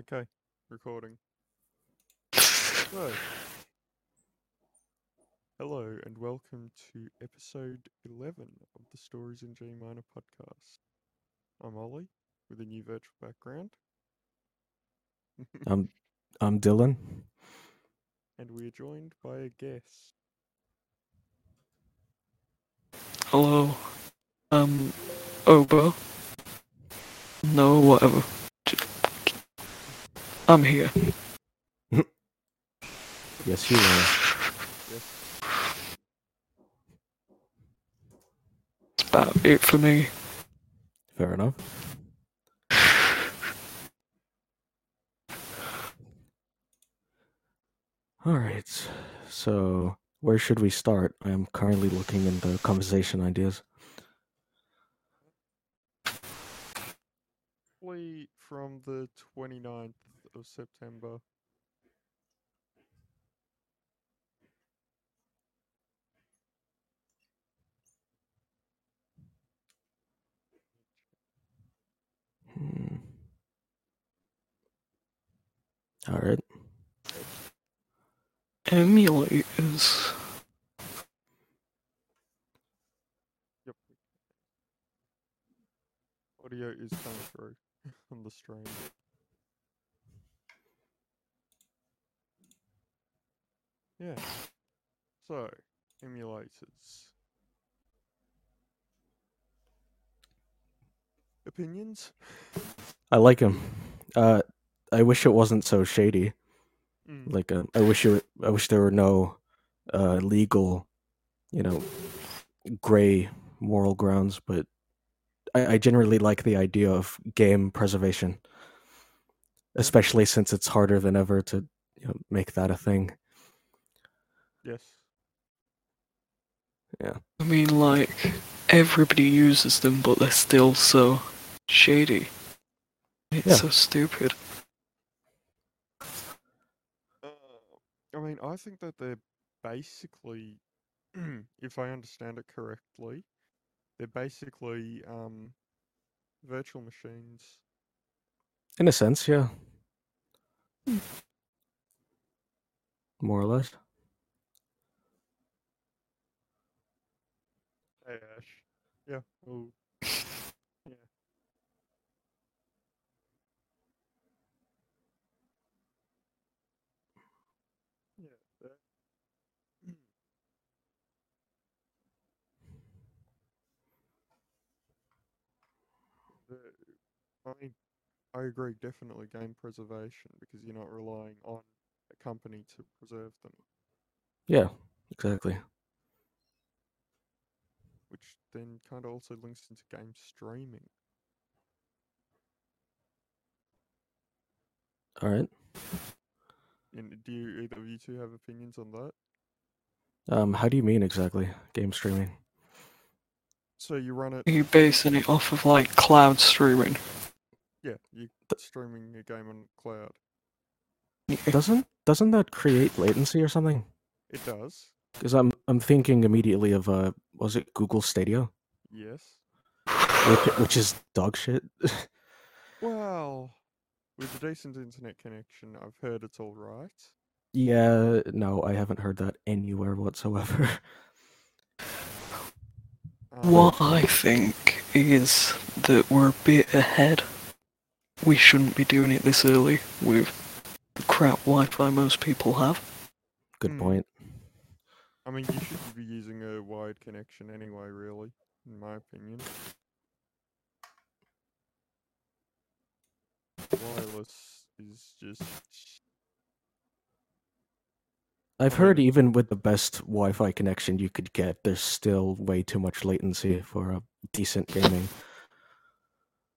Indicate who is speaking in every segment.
Speaker 1: Okay, recording. Hello. Hello, and welcome to episode 11 of the Stories in G Minor podcast. I'm Ollie with a new virtual background,
Speaker 2: I'm I'm Dylan.
Speaker 1: and we are joined by a guest.
Speaker 3: Hello. Um, Oba. No, whatever. J- I'm here.
Speaker 2: Yes, you are.
Speaker 1: Yes,
Speaker 3: That's about it for me.
Speaker 2: Fair enough. All right. So, where should we start? I am currently looking into conversation ideas.
Speaker 1: we from the 29th of September.
Speaker 2: Hmm. All right.
Speaker 3: Emulators.
Speaker 1: Yep. Audio is coming through on the stream. Yeah. So, emulators. Opinions?
Speaker 2: I like him. Uh, I wish it wasn't so shady.
Speaker 1: Mm.
Speaker 2: Like, uh, I wish it, I wish there were no uh, legal, you know, gray moral grounds. But I, I generally like the idea of game preservation, especially since it's harder than ever to you know, make that a thing.
Speaker 1: Yes.
Speaker 3: I mean, like, everybody uses them, but they're still so shady. It's
Speaker 2: Yeah.
Speaker 3: so stupid.
Speaker 1: Uh, I mean, I think that they're basically, if I understand it correctly, they're basically um, virtual machines
Speaker 2: In a sense, yeah. More or less.
Speaker 1: Hey, Ash. Yeah. Well, yeah. Yeah. that- The- I mean, I agree, definitely game preservation because you're not relying on a company to preserve them,
Speaker 2: Yeah, exactly.
Speaker 1: which then kind of also links into game streaming.
Speaker 2: All right.
Speaker 1: And do you, either of you two have opinions on that?
Speaker 2: Um, how do you mean exactly? Game streaming.
Speaker 1: So you run it,
Speaker 3: Are you basing it off of, like, cloud streaming?
Speaker 1: yeah, you're streaming a game on cloud.
Speaker 2: Doesn't doesn't that create latency or something?
Speaker 1: It does,
Speaker 2: Because I'm I'm thinking immediately of uh was it Google Stadia,
Speaker 1: yes.
Speaker 2: which, which is dog shit.
Speaker 1: Well, with a decent internet connection, I've heard it's all right.
Speaker 2: yeah, no, I haven't heard that anywhere whatsoever.
Speaker 1: Um,
Speaker 3: What I think is that we're a bit ahead. We shouldn't be doing it this early with the crap Wi Fi most people have.
Speaker 2: Good
Speaker 1: Hmm.
Speaker 2: point.
Speaker 1: I mean, you should be using a wired connection anyway, really, in my opinion. Wireless is just
Speaker 2: I've
Speaker 1: I
Speaker 2: heard
Speaker 1: mean-
Speaker 2: even with the best Wi-Fi connection you could get, there's still way too much latency for a decent gaming.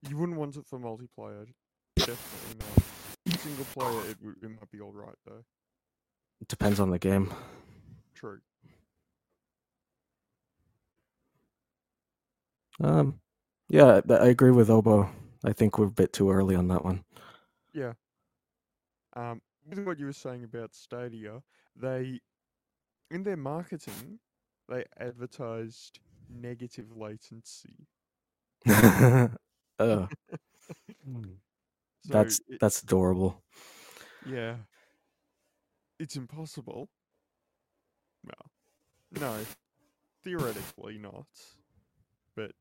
Speaker 1: you wouldn't want it for multiplayer, definitely not. Single player, it, w- it might be all right though.
Speaker 2: depends on the game.
Speaker 1: True.
Speaker 2: Um, yeah, th- I agree with Obo. I think we're a bit too early on that one.
Speaker 1: um, with what you were saying about Stadia, they, in their marketing, they advertised negative latency.
Speaker 2: uh,
Speaker 1: So
Speaker 2: that's
Speaker 1: it-
Speaker 2: that's adorable.
Speaker 1: yeah. It's impossible. No. No. Theoretically not. But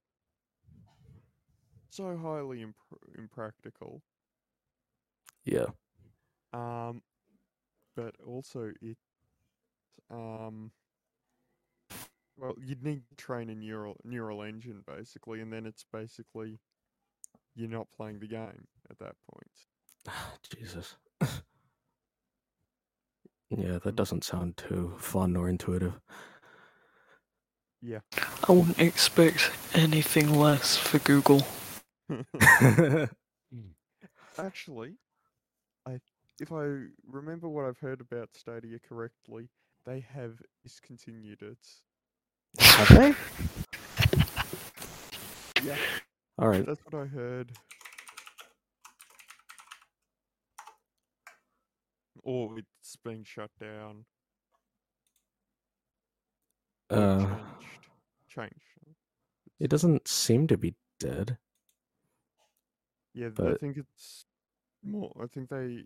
Speaker 1: so highly imp- impractical.
Speaker 2: Yeah.
Speaker 1: Um, but also it, um, well, you'd need to train a neural neural engine basically, and then it's basically you're not playing the game at that point.
Speaker 2: Jesus. yeah, that doesn't sound too fun or intuitive.
Speaker 3: I wouldn't expect anything less for Google.
Speaker 1: Actually, I if I remember what I've heard about Stadia correctly, they have discontinued it.
Speaker 2: Have they?
Speaker 1: Yeah,
Speaker 2: All right.
Speaker 1: that's what I heard. Or it's been shut down. or
Speaker 2: Uh,
Speaker 1: changed. Changed.
Speaker 2: it doesn't seem to be dead.
Speaker 1: Yeah, th- I
Speaker 2: but-
Speaker 1: think it's more. I think they.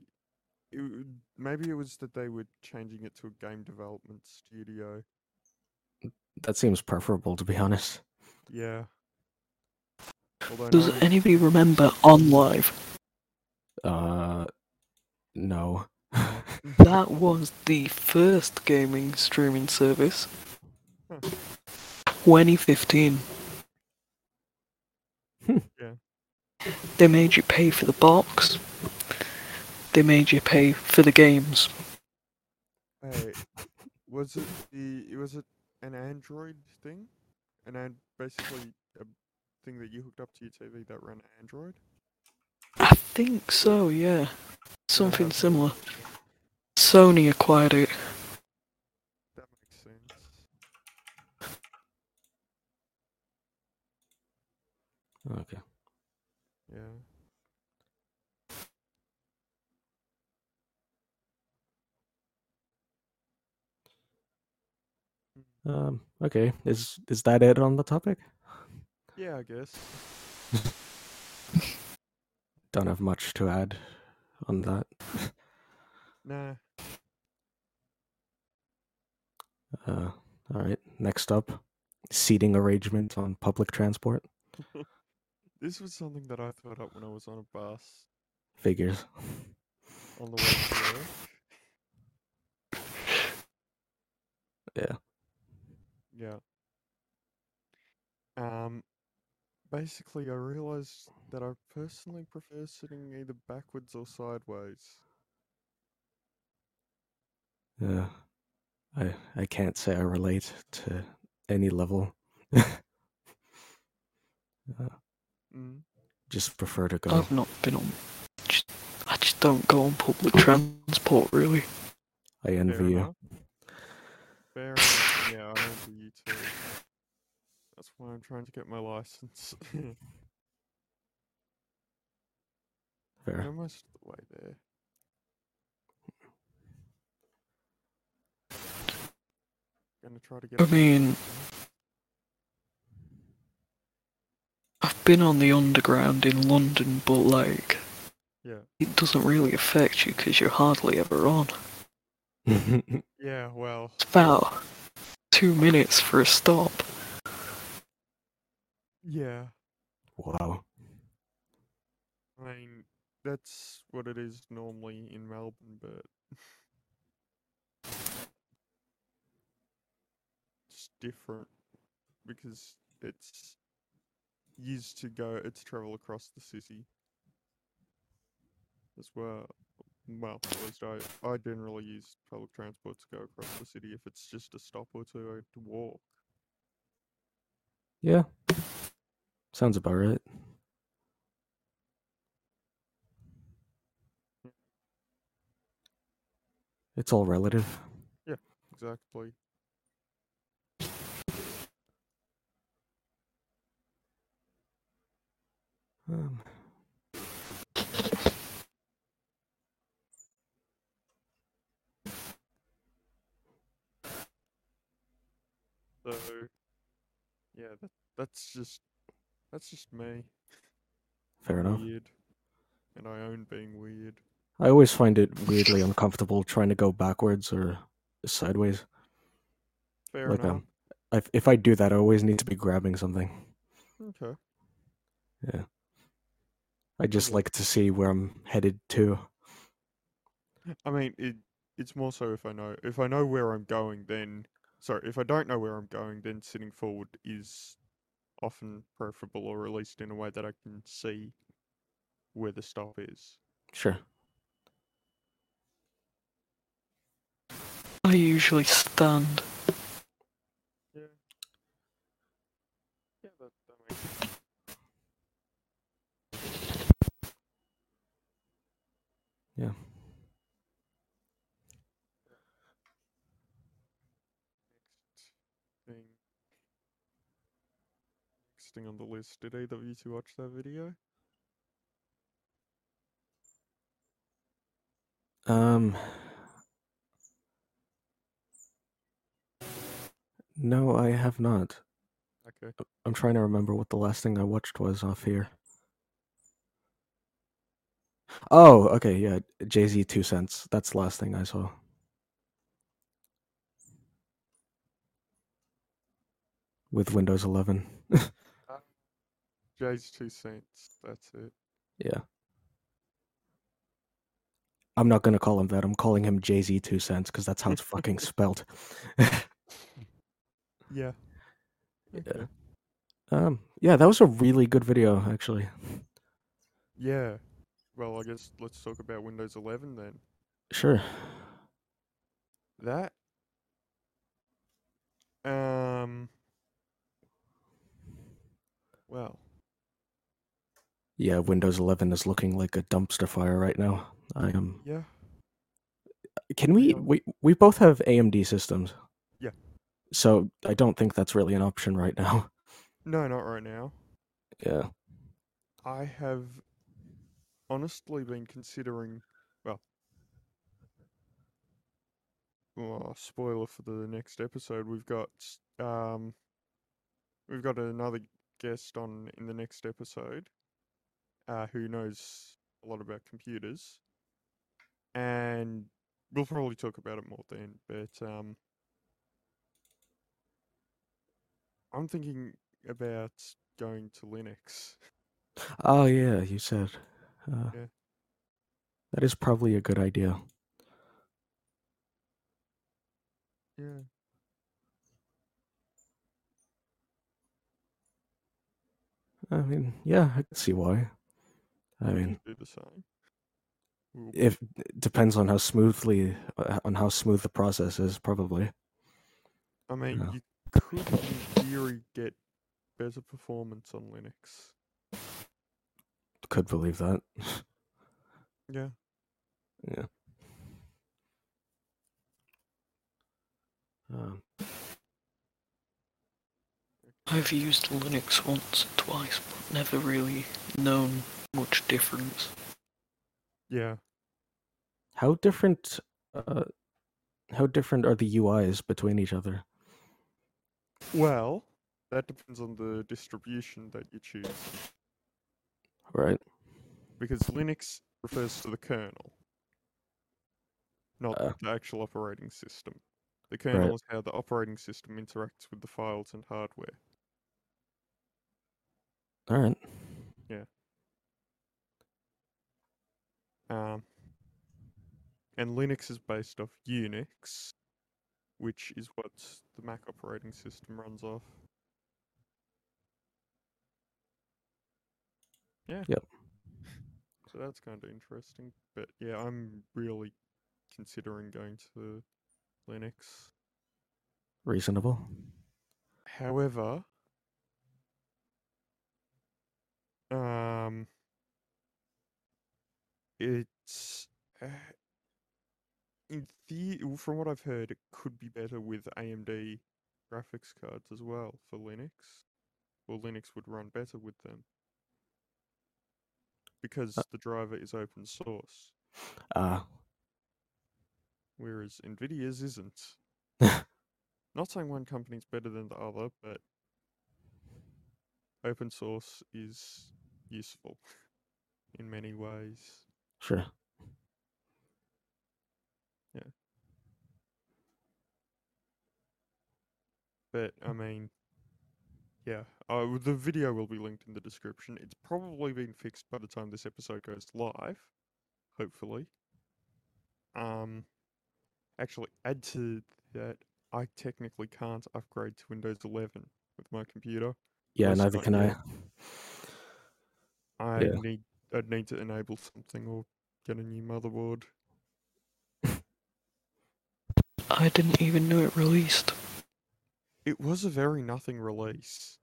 Speaker 1: It, w- maybe it was that they were changing it to a game development studio.
Speaker 2: That seems preferable, to be honest.
Speaker 1: Yeah. Although
Speaker 3: Does
Speaker 1: no,
Speaker 3: anybody remember OnLive?
Speaker 2: Uh, no.
Speaker 3: That was the first gaming streaming service.
Speaker 1: Huh.
Speaker 3: 2015.
Speaker 2: Hmm.
Speaker 1: Yeah.
Speaker 3: They made you pay for the box. They made you pay for the games.
Speaker 1: hey, was it the? It was it an Android thing, and an, basically a thing that you hooked up to your TV that ran Android.
Speaker 3: I think so, yeah. Something
Speaker 1: Yeah.
Speaker 3: similar. Sony acquired it.
Speaker 1: That makes sense.
Speaker 2: Okay.
Speaker 1: Yeah.
Speaker 2: Um. Okay. Is is that it on the topic?
Speaker 1: Yeah, I guess.
Speaker 2: Don't have much to add on that.
Speaker 1: Nah.
Speaker 2: Uh. All right. Next up, seating arrangements on public transport.
Speaker 1: This was something that I thought up when I was on a bus
Speaker 2: Figures.
Speaker 1: on the way to work.
Speaker 2: Yeah.
Speaker 1: Yeah. Um, basically, I realized that I personally prefer sitting either backwards or sideways.
Speaker 2: Uh, I I can't say I relate to any level. Uh,
Speaker 1: Mm.
Speaker 2: Just prefer to go.
Speaker 1: Oh,
Speaker 3: I've not been on. Just, I just don't go on public transport, really.
Speaker 2: I
Speaker 1: Fair
Speaker 2: envy you.
Speaker 1: enough. Fair enough. Yeah, I envy you too. That's why I'm trying to get my license. I'm
Speaker 2: Fair.
Speaker 1: almost the way there. Gonna try to get.
Speaker 3: I
Speaker 1: it
Speaker 3: mean, I've been on the underground in London, but like,
Speaker 1: Yeah.
Speaker 3: it doesn't really affect you because you're hardly ever on.
Speaker 1: Yeah, well,
Speaker 3: It's about two minutes for a stop.
Speaker 1: yeah.
Speaker 2: wow.
Speaker 1: I mean, that's what it is normally in Melbourne, but it's different because it's used to go, it's travel across the city as well. Well, at least I, I generally use public transport to go across the city. If it's just a stop or two, I have to walk.
Speaker 2: Yeah. Sounds about right. It's all relative.
Speaker 1: Exactly.
Speaker 2: Um,
Speaker 1: So, yeah, that, that's just that's just me.
Speaker 2: fair enough.
Speaker 1: Weird. and I own being weird.
Speaker 2: I always find it weirdly uncomfortable trying to go backwards or sideways.
Speaker 1: Fair
Speaker 2: Like,
Speaker 1: enough.
Speaker 2: um, I, if I do that, I always need to be grabbing something.
Speaker 1: Okay.
Speaker 2: I just like to see where I'm headed to.
Speaker 1: I mean, it it's more so if I know if I know where I'm going, then sorry, if I don't know where I'm going, then sitting forward is often preferable, or at least in a way that I can see where the stop is.
Speaker 2: Sure.
Speaker 3: I usually stand.
Speaker 1: Yeah, that, that makes sense.
Speaker 2: Yeah.
Speaker 1: Next thing. Next thing on the list. Did either of you two watch that video?
Speaker 2: Um. No, I have not.
Speaker 1: Okay.
Speaker 2: I'm trying to remember what the last thing I watched was off here. Oh, okay, yeah, Jay Z two cents. That's the last thing I saw. With Windows 11.
Speaker 1: Uh, Jay's two cents. That's it.
Speaker 2: yeah. I'm not gonna call him that. I'm calling him Jay Z two cents because that's how it's fucking spelt.
Speaker 1: Yeah. Okay.
Speaker 2: um, yeah, that was a really good video actually.
Speaker 1: Yeah. Well, I guess let's talk about Windows 11 then.
Speaker 2: Sure.
Speaker 1: That. Um. Well,
Speaker 2: Yeah, Windows 11 is looking like a dumpster fire right now. I am.
Speaker 1: yeah.
Speaker 2: Can we?
Speaker 1: Yeah.
Speaker 2: We we both have AMD systems.
Speaker 1: Yeah.
Speaker 2: So I don't think that's really an option right now.
Speaker 1: No, not right now.
Speaker 2: Yeah.
Speaker 1: I have honestly been considering. Well, well, spoiler for the next episode. We've got s- um, we've got another guest on in the next episode, uh, who knows a lot about computers, and we'll probably talk about it more then. But um, I'm thinking about going to Linux.
Speaker 2: Oh yeah, you said. Uh,
Speaker 1: Yeah.
Speaker 2: That is probably a good idea.
Speaker 1: Yeah.
Speaker 2: I mean, yeah, I can see why. I
Speaker 1: you
Speaker 2: mean,
Speaker 1: do the same. We'll-
Speaker 2: if depends on how smoothly uh, on how smooth the process is, probably.
Speaker 1: I mean,
Speaker 2: Yeah.
Speaker 1: you could, in theory, get better performance on Linux.
Speaker 2: Could believe that.
Speaker 1: Yeah.
Speaker 2: Yeah. Um,
Speaker 3: I've used Linux once or twice, but never really known much difference.
Speaker 1: Yeah.
Speaker 2: How different? Uh, how different are the UIs between each other?
Speaker 1: Well, that depends on the distribution that you choose,
Speaker 2: Right.
Speaker 1: because Linux refers to the kernel, not
Speaker 2: Uh.
Speaker 1: the actual operating system. The kernel is how the operating system interacts with the files and hardware.
Speaker 2: All right.
Speaker 1: Um, and Linux is based off Unix, which is what the Mac operating system runs off. Yeah.
Speaker 2: Yep.
Speaker 1: So that's kind of interesting. But yeah, I'm really considering going to Linux.
Speaker 2: Reasonable.
Speaker 1: However, um, it's uh, in the from what I've heard, it could be better with AMD graphics cards as well for Linux, or Linux would run better with them because the driver is open source,
Speaker 2: Uh
Speaker 1: whereas Nvidia's isn't. Not saying one company's better than the other, but open source is useful in many ways.
Speaker 2: Sure.
Speaker 1: But I mean, yeah, uh, w- the video will be linked in the description. It's probably been fixed by the time this episode goes live, hopefully. Um, actually, add to that, I technically can't upgrade to Windows 11 with my computer.
Speaker 2: Yeah,
Speaker 1: That's
Speaker 2: neither
Speaker 1: not
Speaker 2: can I.
Speaker 1: yet. I
Speaker 2: Yeah.
Speaker 1: need I'd need to enable something or get a new motherboard.
Speaker 3: I didn't even know it released.
Speaker 1: It was a very nothing release.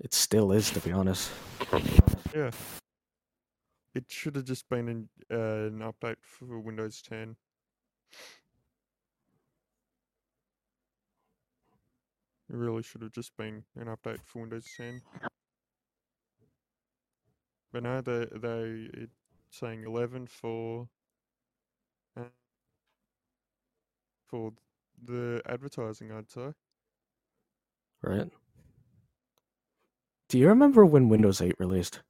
Speaker 2: It still is, to be honest.
Speaker 1: It should have just been an, uh, an update for Windows 10. It really should have just been an update for Windows 10. But no, they they it's saying 11 for uh, for the advertising. I'd say.
Speaker 2: Right? Do you remember when Windows 8 released?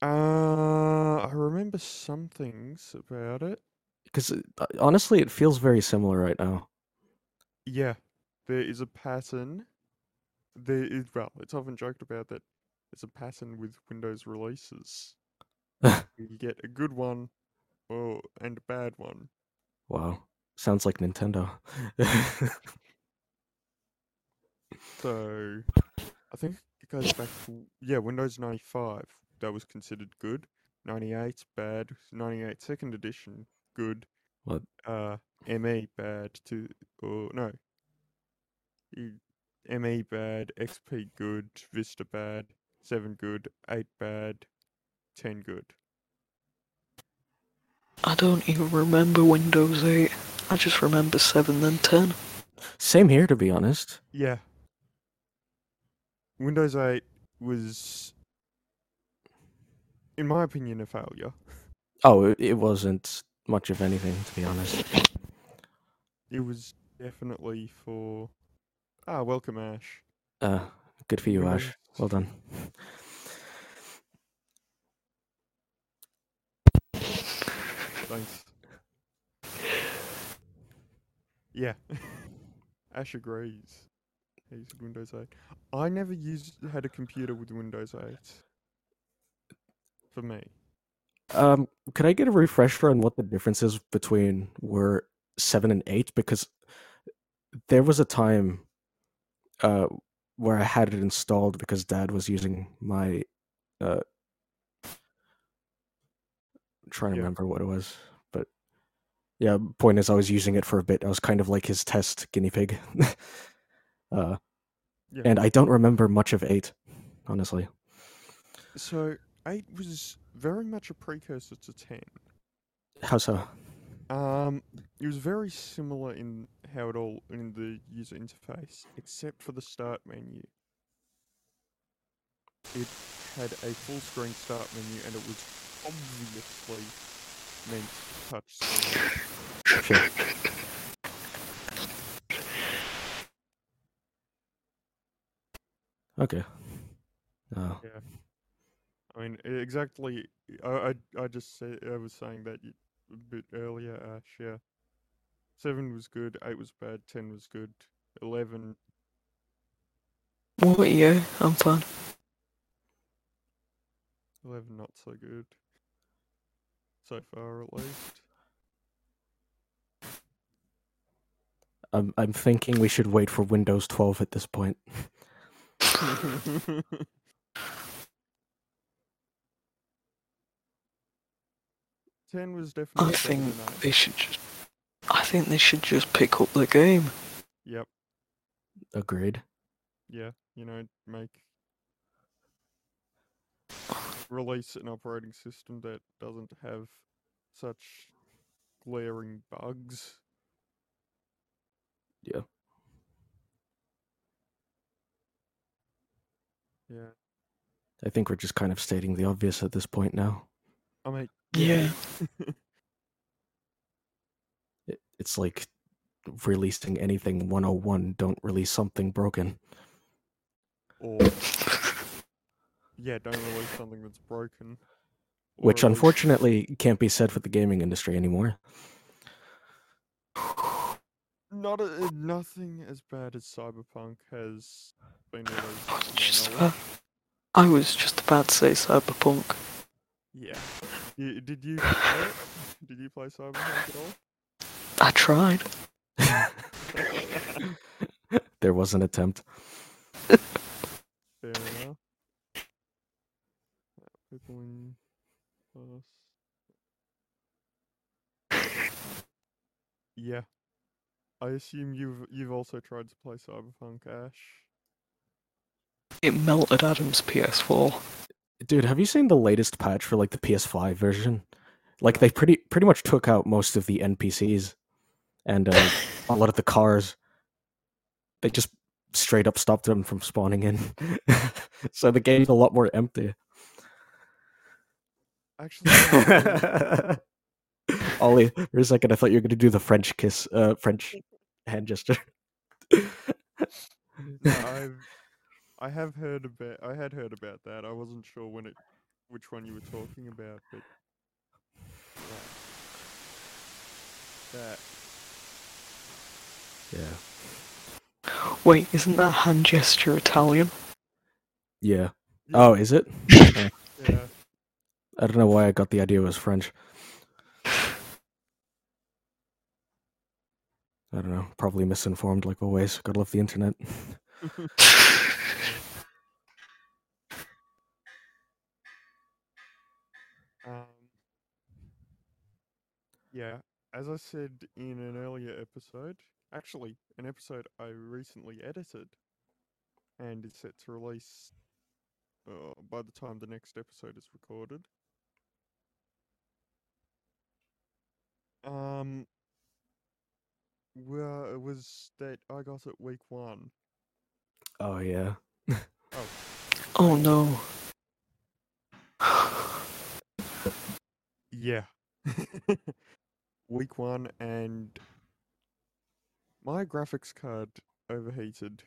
Speaker 1: Uh, I remember some things about it.
Speaker 2: Because uh, honestly, it feels very similar right now.
Speaker 1: Yeah, there is a pattern. There is, well, it's often joked about that it's a pattern with Windows releases. you get a good one or, and a bad one.
Speaker 2: Wow. Sounds like Nintendo.
Speaker 1: So I think it goes back to, yeah, Windows 95, that was considered good. 98, bad. 98 second edition, good.
Speaker 2: What?
Speaker 1: Uh, ME, bad. To, or, no. You- ME, bad. XP, good. Vista, bad. 7, good. 8, bad. 10, good.
Speaker 3: I don't even remember Windows 8. I just remember 7 then 10.
Speaker 2: Same here, to be honest.
Speaker 1: Yeah. Windows 8 was, in my opinion, a failure.
Speaker 2: Oh, it, it wasn't much of anything, to be honest.
Speaker 1: It was definitely for. Ah, welcome, Ash.
Speaker 2: Uh, good for you, Ash.
Speaker 1: Windows-
Speaker 2: Well done.
Speaker 1: Thanks. Yeah. Ash agrees. He's Windows 8. I never used had a computer with Windows 8. For me.
Speaker 2: Um, could I get a refresher on what the differences between were seven and eight? Because there was a time uh where I had it installed because dad was using my uh I'm trying to
Speaker 1: Yeah.
Speaker 2: remember what it was, but yeah, point is I was using it for a bit. I was kind of like his test guinea pig. uh
Speaker 1: Yeah.
Speaker 2: and I don't remember much of eight, honestly.
Speaker 1: So, 8 was very much a precursor to 10.
Speaker 2: How so?
Speaker 1: Um, it was very similar in how it all in the user interface, except for the start menu. It had a full screen start menu, and it was obviously meant to touch screen.
Speaker 2: Sure. Okay. Oh,
Speaker 1: Yeah, I mean e- exactly. I I, I just said I was saying that y- a bit earlier. Ash, yeah, seven was good, eight was bad, ten was good, eleven.
Speaker 3: What year? I'm fine.
Speaker 1: 11 not so good. So far, at least.
Speaker 2: I'm I'm thinking we should wait for Windows 12 at this point.
Speaker 1: Ten was definitely.
Speaker 3: I
Speaker 1: better than
Speaker 3: think
Speaker 1: nine.
Speaker 3: they should just. I think they should just pick up the game.
Speaker 1: Yep.
Speaker 2: Agreed.
Speaker 1: Yeah. You know, make release an operating system that doesn't have such glaring bugs.
Speaker 2: Yeah.
Speaker 1: Yeah.
Speaker 2: I think we're just kind of stating the obvious at this point now.
Speaker 1: I mean,
Speaker 3: Yeah.
Speaker 2: It, it's like releasing anything 101, don't release something broken.
Speaker 1: or yeah, don't release something that's broken. or
Speaker 2: which
Speaker 1: at least-
Speaker 2: unfortunately can't be said for the gaming industry anymore.
Speaker 1: not a, uh, nothing as bad as Cyberpunk has been released.
Speaker 3: I was
Speaker 1: to my
Speaker 3: Oh, just uh,
Speaker 1: knowledge.
Speaker 3: about, I was just about to say cyberpunk.
Speaker 1: Yeah. You, did you play it? Did you play Cyberpunk at all?
Speaker 3: I tried.
Speaker 2: There was an attempt.
Speaker 1: Fair enough. Uh, People in class. Yeah. I assume you've you've also tried to play Cyberpunk Ash.
Speaker 3: It melted Adam's PS4.
Speaker 2: Dude, have you seen the latest patch for like the PS5 version? Like they pretty pretty much took out most of the NPCs and uh, a lot of the cars. They just straight up stopped them from spawning in. so the game's a lot more empty.
Speaker 1: Actually, no, I mean,
Speaker 2: Ollie, for a second, I thought you were going to do the French kiss, uh, French hand gesture.
Speaker 1: no, I've I have heard about I had heard about that. I wasn't sure when it which one you were talking about, but yeah. that
Speaker 2: Yeah.
Speaker 3: Wait, isn't that hand gesture Italian?
Speaker 2: Yeah.
Speaker 1: Yeah.
Speaker 2: Oh, is it? Uh,
Speaker 1: yeah.
Speaker 2: I don't know why I got the idea it was French. I don't know. Probably misinformed, like always. Gotta love the internet.
Speaker 1: Um, yeah, as I said in an earlier episode, actually, an episode I recently edited, and it's set to release uh, by the time the next episode is recorded. Um, well, it was that I got it week one.
Speaker 2: Oh yeah.
Speaker 3: oh no.
Speaker 1: Yeah. Week one, and my graphics card overheated.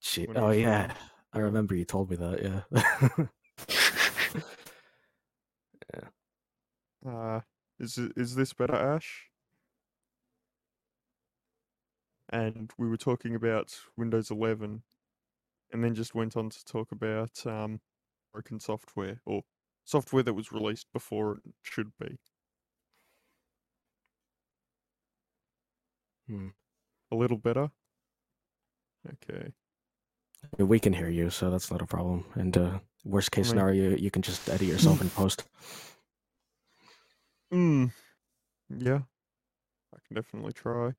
Speaker 2: Shit.
Speaker 1: When it
Speaker 2: Oh
Speaker 1: was
Speaker 2: yeah.
Speaker 1: released.
Speaker 2: I remember you told me that. Yeah.
Speaker 1: Uh, is it- is this better, Ash? And we were talking about Windows 11, and then just went on to talk about um, broken software or software that was released before it should be.
Speaker 2: Hmm.
Speaker 1: A little better. Okay.
Speaker 2: I mean, we can hear you, so that's not a problem. And uh, worst case
Speaker 1: Alright.
Speaker 2: scenario, you can just edit yourself in post.
Speaker 1: Mm. Yeah. I can definitely try.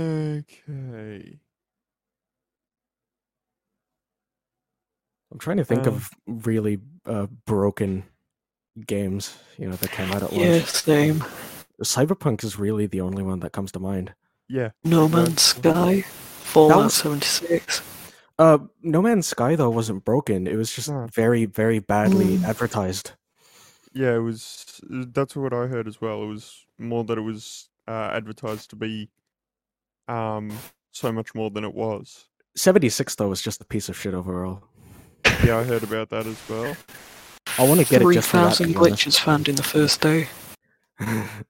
Speaker 1: Okay.
Speaker 2: I'm trying to think
Speaker 1: Uh.
Speaker 2: of really uh, broken games, you know, that came out at
Speaker 3: Yeah,
Speaker 2: once.
Speaker 3: same.
Speaker 2: Cyberpunk is really the only one that comes to mind.
Speaker 1: Yeah.
Speaker 3: No Man's Sky, Fallout
Speaker 2: was-
Speaker 3: 76.
Speaker 2: Uh, No Man's Sky though wasn't broken. It was just
Speaker 1: No.
Speaker 2: very, very badly
Speaker 3: Mm.
Speaker 2: advertised.
Speaker 1: Yeah, it was uh, that's what I heard as well. It was more that it was uh, advertised to be um so much more than it was.
Speaker 2: Seventy six though was just a piece of shit overall.
Speaker 1: Yeah, I heard about that as well.
Speaker 2: I want to get it just for that.
Speaker 3: 3,000
Speaker 2: to be honest.
Speaker 3: glitches found in the first day.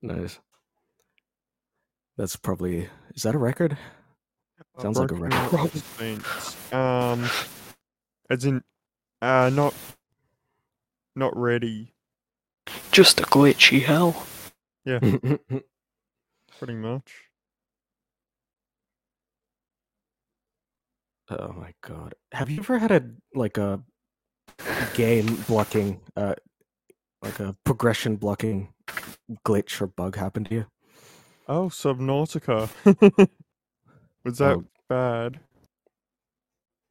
Speaker 2: nice. That's probably is that a record?
Speaker 1: Uh,
Speaker 2: Sounds like a
Speaker 1: broken
Speaker 2: record.
Speaker 1: records means, Um, as in, uh, not not ready,
Speaker 3: Just a glitchy hell.
Speaker 1: pretty much.
Speaker 2: Oh my god. Have you ever had a like a game blocking uh like a progression blocking glitch or bug happen to you?
Speaker 1: Oh, Subnautica. Was that
Speaker 2: Oh.
Speaker 1: bad?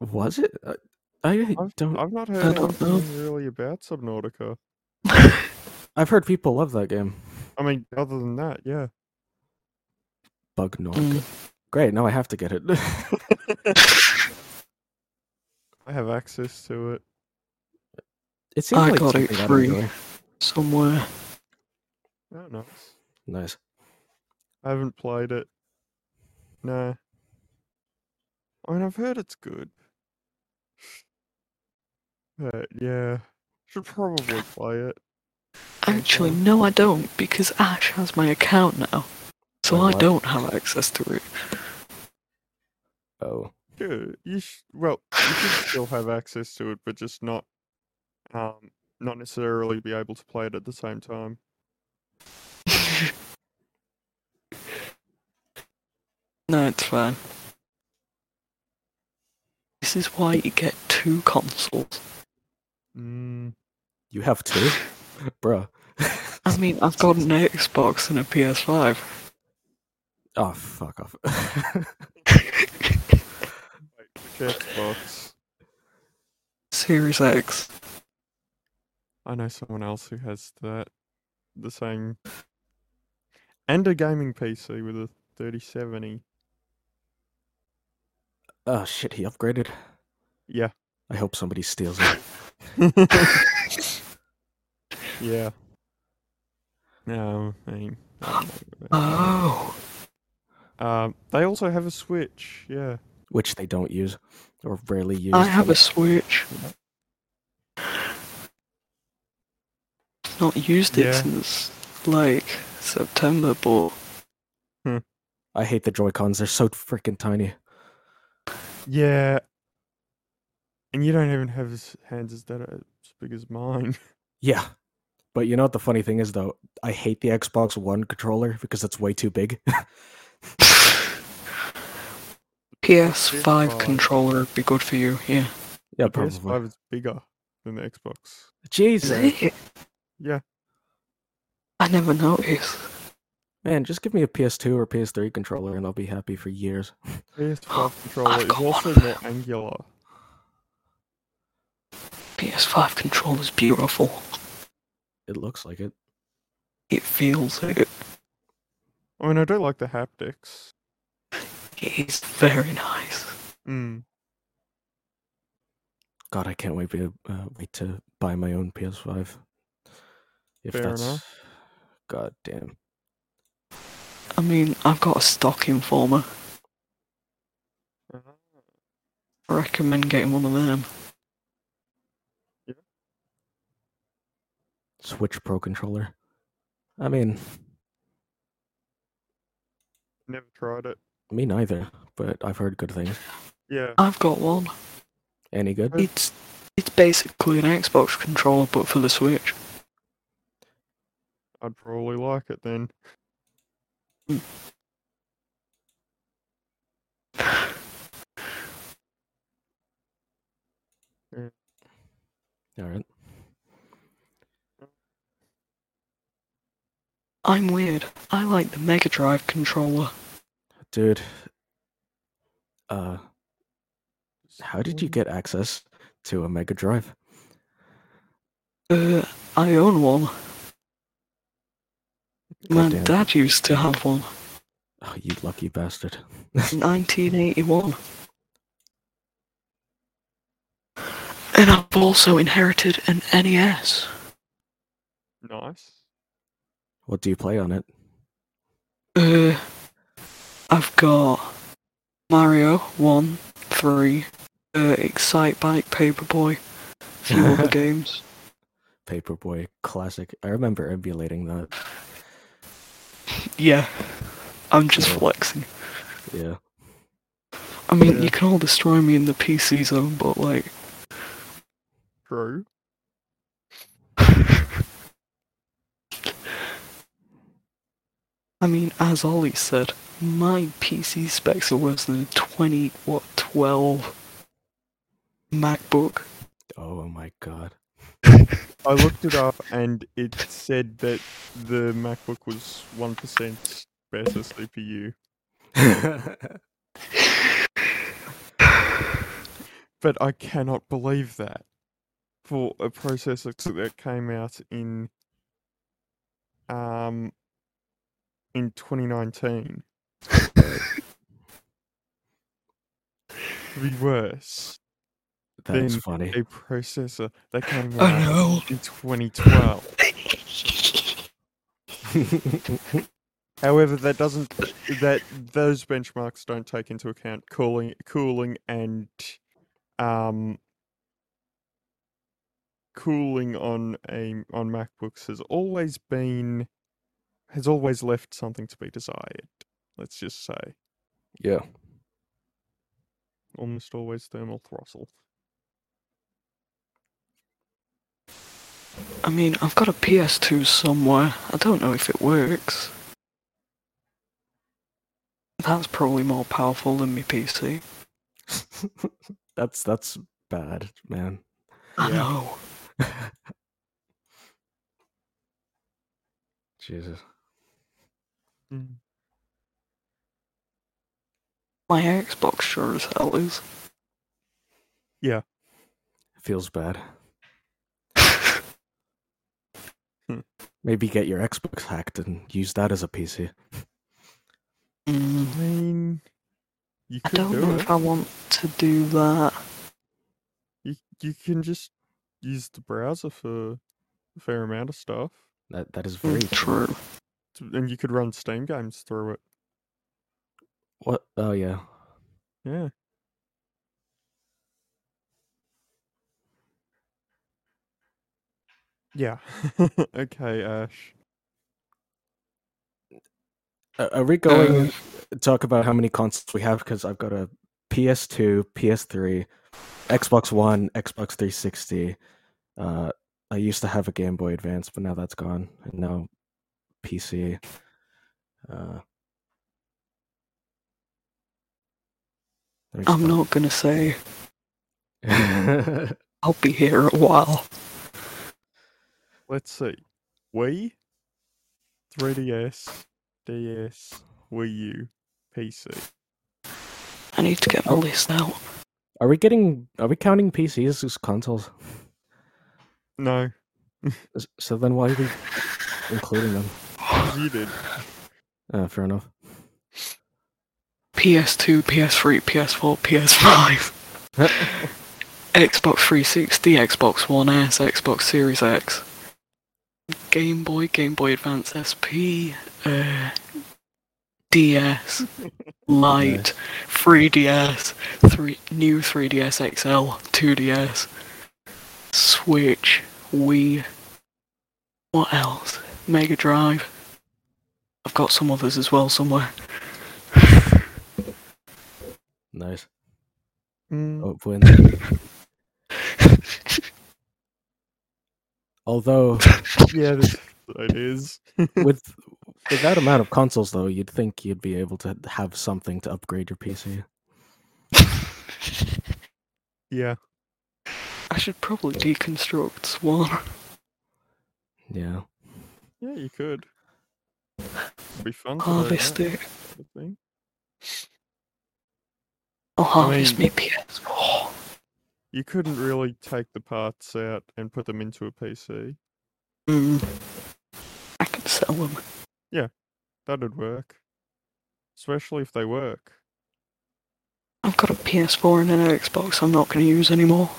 Speaker 2: Was it? Uh, I don't
Speaker 1: I've not heard
Speaker 3: don't know.
Speaker 1: anything really about Subnautica.
Speaker 2: I've heard people love that game.
Speaker 1: I mean, other than that, yeah.
Speaker 2: Bug Nork.
Speaker 3: Mm.
Speaker 2: Great, now I have to get it.
Speaker 1: I have access to it.
Speaker 2: it seems
Speaker 3: I
Speaker 2: like
Speaker 3: got it
Speaker 2: something I'd
Speaker 3: free.
Speaker 2: enjoy.
Speaker 3: Somewhere.
Speaker 1: I don't know.
Speaker 2: Nice.
Speaker 1: I haven't played it. No. I mean, I've heard it's good. But yeah, should probably play it.
Speaker 3: Actually, no, I don't, because Ash has my account now. So
Speaker 2: Wait,
Speaker 3: I
Speaker 2: what?
Speaker 3: don't have access to it.
Speaker 2: Oh,
Speaker 1: Good. You sh- well, you should still have access to it, but just not, um, not necessarily be able to play it at the same time.
Speaker 3: No, it's fine. This is why you get two consoles.
Speaker 1: Mm.
Speaker 2: you have two, bruh.
Speaker 3: I mean, I've got an Xbox and a PS5.
Speaker 2: Oh, fuck off.
Speaker 1: Wait, which Xbox?
Speaker 3: Series X.
Speaker 1: I know someone else who has that, the same, and a gaming PC with a 3070.
Speaker 2: oh shit, he upgraded.
Speaker 1: Yeah.
Speaker 2: I hope somebody steals it.
Speaker 1: yeah. No, I mean, I don't know.
Speaker 3: Oh.
Speaker 1: um, they also have a Switch. Yeah.
Speaker 2: which they don't use or rarely use.
Speaker 3: I have a
Speaker 2: but
Speaker 3: Switch. Not used it
Speaker 1: Yeah.
Speaker 3: since like September, but
Speaker 2: I hate the Joy Cons. They're so freaking tiny.
Speaker 1: Yeah. And you don't even have as hands as that are as big as mine.
Speaker 2: Yeah, but you know what the funny thing is though? I hate the Xbox One controller because it's way too big.
Speaker 3: PS5
Speaker 1: PS5.
Speaker 3: controller would be good for you. Yeah.
Speaker 2: yeah,
Speaker 1: the PS5
Speaker 2: probably.
Speaker 1: is bigger than the Xbox.
Speaker 2: Jesus,
Speaker 3: it?
Speaker 1: Yeah.
Speaker 3: I never noticed.
Speaker 2: man, just give me a PS2 or PS3 controller and I'll be happy for years.
Speaker 1: PS5 controller is
Speaker 3: got one
Speaker 1: also
Speaker 3: of
Speaker 1: more angular.
Speaker 3: PS5 controller's beautiful.
Speaker 2: It looks like it.
Speaker 3: It feels it.
Speaker 1: I mean, I don't like the haptics.
Speaker 3: It is very nice.
Speaker 1: Mm.
Speaker 2: God, I can't wait to uh, wait to buy my own PS5. If
Speaker 1: Fair
Speaker 2: that's
Speaker 1: enough.
Speaker 2: God damn.
Speaker 3: I mean, I've got a stock informer.
Speaker 1: Uh-huh.
Speaker 3: I recommend getting one of them.
Speaker 2: Switch Pro controller. I mean,
Speaker 1: Never tried it.
Speaker 2: me neither, but I've heard good things.
Speaker 1: Yeah.
Speaker 3: I've got one.
Speaker 2: Any good?
Speaker 3: It's it's basically an Xbox controller but for the Switch.
Speaker 1: I'd probably like it then.
Speaker 2: All right.
Speaker 3: I'm weird. I like the Mega Drive controller.
Speaker 2: Dude. Uh how did you
Speaker 1: So-
Speaker 2: get access to a Mega Drive?
Speaker 3: Uh, I own one. My
Speaker 2: Goddamn.
Speaker 3: dad used to have one.
Speaker 2: Oh, you lucky bastard.
Speaker 3: 1981. And I've also inherited an E NES.
Speaker 1: Nice.
Speaker 2: What do you play on it?
Speaker 3: Uh, I've got Mario 1, 3, uh, Excite Bike, Paperboy, a few other games.
Speaker 2: Paperboy classic. I remember emulating that.
Speaker 3: Yeah, I'm just
Speaker 2: Yeah.
Speaker 3: flexing.
Speaker 2: Yeah.
Speaker 3: I mean,
Speaker 1: Yeah.
Speaker 3: you can all destroy me in the PC zone, but like,
Speaker 1: True.
Speaker 3: I mean, as Ollie said, my PC specs are worse than a 20, what, 12 MacBook.
Speaker 2: Oh my god.
Speaker 1: I looked it up and it said that the MacBook was 1% better CPU. But I cannot believe that for a processor t- that came out in um in 2019. uh, Could be worse.
Speaker 2: That's
Speaker 1: Then
Speaker 2: funny.
Speaker 1: A processor that came out
Speaker 3: I know.
Speaker 1: in 2012. However, that doesn't that those benchmarks don't take into account cooling, cooling, and um, cooling on a on MacBooks has always been has always left something to be desired. Let's just say
Speaker 2: Yeah.
Speaker 1: almost always thermal throttle.
Speaker 3: I mean, I've got a PS2 somewhere. I don't know if it works. That's probably more powerful than my PC.
Speaker 2: that's that's bad, man.
Speaker 3: I
Speaker 1: Yeah.
Speaker 3: know.
Speaker 2: Jesus.
Speaker 3: My Xbox sure as hell is.
Speaker 2: Feels bad. Hmm. Maybe get your Xbox hacked and use that as a PC.
Speaker 3: Mm,
Speaker 1: I mean, you
Speaker 3: I
Speaker 1: could
Speaker 3: don't
Speaker 1: do
Speaker 3: know
Speaker 1: it.
Speaker 3: if I want to do that.
Speaker 1: You you can just use the browser for a fair amount of stuff,
Speaker 2: That that is very
Speaker 3: Mm, True.
Speaker 1: t- and you could run Steam games through it.
Speaker 2: What? Oh yeah.
Speaker 1: Yeah. Yeah. okay, Ash.
Speaker 2: Uh, are we going to talk about how many consoles we have? Because I've got a PS2, PS3, Xbox One, Xbox 360. Uh, I used to have a Game Boy Advance, but now that's gone, and now PC. Uh, let me
Speaker 3: I'm
Speaker 2: stop.
Speaker 3: not gonna say. I'll be here a while.
Speaker 1: Let's see. Wii, 3DS, DS, Wii U, PC.
Speaker 3: I need to get my list out.
Speaker 2: are we getting? Are we counting PCs as consoles?
Speaker 1: No,
Speaker 2: S- So then, why are we including them?
Speaker 1: 'cause you did.
Speaker 2: Uh, fair enough.
Speaker 3: PS2, PS3, PS4, PS5, Xbox 360, Xbox One S, Xbox Series X, Game Boy, Game Boy Advance SP, uh, DS, Lite, 3DS, three new 3DS XL, 2DS, Switch, Wii. What else? Mega Drive. I've got some others as well somewhere.
Speaker 2: Nice.
Speaker 1: Mm,
Speaker 2: Oh, win. Although
Speaker 1: Yeah, this, it is.
Speaker 2: with with that amount of consoles, though, you'd think you'd be able to have something to upgrade your PC.
Speaker 1: Yeah.
Speaker 3: I should probably deconstruct Swan.
Speaker 2: Yeah,
Speaker 1: Yeah, you could. It'd be fun. to learn
Speaker 3: Harvest
Speaker 1: that
Speaker 3: it.
Speaker 1: sort of thing.
Speaker 3: I'll
Speaker 1: I
Speaker 3: harvest
Speaker 1: mean-
Speaker 3: me PS4.
Speaker 1: You couldn't really take the parts out and put them into a PC.
Speaker 3: Mm. I can sell them.
Speaker 1: That'd work. Especially if they work.
Speaker 3: I've got a PS4 and an Xbox I'm not going to use anymore.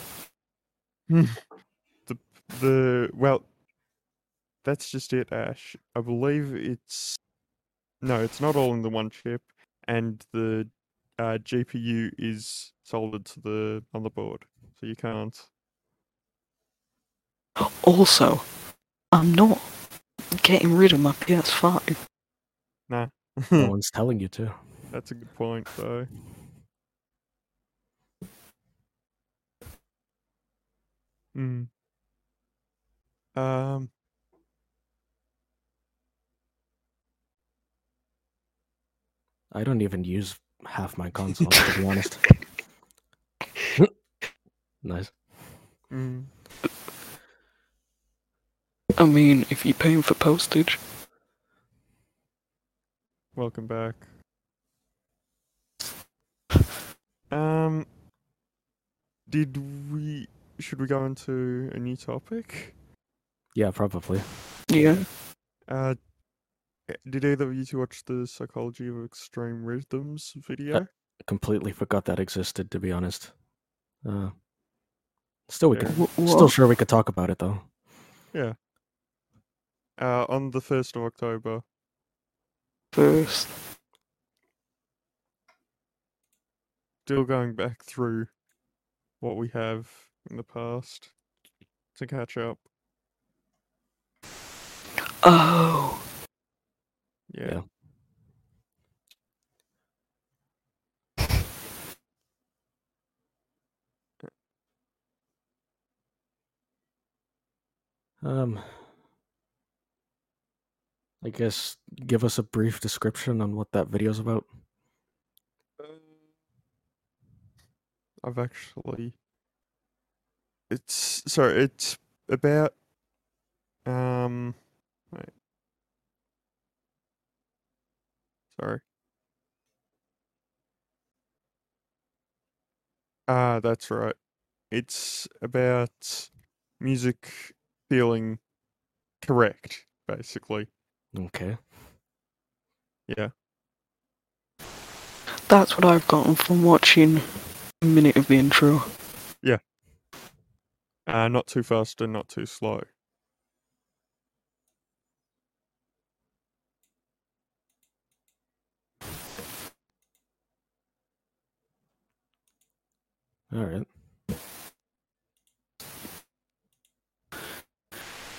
Speaker 1: The well, that's just it, Ash. I believe it's no, it's not all in the one chip, and the uh, GPU is soldered to the on the board, so you can't.
Speaker 3: Also, I'm not getting rid of my PS5.
Speaker 2: no one's telling you to.
Speaker 1: that's a good point, though. Mm. Um.
Speaker 2: I don't even use half my consoles to be honest. nice.
Speaker 1: mm.
Speaker 3: I mean, if you're paying for postage,
Speaker 1: Welcome back. Um, did we? Should we go into a new topic?
Speaker 2: Yeah, probably.
Speaker 3: yeah.
Speaker 1: Uh, eh, did either of you two watch the Psychology of Extreme Rhythms video?
Speaker 2: I completely forgot that existed to be honest. Uh, still, we could,
Speaker 1: Fair.
Speaker 3: W-
Speaker 2: still
Speaker 3: what?
Speaker 2: sure we could talk about it though.
Speaker 1: Uh, on the first of October,
Speaker 3: first.
Speaker 1: Still going back through what we have in the past to catch up.
Speaker 3: Oh,
Speaker 1: Yeah.
Speaker 2: Yeah. Um, I guess give us a brief description on what that video's about.
Speaker 1: Uh, I've actually. It's so it's about um wait. Sorry. Ah, that's right. It's about music feeling correct, basically.
Speaker 2: Okay.
Speaker 1: Yeah.
Speaker 3: that's what I've gotten from watching a minute of the intro.
Speaker 1: Uh, not too fast and not too slow.
Speaker 2: All right.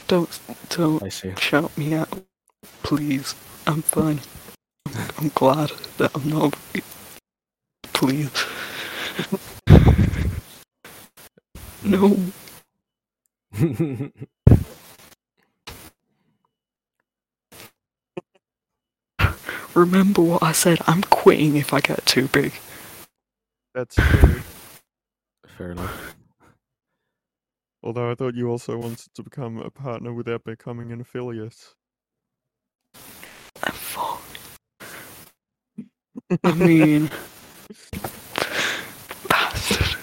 Speaker 3: Don't don't
Speaker 2: I see.
Speaker 3: shout me out, please. I'm fine. I'm glad that I'm not. Please. no. Remember what I said. I'm quitting if I get too big.
Speaker 1: That's true.
Speaker 2: Fair enough.
Speaker 1: Although I thought you also wanted to become a partner without becoming an affiliate.
Speaker 3: I'm full. I mean, bastard.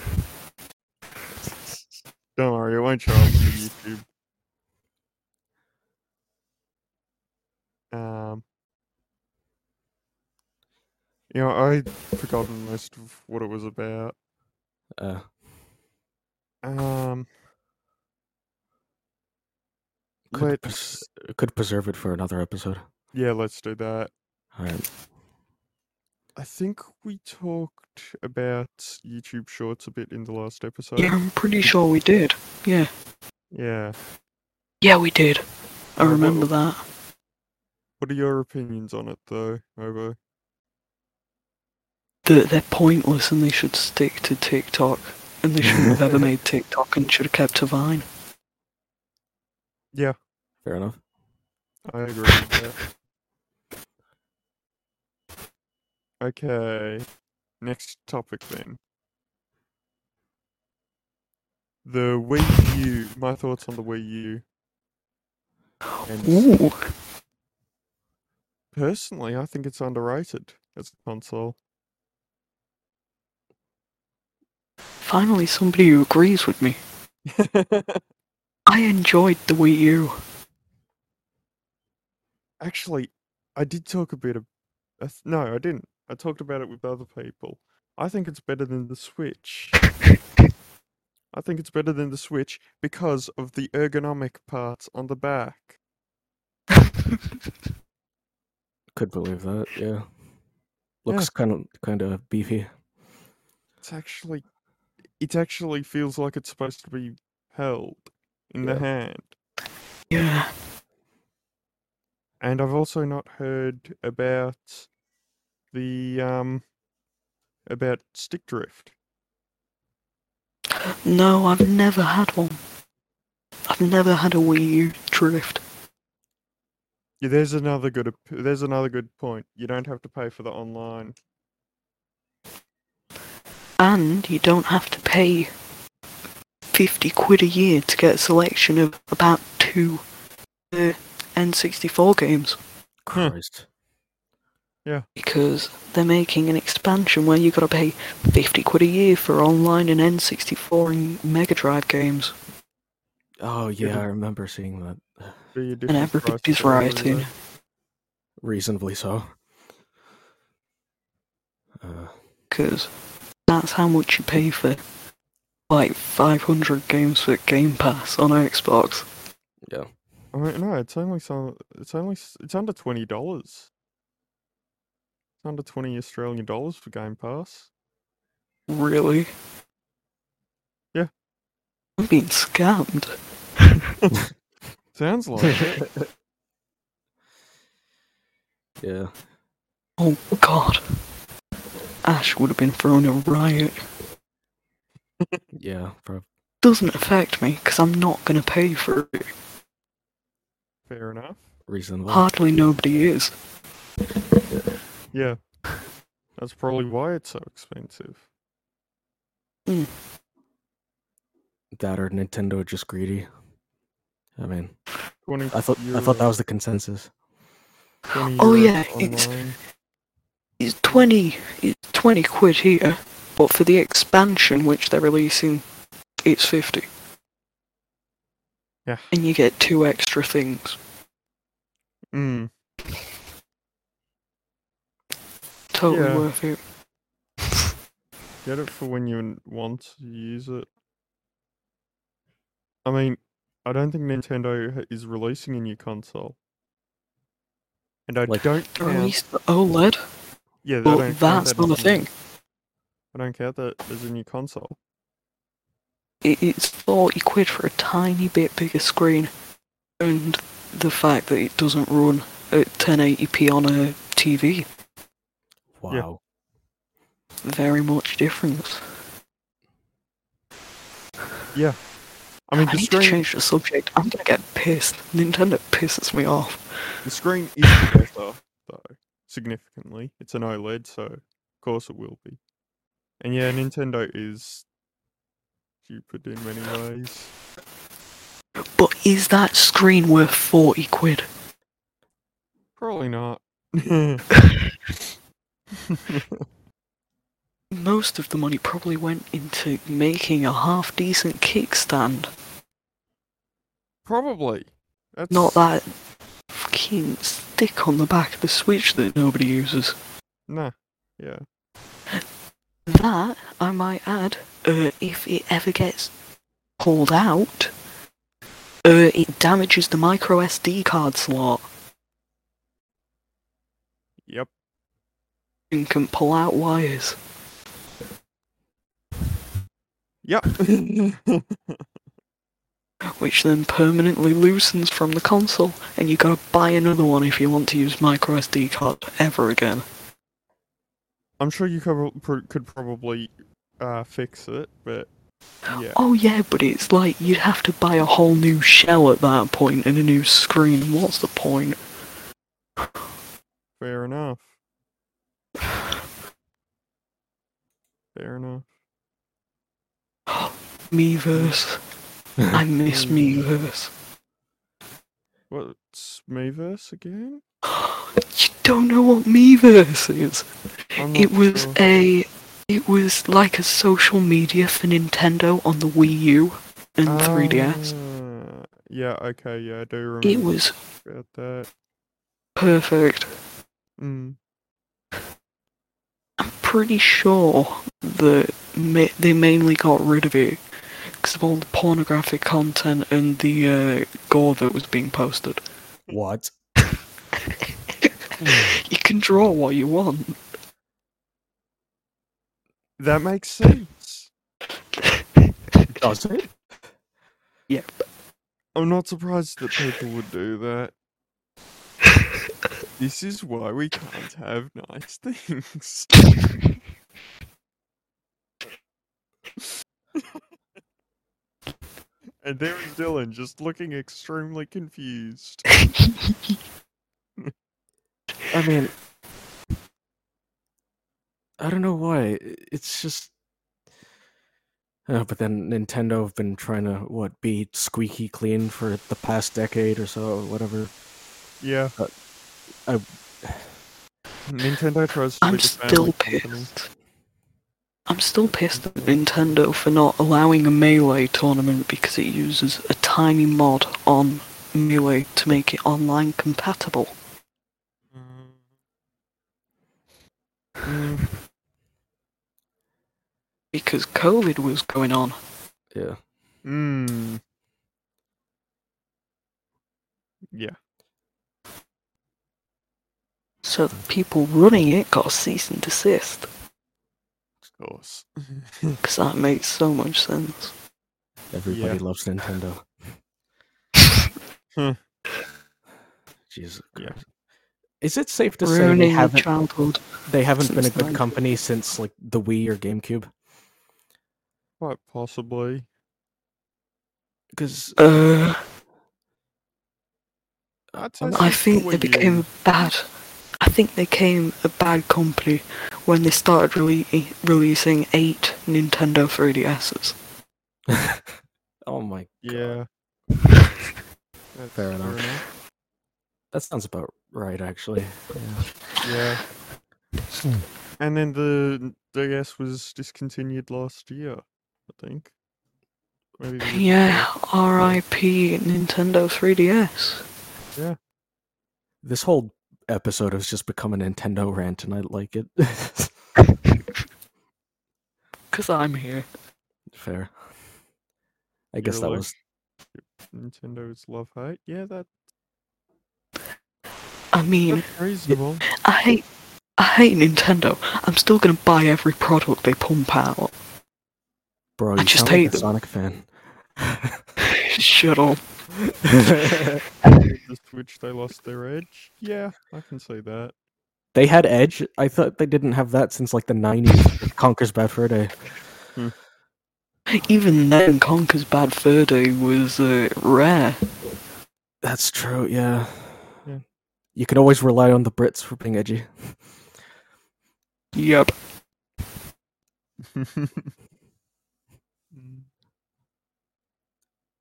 Speaker 1: Don't worry, it won't show up on the YouTube. Um, you know, I'd forgotten most of what it was about.
Speaker 2: Uh,
Speaker 1: Um,
Speaker 2: could,
Speaker 1: let's,
Speaker 2: pres- could preserve it for another episode.
Speaker 1: yeah, let's do that.
Speaker 2: All right.
Speaker 1: I think we talked about YouTube Shorts a bit in the last episode.
Speaker 3: Yeah, I'm pretty sure we did. Yeah.
Speaker 1: Yeah.
Speaker 3: Yeah, we did. I
Speaker 1: Uh, what-
Speaker 3: remember that.
Speaker 1: What are your opinions on it, though, Mobo?
Speaker 3: They're, they're pointless and they should stick to TikTok. And they shouldn't have ever made TikTok and should have kept to Vine.
Speaker 1: Yeah,
Speaker 2: Fair enough.
Speaker 1: I agree with that. Okay, next topic then. The Wii U. My thoughts on the Wii U. And
Speaker 3: Ooh.
Speaker 1: personally, I think it's underrated as a console.
Speaker 3: Finally, somebody who agrees with me. I enjoyed the Wii U.
Speaker 1: Actually, I did talk a bit of. I th- No, I didn't. I talked about it with other people. I think it's better than the Switch. I think it's better than the Switch because of the ergonomic parts on the back.
Speaker 2: Could believe that. Yeah. Looks kind of kind of beefy.
Speaker 1: It's actually, it actually feels like it's supposed to be held in the
Speaker 2: Yeah.
Speaker 1: hand.
Speaker 3: yeah.
Speaker 1: And I've also not heard about the um about stick drift.
Speaker 3: No, I've never had one. I've never had a Wii U drift.
Speaker 1: Yeah, there's another good. op- There's another good point. You don't have to pay for the online.
Speaker 3: And you don't have to pay 50 quid a year to get a selection of about two uh, N64 games.
Speaker 1: Huh.
Speaker 2: Christ.
Speaker 3: Because they're making an expansion where you gotta pay 50 quid a year for online and N64 and Mega Drive games.
Speaker 2: Oh yeah,
Speaker 1: the-
Speaker 2: I remember seeing that.
Speaker 1: Be a
Speaker 3: And
Speaker 1: different price category,
Speaker 3: everybody's
Speaker 1: though.
Speaker 3: rioting.
Speaker 2: Reasonably so. Uh,
Speaker 3: because that's how much you pay for like 500 games for Game Pass on Xbox.
Speaker 1: I mean, no, it's only some. It's only. s- It's under twenty dollars. It's under 20 Australian dollars for Game Pass.
Speaker 3: Really?
Speaker 1: Yeah.
Speaker 3: I'm being scammed.
Speaker 1: Sounds like it.
Speaker 2: yeah.
Speaker 3: Oh god. Ash would have been thrown a riot.
Speaker 2: Yeah. Prob-
Speaker 3: Doesn't affect me, because I'm not going to pay for it.
Speaker 1: Fair enough.
Speaker 2: reasonable.
Speaker 3: Hardly nobody is.
Speaker 1: Yeah. That's probably why it's so expensive.
Speaker 2: That or Nintendo are just greedy. I mean,
Speaker 1: 20
Speaker 2: I thought I thought that was the consensus.
Speaker 3: Oh, yeah, it's- It's 20, it's 20 quid here, but for the expansion which they're releasing, it's 50.
Speaker 1: Yeah.
Speaker 3: And you get two extra things.
Speaker 1: Mm.
Speaker 3: Totally
Speaker 1: Yeah.
Speaker 3: worth it.
Speaker 1: Get it for when you n- want to use it. I mean, I don't think Nintendo ha- is releasing a new console. And I
Speaker 2: Like-
Speaker 1: don't
Speaker 3: Or
Speaker 1: count.
Speaker 3: at least the OLED,
Speaker 1: yeah, they
Speaker 3: but
Speaker 1: don't count
Speaker 3: that's
Speaker 1: that
Speaker 3: not a
Speaker 1: as new-
Speaker 3: thing.
Speaker 1: I don't count that as a new console.
Speaker 3: It, it's 40 quid for a tiny bit bigger screen, and the fact that it doesn't run at 1080p on a TV,
Speaker 2: Wow.
Speaker 3: very much difference.
Speaker 1: I mean,
Speaker 3: I
Speaker 1: the
Speaker 3: need
Speaker 1: screen,
Speaker 3: to change the subject. I'm gonna get pissed. Nintendo pisses me off.
Speaker 1: the screen is better, though, significantly. It's an OLED, so of course it will be. And yeah, Nintendo is stupid in many ways.
Speaker 3: But is that screen worth 40 quid?
Speaker 1: Probably not. yeah,
Speaker 3: Most of the money probably went into making a half decent kickstand.
Speaker 1: probably. That's
Speaker 3: Not that fucking stick on the back of the Switch that nobody uses.
Speaker 1: Nah. Yeah.
Speaker 3: That, I might add, uh, if it ever gets pulled out, uh, it damages the micro SD card slot
Speaker 1: Yep.
Speaker 3: and can pull out wires.
Speaker 1: Yep.
Speaker 3: which then permanently loosens from the console, and you gotta buy another one if you want to use micro SD card ever again.
Speaker 1: I'm sure you could, pro- could probably uh, fix it, but yeah.
Speaker 3: Oh yeah, but it's like you'd have to buy a whole new shell at that point and a new screen. What's the point?
Speaker 1: Fair enough. Fair enough.
Speaker 3: Miiverse. I miss Miiverse.
Speaker 1: What's Miiverse again?
Speaker 3: You don't know what Miiverse is.
Speaker 1: I'm
Speaker 3: It
Speaker 1: not
Speaker 3: was
Speaker 1: sure.
Speaker 3: a it was like a social media for Nintendo on the Wii U and
Speaker 1: Oh.
Speaker 3: 3DS.
Speaker 1: Ah, yeah, okay, yeah, I do remember
Speaker 3: It was
Speaker 1: about that.
Speaker 3: perfect.
Speaker 1: Mm.
Speaker 3: I'm pretty sure that ma- they mainly got rid of it because of all the pornographic content and the uh, gore that was being posted.
Speaker 2: What?
Speaker 3: You can draw what you want.
Speaker 1: That makes sense.
Speaker 2: Does it?
Speaker 1: I'm not surprised that people would do that. This is why we can't have nice things. and there was Dylan just looking extremely confused.
Speaker 2: I mean, I don't know why. i- It's just. Uh, but then Nintendo have been trying to what be squeaky clean for the past decade or so, whatever.
Speaker 1: Yeah.
Speaker 2: I-
Speaker 1: Nintendo tries to be
Speaker 3: I'm
Speaker 1: the family
Speaker 3: still
Speaker 1: company.
Speaker 3: pissed. I'm still pissed at Nintendo for not allowing a Melee tournament because it uses a tiny mod on Melee to make it online compatible.
Speaker 1: Mm. Mm,
Speaker 3: Because COVID was going on.
Speaker 2: Yeah,
Speaker 1: Mm. Yeah.
Speaker 3: so the people running it got a cease and desist.
Speaker 1: Of course.
Speaker 3: Because that makes so much sense.
Speaker 2: Everybody
Speaker 1: Yeah.
Speaker 2: loves Nintendo.
Speaker 1: Huh.
Speaker 2: Jesus
Speaker 1: Yeah.
Speaker 2: Christ. Is it safe to say they
Speaker 3: Ruining your
Speaker 2: haven't,
Speaker 3: childhood.
Speaker 2: they haven't been a
Speaker 3: since
Speaker 2: good
Speaker 3: then.
Speaker 2: company since like the Wii or GameCube?
Speaker 1: Quite possibly.
Speaker 2: Because
Speaker 3: Uh,
Speaker 1: I'd say
Speaker 2: I'm-
Speaker 1: since
Speaker 3: I
Speaker 1: the
Speaker 3: think they
Speaker 1: Wii
Speaker 3: became
Speaker 1: U,
Speaker 3: bad. I think they became a bad company when they started rele- releasing eight Nintendo 3DSs.
Speaker 2: oh my,
Speaker 1: Yeah. That's
Speaker 2: Fair enough. that sounds about right actually. Yeah.
Speaker 1: Yeah. And then the DS was discontinued last year, I think. Maybe the year before.
Speaker 3: Yeah, R.I.P. Nintendo 3DS.
Speaker 2: This whole episode has just become a Nintendo rant, and I like it.
Speaker 3: Because I'm here.
Speaker 2: Fair. I guess
Speaker 1: Your
Speaker 2: that
Speaker 1: life.
Speaker 2: was
Speaker 1: Nintendo's love hate. Yeah, that,
Speaker 3: I mean,
Speaker 1: that's reasonable.
Speaker 3: I hate, I hate Nintendo. I'm still gonna buy every product they pump out.
Speaker 2: bro.
Speaker 3: I
Speaker 2: You
Speaker 3: just
Speaker 2: sound like
Speaker 3: hate
Speaker 2: a
Speaker 3: them.
Speaker 2: Sonic fan.
Speaker 3: Shut up.
Speaker 1: With the Switch, they lost their edge. Yeah, I can see that.
Speaker 2: they had Edge. I thought they didn't have that since like the '90s. with Conker's Bad Fur Day.
Speaker 3: Even then, Conker's Bad Fur Day was uh, rare.
Speaker 2: That's true. Yeah.
Speaker 1: Yeah.
Speaker 2: You can always rely on the Brits for being edgy.
Speaker 3: Yep.
Speaker 1: Mm,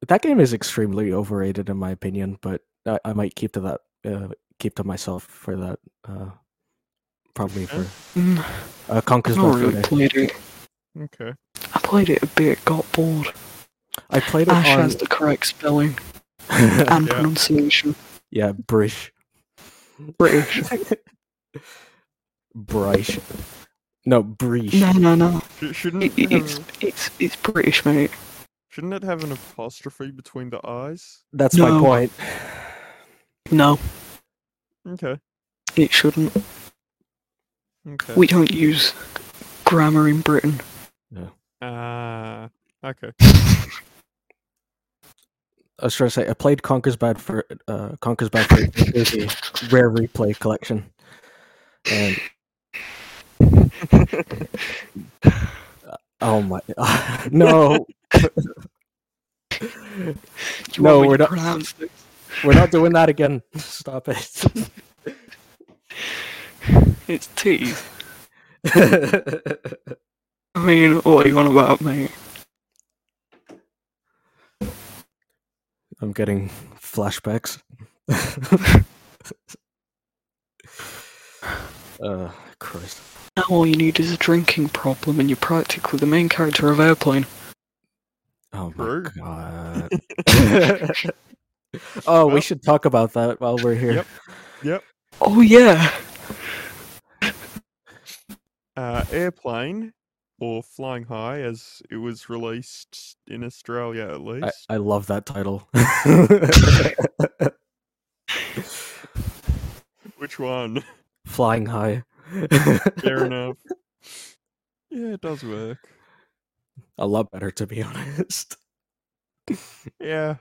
Speaker 2: That game is extremely overrated, in my opinion. But I, I might keep to that. Uh, keep to myself for that. Uh, probably
Speaker 1: Okay.
Speaker 2: for
Speaker 3: Mm,
Speaker 2: uh,
Speaker 3: I've
Speaker 2: Conker's
Speaker 3: not
Speaker 2: Bad Fur
Speaker 3: really
Speaker 2: Day.
Speaker 3: played it.
Speaker 1: okay.
Speaker 3: I played it a bit, got bored.
Speaker 2: I played it
Speaker 3: Ash
Speaker 2: on
Speaker 3: has the correct spelling
Speaker 2: um,
Speaker 3: and
Speaker 1: Yeah.
Speaker 3: pronunciation.
Speaker 2: yeah, Brish.
Speaker 3: British.
Speaker 2: Brish. No, Brish.
Speaker 3: No, no, no.
Speaker 1: Sh- shouldn't
Speaker 3: It,
Speaker 1: it
Speaker 3: it's
Speaker 1: have,
Speaker 3: it's it's British, mate.
Speaker 1: shouldn't it have an apostrophe between the eyes?
Speaker 2: That's my
Speaker 3: No.
Speaker 2: point.
Speaker 3: No,
Speaker 1: Okay.
Speaker 3: it shouldn't.
Speaker 1: Okay.
Speaker 3: We don't use grammar in Britain.
Speaker 1: Ah. okay.
Speaker 2: I was trying to say I played Conker's Bad for uh, Conker's Bad for the rare replay collection, and oh my no,
Speaker 3: Do you
Speaker 2: No,
Speaker 3: want me
Speaker 2: we're
Speaker 3: to
Speaker 2: not-
Speaker 3: pronounce it?
Speaker 2: we're not doing that again. Stop it.
Speaker 3: It's teeth. I mean, what are you on about, mate?
Speaker 2: I'm getting flashbacks. uh, Christ.
Speaker 3: Now all you need is a drinking problem, and you're practically the main character of Airplane.
Speaker 2: Oh
Speaker 1: True.
Speaker 2: my god. oh, we
Speaker 1: Well-
Speaker 2: should talk about that while we're here.
Speaker 1: Yep.
Speaker 3: Oh yeah.
Speaker 1: Uh, airplane, or Flying High, as it was released in Australia at
Speaker 2: I,
Speaker 1: least.
Speaker 2: I love that title.
Speaker 1: Which one?
Speaker 2: Flying high.
Speaker 1: Fair enough. Yeah, it does work.
Speaker 2: A lot better to be honest.
Speaker 1: Yeah.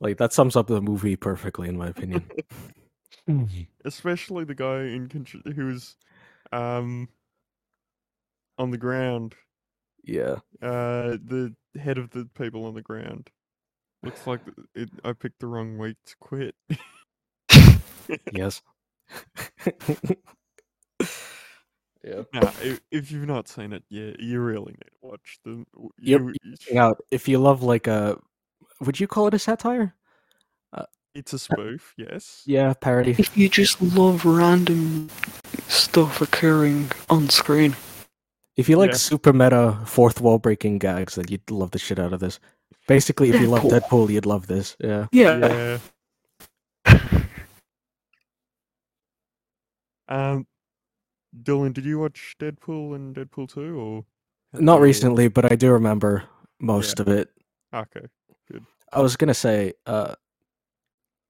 Speaker 2: Like that sums up the movie perfectly in my opinion.
Speaker 1: especially the guy in contr- who was um on the ground
Speaker 2: yeah.
Speaker 1: uh the head of the people on the ground looks like th- it, i picked the wrong week to quit
Speaker 2: Yes. yeah.
Speaker 1: nah, if, if you've not seen it yeah you really need to watch them W-
Speaker 2: Yep,
Speaker 1: you- you sh-
Speaker 2: Now, if you love like a would you call it a satire?
Speaker 1: it's a spoof yes
Speaker 2: Yeah, parody.
Speaker 3: If you just love random stuff occurring on screen,
Speaker 2: If you like
Speaker 1: Yeah.
Speaker 2: super meta fourth wall breaking gags, then you'd love the shit out of this. Basically, if you love
Speaker 3: Deadpool.
Speaker 2: Deadpool, you'd love this. Yeah.
Speaker 3: yeah,
Speaker 1: yeah um dylan did you watch deadpool and deadpool 2 or had
Speaker 2: Not
Speaker 1: you-
Speaker 2: recently, but I do remember most of it.
Speaker 1: okay
Speaker 2: I was gonna say, uh,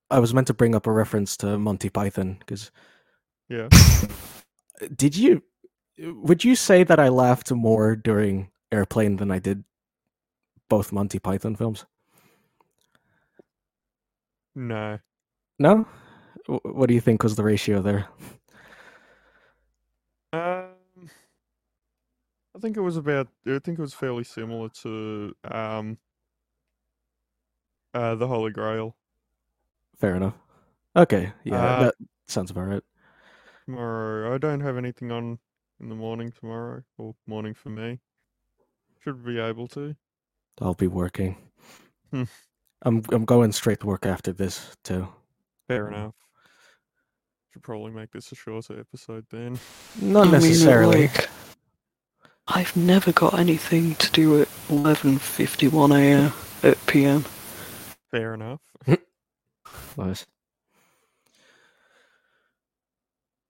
Speaker 2: I was meant to bring up a reference to Monty Python because
Speaker 1: Yeah.
Speaker 2: did you? Would you say that I laughed more during Airplane than I did both Monty Python films?
Speaker 1: No.
Speaker 2: No. Wh- What do you think was the ratio there?
Speaker 1: Um, I think it was about. I think it was fairly similar to um. Uh, the Holy Grail,
Speaker 2: Fair enough. Okay. Yeah,
Speaker 1: Uh,
Speaker 2: that sounds about right.
Speaker 1: tomorrow. I don't have anything on in the morning tomorrow, or morning for me. Should be able to.
Speaker 2: I'll be working.
Speaker 1: Hmm.
Speaker 2: I'm I'm going straight to work after this too.
Speaker 1: Fair
Speaker 2: Mm.
Speaker 1: enough. Should probably make this a shorter episode then.
Speaker 2: Not
Speaker 3: I mean, at,
Speaker 2: necessarily.
Speaker 3: like, I've never got anything to do at 11:51 a.m. at p.m.
Speaker 1: Fair enough.
Speaker 2: Nice.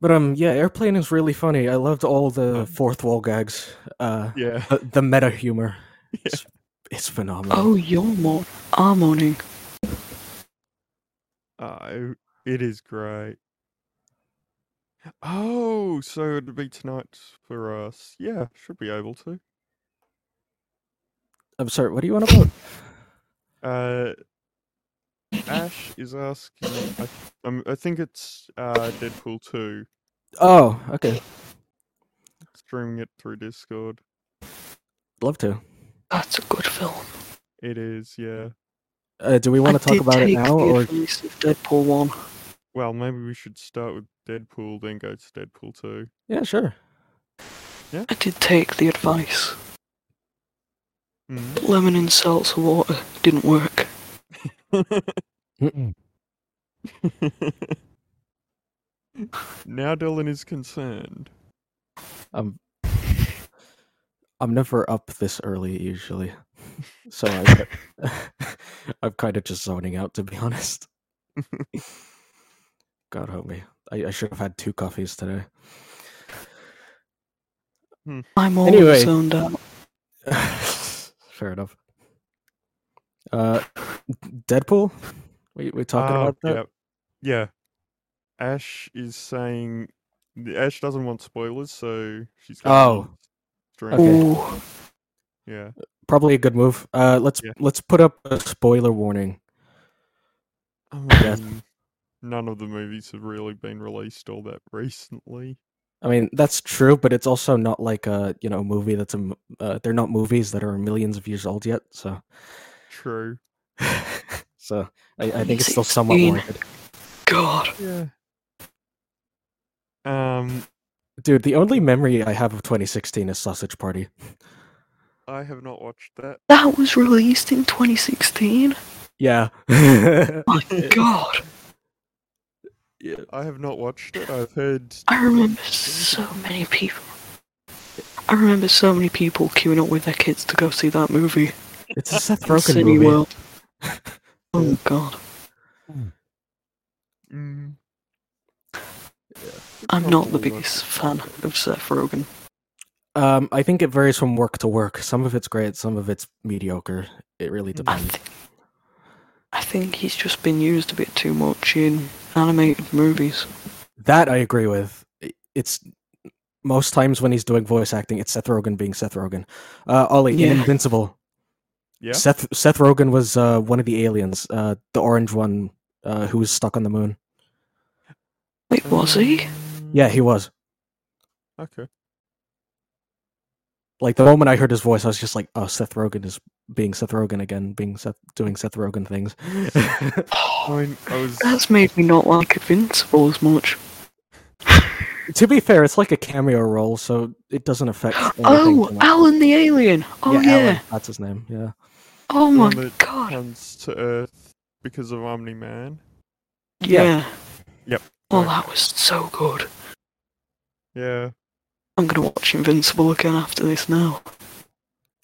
Speaker 2: But um, yeah, airplane is really funny. I loved all the
Speaker 1: Um,
Speaker 2: fourth wall gags. Uh,
Speaker 1: Yeah.
Speaker 2: the, the meta humor.
Speaker 1: Yeah.
Speaker 2: It's, it's phenomenal.
Speaker 3: Oh, you're mo- are moaning.
Speaker 1: Uh, it is great. Oh, so it'd be tonight for us. Yeah, should be able to.
Speaker 2: I'm sorry. What do you want about?
Speaker 1: Uh, Ash is asking. I, um, I think it's uh, Deadpool 2,
Speaker 2: Oh, okay.
Speaker 1: streaming it through Discord.
Speaker 2: Love to.
Speaker 3: That's a good film.
Speaker 1: It is, yeah.
Speaker 2: Uh, do we want to
Speaker 3: I
Speaker 2: talk
Speaker 3: did
Speaker 2: about it
Speaker 3: take
Speaker 2: now,
Speaker 3: the
Speaker 2: or
Speaker 3: advice of Deadpool one?
Speaker 1: Well, maybe we should start with Deadpool, then go to Deadpool 2.
Speaker 2: yeah, sure.
Speaker 3: I did take the advice.
Speaker 1: Mm.
Speaker 3: Lemon and seltzer water didn't work.
Speaker 1: now Dylan is concerned.
Speaker 2: I'm I'm never up this early usually, so I, I'm kind of just zoning out to be honest. God help me! I, I should have had two coffees today.
Speaker 3: I'm always
Speaker 2: Anyway.
Speaker 3: zoned out.
Speaker 2: Fair enough. Uh, Deadpool. We we talking
Speaker 1: Ah,
Speaker 2: about that?
Speaker 1: Yeah. yeah. Ash is saying the- Ash doesn't want spoilers, so she's gonna
Speaker 2: Oh.
Speaker 1: stream.
Speaker 2: Okay.
Speaker 3: Ooh,
Speaker 1: Yeah.
Speaker 2: Probably a good move. Uh, let's
Speaker 1: Yeah.
Speaker 2: let's put up a spoiler warning.
Speaker 1: I
Speaker 2: Yes.
Speaker 1: mean, Um, None of the movies have really been released all that recently.
Speaker 2: I mean that's true, but it's also not like a you know movie that's a m- uh, they're not movies that are millions of years old yet. So
Speaker 1: True.
Speaker 2: so I, I think it's still
Speaker 3: 2016.
Speaker 2: somewhat warranted.
Speaker 3: God.
Speaker 1: Yeah. Um,
Speaker 2: Dude, the only memory I have of 2016 is Sausage Party.
Speaker 1: I have not watched that.
Speaker 3: That was released in 2016?
Speaker 2: Yeah.
Speaker 3: My God.
Speaker 1: I have not watched it. I've heard.
Speaker 3: I remember so many people. I remember so many people queuing up with their kids to go see that movie.
Speaker 2: It's a Seth
Speaker 3: in
Speaker 2: Rogen movie.
Speaker 3: Cineworld. oh god,
Speaker 1: Mm, it's
Speaker 3: I'm not the
Speaker 1: all that-
Speaker 3: biggest fan of Seth Rogen.
Speaker 2: Um, I think it varies from work to work. Some of it's great, some of it's mediocre. It really
Speaker 1: Mm.
Speaker 3: I
Speaker 2: depends.
Speaker 3: think I think he's just been used a bit too much in animated movies.
Speaker 2: That I agree with. I- It's most times when he's doing voice acting, it's Seth Rogen being Seth Rogen. Uh, Ollie, in
Speaker 3: Yeah.
Speaker 2: Invincible.
Speaker 1: Yeah.
Speaker 2: Seth Seth Rogen was uh, one of the aliens, uh, the orange one, uh, who was stuck on the moon.
Speaker 3: Wait, was he?
Speaker 1: Um, Hmm.
Speaker 2: Yeah, he was.
Speaker 1: Okay.
Speaker 2: Like the moment I heard his voice, I was just like, "Oh, Seth Rogen is being Seth Rogen again, being Seth doing Seth Rogen things."
Speaker 1: I mean, I was.
Speaker 3: That's made me not like Invincible as much.
Speaker 2: to be fair, it's like a cameo role, so it doesn't affect. anything
Speaker 3: Oh,
Speaker 2: too much.
Speaker 3: Alan the Alien! Oh yeah,
Speaker 2: Alan, that's his name. Yeah,
Speaker 3: oh
Speaker 1: the
Speaker 3: my
Speaker 1: one that
Speaker 3: god,
Speaker 1: comes to Earth because of Omni Man.
Speaker 2: Yeah.
Speaker 3: yeah.
Speaker 1: Yep.
Speaker 3: Oh, that was so good.
Speaker 1: Yeah,
Speaker 3: I'm gonna watch Invincible again after this now.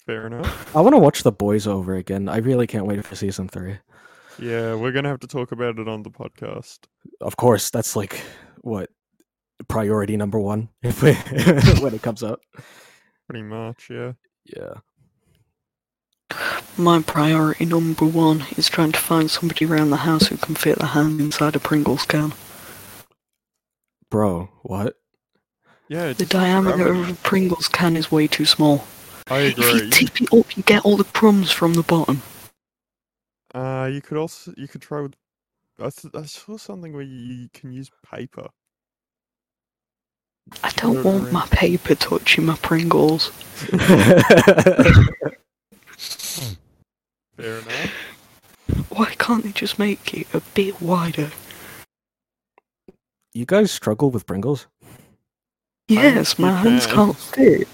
Speaker 1: fair enough.
Speaker 2: I want to watch The Boys over again. I really can't wait for season three.
Speaker 1: Yeah, we're gonna have to talk about it on the podcast.
Speaker 2: Of course, that's like what priority number one if when it comes out.
Speaker 1: Pretty much, yeah.
Speaker 2: Yeah.
Speaker 3: My priority number one is trying to find somebody around the house who can fit the hand inside a Pringles can.
Speaker 2: Bro, what?
Speaker 1: Yeah,
Speaker 3: The
Speaker 1: just
Speaker 3: diameter
Speaker 1: grab it.
Speaker 3: of a Pringles can is way too small.
Speaker 1: I
Speaker 3: If you
Speaker 1: agree.
Speaker 3: tip it up, you get all the crumbs from the bottom.
Speaker 1: Uh, you could also you could try with. I, th- I saw something where you can use paper.
Speaker 3: I don't
Speaker 1: Move
Speaker 3: want
Speaker 1: around.
Speaker 3: my paper touching my Pringles.
Speaker 1: Fair enough.
Speaker 3: Why can't they just make it a bit wider?
Speaker 2: you guys struggle with Pringles?
Speaker 3: Yes, my
Speaker 1: you
Speaker 3: hands
Speaker 1: can.
Speaker 3: can't fit.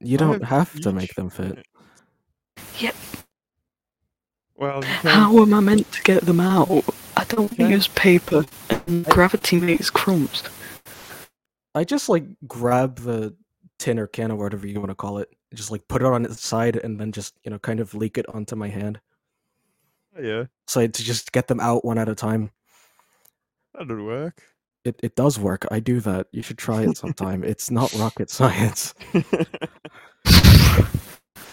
Speaker 2: You
Speaker 1: I
Speaker 3: Um,
Speaker 2: don't
Speaker 1: have
Speaker 2: have to make
Speaker 1: huge-
Speaker 2: them fit.
Speaker 1: Well, you can.
Speaker 3: How am I meant to get them out? I don't
Speaker 1: Okay.
Speaker 3: use paper, and gravity makes crumbs.
Speaker 2: I just like grab the tin or can or whatever you want to call it, and just like put it on its side and then just, you know, kind of leak it onto my hand.
Speaker 1: Yeah,
Speaker 2: So I- to just get them out one at a time.
Speaker 1: that'd work.
Speaker 2: It it does work. I do that. You should try it sometime. it's not rocket science.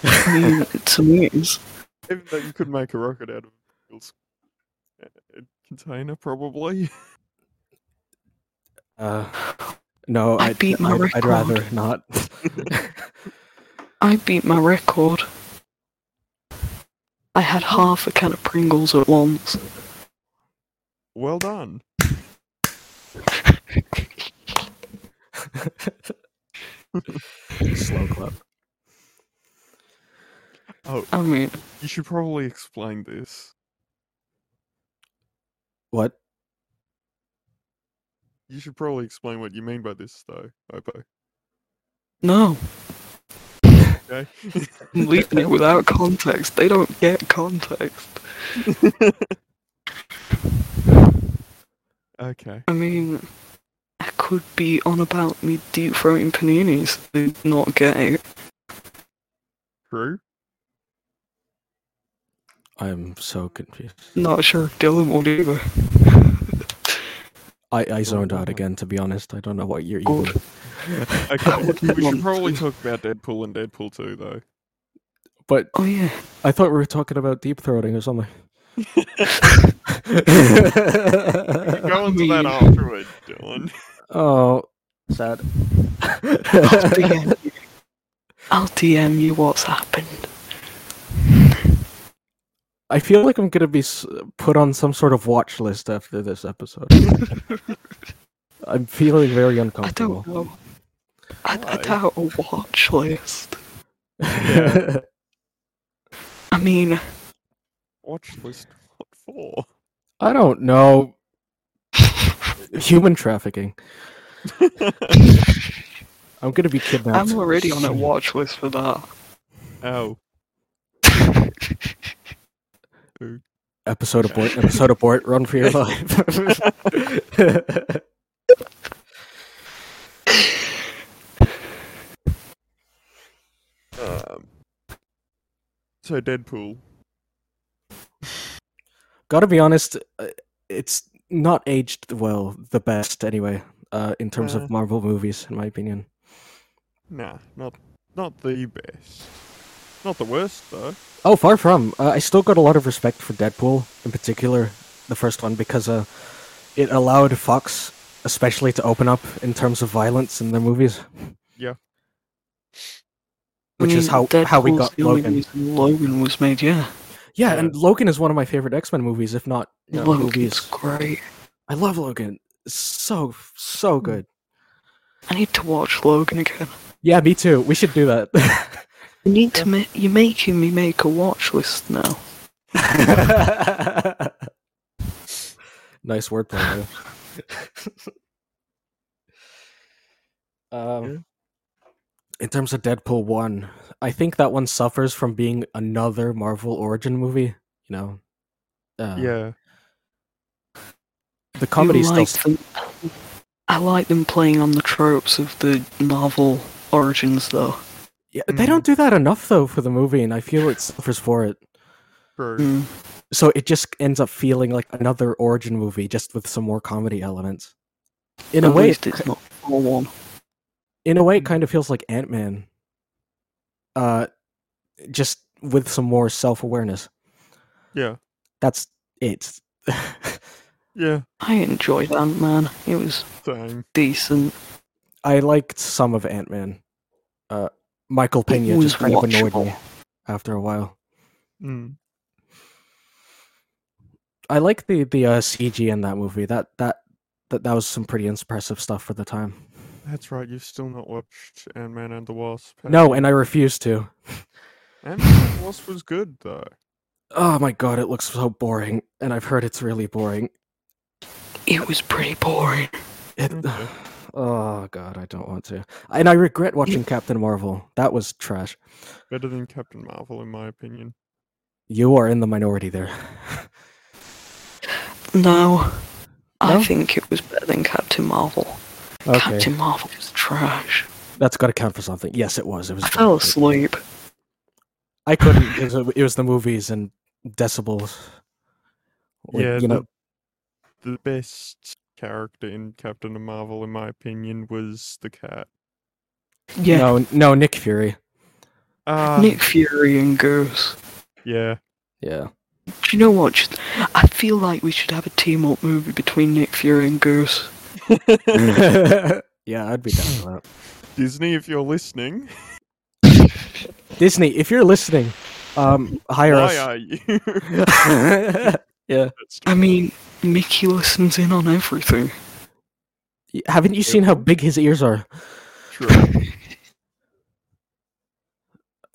Speaker 3: I mean, to me, it's
Speaker 1: Even though you could make a rocket out of a Pringles uh, container, probably.
Speaker 2: Uh no,
Speaker 3: I
Speaker 2: I'd-
Speaker 3: beat my
Speaker 2: I'd,
Speaker 3: record.
Speaker 2: I'd rather not.
Speaker 3: I beat my record. I had half a can of Pringles at once.
Speaker 1: Well done.
Speaker 2: Slow clap.
Speaker 3: I mean,
Speaker 1: You should probably explain this.
Speaker 2: What?
Speaker 1: You should probably explain what you mean by this, though, Oppo.
Speaker 3: no.
Speaker 1: Okay.
Speaker 3: I'm leaving it without context. They don't get context.
Speaker 1: okay.
Speaker 3: I mean, I could be on about me deep throating paninis. They do not get it.
Speaker 1: True.
Speaker 2: I'm so confused.
Speaker 3: Not sure if Dylan would either.
Speaker 2: I, I zoned out
Speaker 1: wow.
Speaker 2: again to be honest. I don't know what you're
Speaker 3: Good.
Speaker 2: even
Speaker 1: Okay.
Speaker 3: would
Speaker 1: we
Speaker 3: want
Speaker 1: should probably
Speaker 3: to.
Speaker 1: talk about Deadpool and Deadpool 2, though.
Speaker 2: but
Speaker 3: Oh yeah.
Speaker 2: I thought we were talking about deep throating or something.
Speaker 1: Go into that
Speaker 3: mean-
Speaker 1: afterwards, Dylan.
Speaker 2: oh, sad.
Speaker 3: I'll DM you. I'll DM you what's happened.
Speaker 2: I feel like I'm gonna be s- put on some sort of watch list after this episode. I'm feeling very
Speaker 3: I
Speaker 2: uncomfortable.
Speaker 3: don't know. I, I
Speaker 1: Why?
Speaker 3: doubt a watch list.
Speaker 1: Yeah.
Speaker 3: I mean,
Speaker 1: Watch list what for?
Speaker 2: I don't know. Human trafficking. I'm gonna be kidnapped.
Speaker 3: I'm already on a watch list for that.
Speaker 1: Ow.
Speaker 2: Episode abort. Episode abort. Run for your life.
Speaker 1: Um, so Deadpool.
Speaker 2: Gotta be honest. uh, It's not aged well. The best, anyway. Uh, in terms
Speaker 1: Uh.
Speaker 2: of Marvel movies, in my opinion.
Speaker 1: Nah, not not the best. Not the worst though.
Speaker 2: Oh, far from. Uh, I still got a lot of respect for Deadpool, in particular, the first one, because uh, it allowed Fox, especially, to open up in terms of violence in their movies.
Speaker 1: Yeah.
Speaker 2: Which
Speaker 3: I
Speaker 2: is
Speaker 3: mean,
Speaker 2: how how we
Speaker 3: Mm, Deadpool's
Speaker 2: got
Speaker 3: the only
Speaker 2: Logan.
Speaker 3: reason Logan was made, yeah.
Speaker 2: Yeah, and Logan is one of my favorite X Men movies, if not you know,
Speaker 3: Logan's
Speaker 2: movies.
Speaker 3: great.
Speaker 2: I love Logan. It's so so
Speaker 3: Mm.
Speaker 2: good.
Speaker 3: I need to watch Logan again.
Speaker 2: Yeah, me too. We should do that.
Speaker 3: You need to make. You're making me make a watch list now.
Speaker 2: nice wordplay. though. um,
Speaker 1: Yeah.
Speaker 2: in terms of Deadpool one, I think that one suffers from being another Marvel origin movie. You know, uh,
Speaker 1: yeah.
Speaker 2: the comedy
Speaker 3: You
Speaker 2: still.
Speaker 3: like them. I like them playing on the tropes of the Marvel origins, though.
Speaker 2: Yeah, they
Speaker 1: Mm.
Speaker 2: don't do that enough though for the movie, and I feel it suffers for it.
Speaker 1: True.
Speaker 3: Mm.
Speaker 2: So it just ends up feeling like another origin movie, just with some more comedy elements. In a
Speaker 3: At
Speaker 2: way,
Speaker 3: least it's not all one.
Speaker 2: in a way, it
Speaker 3: Mm-hmm.
Speaker 1: Mm.
Speaker 2: kind of feels like Ant Man. Uh, just with some more self awareness.
Speaker 1: Yeah.
Speaker 2: That's it.
Speaker 1: Yeah.
Speaker 3: I enjoyed Ant Man. It was
Speaker 1: Same.
Speaker 3: decent.
Speaker 2: I liked some of Ant Man. Uh, Michael Pena
Speaker 3: was
Speaker 2: just kind of annoyed me
Speaker 3: watchable.
Speaker 2: after a while.
Speaker 1: Mm.
Speaker 2: I like the the uh, CG in that movie. That that that that was some pretty impressive stuff for the time.
Speaker 1: That's right. You've still not watched Ant Man and the Wasp. have
Speaker 2: No,
Speaker 1: you?
Speaker 2: and I refuse to.
Speaker 1: Ant Man and the Wasp was good though.
Speaker 2: Oh my god, it looks so boring, and I've heard it's really boring.
Speaker 3: It was pretty boring.
Speaker 2: It,
Speaker 3: Mm-hmm.
Speaker 2: uh,
Speaker 1: Okay.
Speaker 2: oh god, I don't want to. And I regret watching Captain Marvel. That was trash.
Speaker 1: Better than Captain Marvel, in my opinion.
Speaker 2: You are in the minority there.
Speaker 3: No,
Speaker 2: No?
Speaker 3: I think it was better than Captain Marvel.
Speaker 2: okay,
Speaker 3: Captain Marvel is trash.
Speaker 2: that's got to count for something. Yes, it was. It was.
Speaker 3: I fell
Speaker 2: boring.
Speaker 3: asleep.
Speaker 2: I couldn't. It was, it was the movies and decibels. Like,
Speaker 1: yeah,
Speaker 2: you know,
Speaker 1: the, the best character in Captain Marvel, in my opinion, was the cat.
Speaker 3: Yeah,
Speaker 2: no, no, Nick Fury.
Speaker 1: Ah,
Speaker 3: Nick Fury and Goose.
Speaker 1: yeah.
Speaker 2: Yeah,
Speaker 3: Do you know what? Just- I feel like we should have a team up movie between Nick Fury and Goose.
Speaker 2: yeah, I'd be down for that.
Speaker 1: Disney, if you're listening,
Speaker 2: Disney, if you're listening, um, hire
Speaker 1: why uh,
Speaker 2: us.
Speaker 1: are you?
Speaker 2: yeah.
Speaker 1: That's
Speaker 3: I mean, Mickey listens in on everything.
Speaker 2: Haven't you seen how big his ears are?
Speaker 1: true.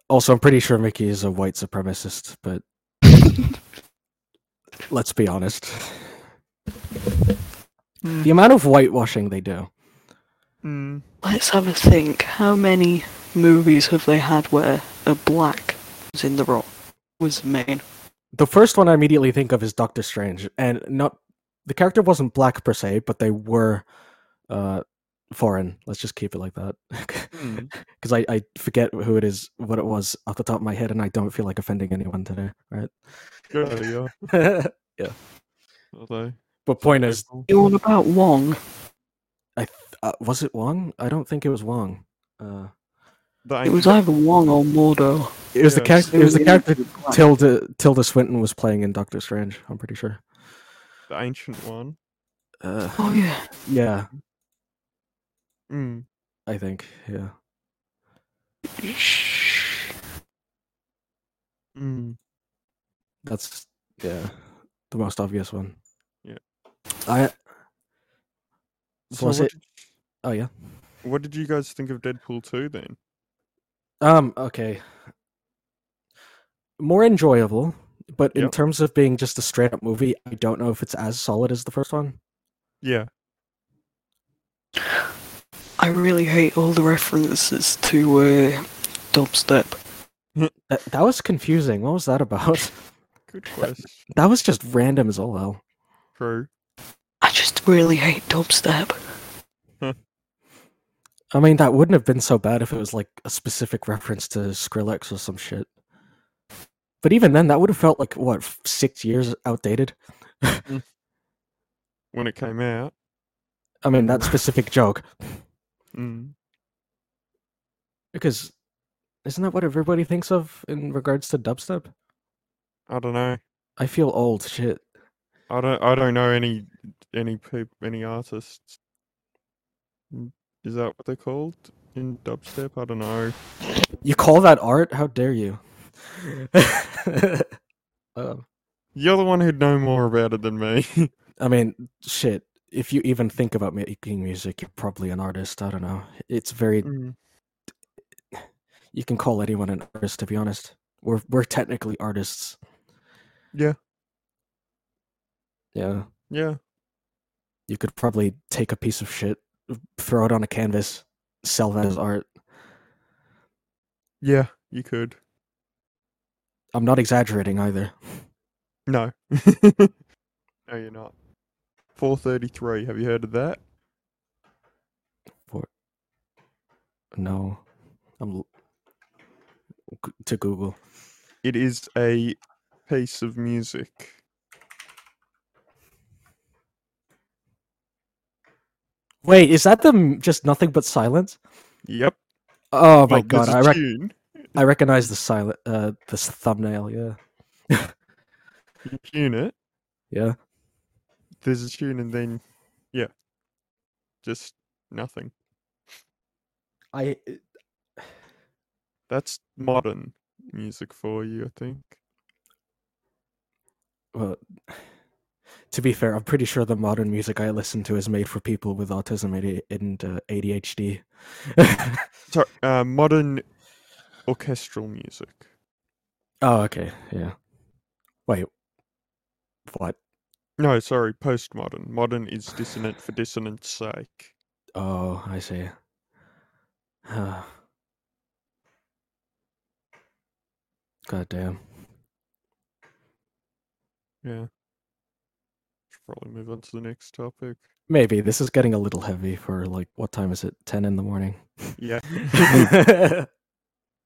Speaker 2: Also, I'm pretty sure Mickey is a white supremacist, but let's be honest.
Speaker 1: Mm.
Speaker 2: The amount of whitewashing they do.
Speaker 1: Mm,
Speaker 3: Let's have a think. How many movies have they had where a black was in the role? Was the main.
Speaker 2: The first one I immediately think of is Doctor Strange, and not the character wasn't black per se, but they were uh, foreign. Let's just keep it like that, Hmm.
Speaker 1: Mm.
Speaker 2: because I, I forget who it is, what it was off the top of my head, and I don't feel like offending anyone today,
Speaker 1: good idea.
Speaker 2: right?
Speaker 1: Although,
Speaker 2: but point is,
Speaker 1: people-
Speaker 3: You all about Wong?
Speaker 2: uh, was it Wong? I don't think it was Wong. Uh,
Speaker 1: the
Speaker 3: It was
Speaker 1: ancient-
Speaker 3: either Wong or Mordo.
Speaker 2: it was the
Speaker 1: Yeah.
Speaker 2: character. It was the character
Speaker 3: Black.
Speaker 2: Tilda Tilda Swinton was playing in Doctor Strange. I'm pretty sure.
Speaker 1: the ancient one.
Speaker 2: Uh,
Speaker 3: Oh yeah.
Speaker 2: yeah,
Speaker 1: Mm.
Speaker 2: I think. Yeah,
Speaker 1: Mm.
Speaker 2: that's yeah the most obvious one.
Speaker 1: Yeah.
Speaker 2: I
Speaker 1: So
Speaker 2: was
Speaker 1: what
Speaker 2: it- oh yeah.
Speaker 1: Did, what did you guys think of Deadpool 2 then?
Speaker 2: Um. Okay. More enjoyable, but in
Speaker 1: Yep.
Speaker 2: terms of being just a straight up movie, I don't know if it's as solid as the first one.
Speaker 1: Yeah.
Speaker 3: I really hate all the references to uh, dubstep.
Speaker 2: That that was confusing. What was that about?
Speaker 1: Good question.
Speaker 2: that was just random as all hell.
Speaker 1: True.
Speaker 3: I just really hate dubstep.
Speaker 2: I mean, that wouldn't have been so bad if it was like a specific reference to Skrillex or some shit. But even then, that would have felt like what f- six years outdated.
Speaker 1: When it came out.
Speaker 2: I mean, that specific joke
Speaker 1: Mm.
Speaker 2: because isn't that what everybody thinks of in regards to dubstep?
Speaker 1: I don't know.
Speaker 2: I feel old shit.
Speaker 1: I don't. I don't know any any peop, any artists. Mm, Is that what they're called in dubstep? I don't know.
Speaker 2: You call that art? How dare you? um,
Speaker 1: You're the one who'd know more about it than me.
Speaker 2: I mean, shit. If you even think about making music, you're probably an artist. I don't know. It's very
Speaker 1: Mm,
Speaker 2: you can call anyone an artist to be honest we're we're technically artists
Speaker 1: Yeah.
Speaker 2: yeah
Speaker 1: yeah.
Speaker 2: you could probably take a piece of shit throw it on a canvas sell that as art
Speaker 1: Yeah. You could.
Speaker 2: i'm not exaggerating either
Speaker 1: No. no, you're not. 433. Have you heard of that?
Speaker 2: no i'm l- g- to google
Speaker 1: It is a piece of music.
Speaker 2: wait is that the m- just nothing but silence
Speaker 1: Yep.
Speaker 2: oh my
Speaker 1: but there's
Speaker 2: god
Speaker 1: a
Speaker 2: Oh i reckon
Speaker 1: tune. It's
Speaker 2: I recognize the silent uh this thumbnail. Yeah,
Speaker 1: You tune it.
Speaker 2: yeah.
Speaker 1: There's a tune, and then yeah, just nothing.
Speaker 2: I uh,
Speaker 1: That's modern music for you, I think.
Speaker 2: well, to be fair, I'm pretty sure the modern music I listen to is made for people with autism AD- and uh, ADHD.
Speaker 1: Sorry, uh, modern orchestral music.
Speaker 2: oh, okay, yeah. Wait, what?
Speaker 1: No, sorry, postmodern. Modern is dissonant for dissonance sake.
Speaker 2: Oh, I see. Huh. God damn.
Speaker 1: Yeah. Should probably move on to the next topic.
Speaker 2: Maybe this is getting a little heavy for like what time is it? Ten in the morning.
Speaker 1: Yeah.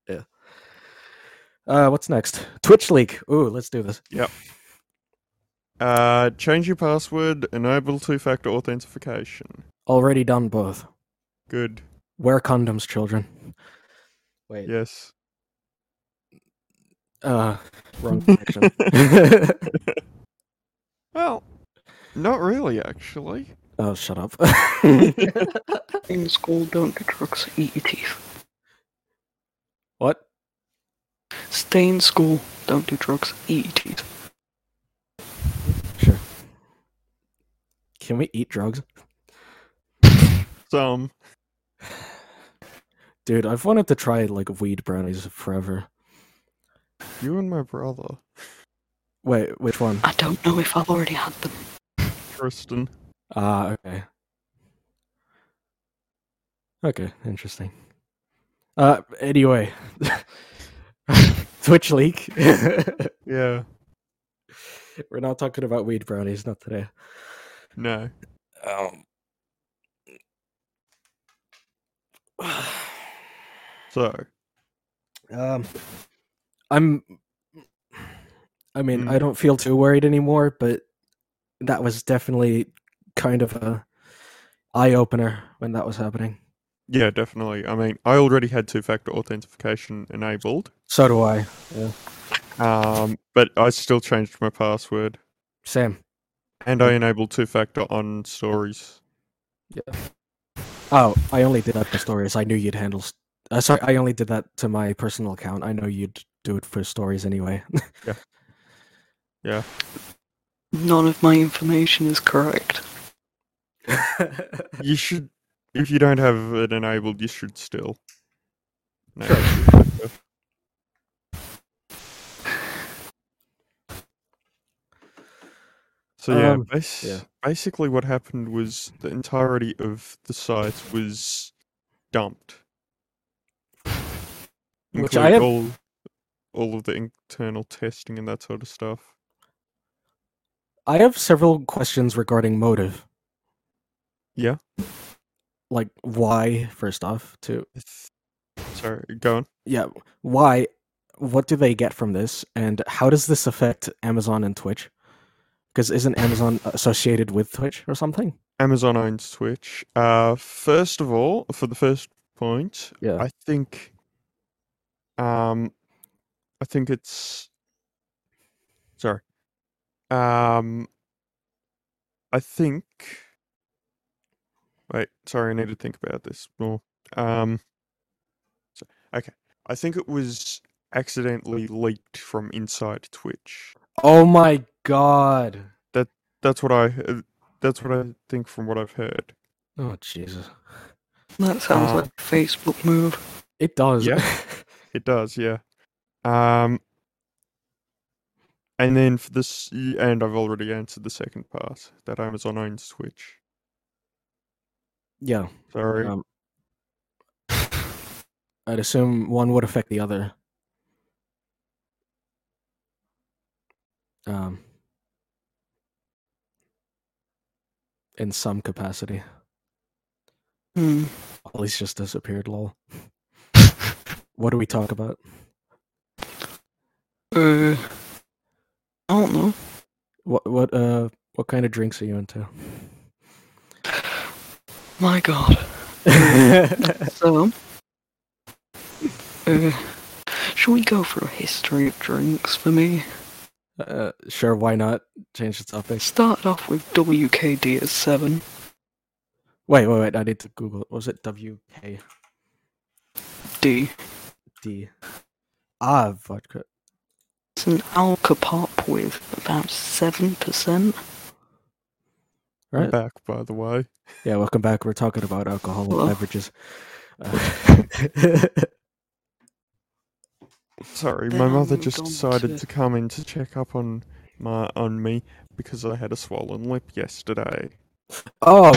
Speaker 2: yeah. Uh, what's next? Twitch leak. Ooh, let's do this.
Speaker 1: Yep. Uh, change your password, enable two factor authentication.
Speaker 2: Already done both.
Speaker 1: Good.
Speaker 2: Wear condoms, children. Wait.
Speaker 1: Yes.
Speaker 2: Uh, wrong direction.
Speaker 1: Well, not really, actually.
Speaker 2: oh, shut up.
Speaker 3: In school, don't do drugs, eat your teeth.
Speaker 2: what?
Speaker 3: Stay in school, don't do drugs, eat your teeth.
Speaker 2: Sure. Can we eat drugs?
Speaker 1: Some.
Speaker 2: Dude, I've wanted to try like weed brownies forever.
Speaker 1: You and my brother,
Speaker 2: Wait, which one?
Speaker 3: I don't know if I've already had them.
Speaker 1: Tristan.
Speaker 2: Ah, okay. Okay, interesting. Uh, anyway, Twitch leak. We're
Speaker 1: Yeah.
Speaker 2: not talking about weed brownies, not today.
Speaker 1: No.
Speaker 2: Um.
Speaker 1: So,
Speaker 2: Um, I'm. I mean, I
Speaker 1: Mm.
Speaker 2: don't feel too worried anymore, but that was definitely kind of a eye opener when that was happening.
Speaker 1: yeah, definitely. I mean, I already had two factor authentication enabled,
Speaker 2: So do I.
Speaker 1: um, but I still changed my password
Speaker 2: Sam.
Speaker 1: and I enabled two factor on stories.
Speaker 2: Oh, I only did that for stories. I knew you'd handle. St- uh, sorry, I only did that to my personal account. I know you'd do it for stories anyway.
Speaker 3: None of my information is correct.
Speaker 1: You should, if you don't have it enabled, you should still. No,
Speaker 2: Sure.
Speaker 1: So yeah,
Speaker 2: Um,
Speaker 1: bas-
Speaker 2: yeah.
Speaker 1: basically what happened was the entirety of the site was dumped,
Speaker 2: Which I
Speaker 1: Including
Speaker 2: have-
Speaker 1: all all of the internal testing and that sort of stuff.
Speaker 2: I have several questions regarding motive.
Speaker 1: Yeah.
Speaker 2: Like why? First off, too.
Speaker 1: Sorry, go on.
Speaker 2: Yeah, why? What do they get from this, and how does this affect Amazon and Twitch? Because isn't Amazon associated with Twitch or something?
Speaker 1: Amazon owns Twitch. Uh, first of all, for the first point,
Speaker 2: Yeah.
Speaker 1: I think, um, I think it's sorry, um, I think. Wait, sorry, I need to think about this more. Um, so, okay, I think it was accidentally leaked from inside Twitch.
Speaker 2: Oh my god.
Speaker 1: That's what I. uh, That's what I think from what I've heard.
Speaker 2: Oh Jesus.
Speaker 3: That sounds
Speaker 2: Ah.
Speaker 1: Um,
Speaker 3: like a Facebook move.
Speaker 2: It does.
Speaker 1: Yeah. It does, yeah. Um, and then for this, y- and I've already answered the second part that Amazon owns Twitch.
Speaker 2: yeah.
Speaker 1: Sorry,
Speaker 2: Um, I'd assume one would affect the other. Um, in some capacity.
Speaker 3: Hmm.
Speaker 2: Ollie's just disappeared, lol. what do we talk about?
Speaker 3: Uh, I don't know.
Speaker 2: What what uh what kind of drinks are you into?
Speaker 3: My God. So, uh, Should we go for a history of drinks for me?
Speaker 2: Uh, sure, why not change the topic?
Speaker 3: Started off with WKD at 7.
Speaker 2: Wait, wait, wait. I need to Google. it. Was it WKD?
Speaker 3: D.
Speaker 2: Ah, vodka.
Speaker 3: It's an Alka Pop with about 7%.
Speaker 1: I'm
Speaker 2: Right.
Speaker 1: back, by the way.
Speaker 2: Yeah, welcome back. We're talking about alcoholic
Speaker 3: Hello.
Speaker 2: beverages. Uh,
Speaker 1: Sorry,
Speaker 3: Then
Speaker 1: my mother
Speaker 3: I'm
Speaker 1: just
Speaker 3: gone
Speaker 1: decided
Speaker 3: to-
Speaker 1: to come in to check up on my on me because I had a swollen lip yesterday.
Speaker 2: oh,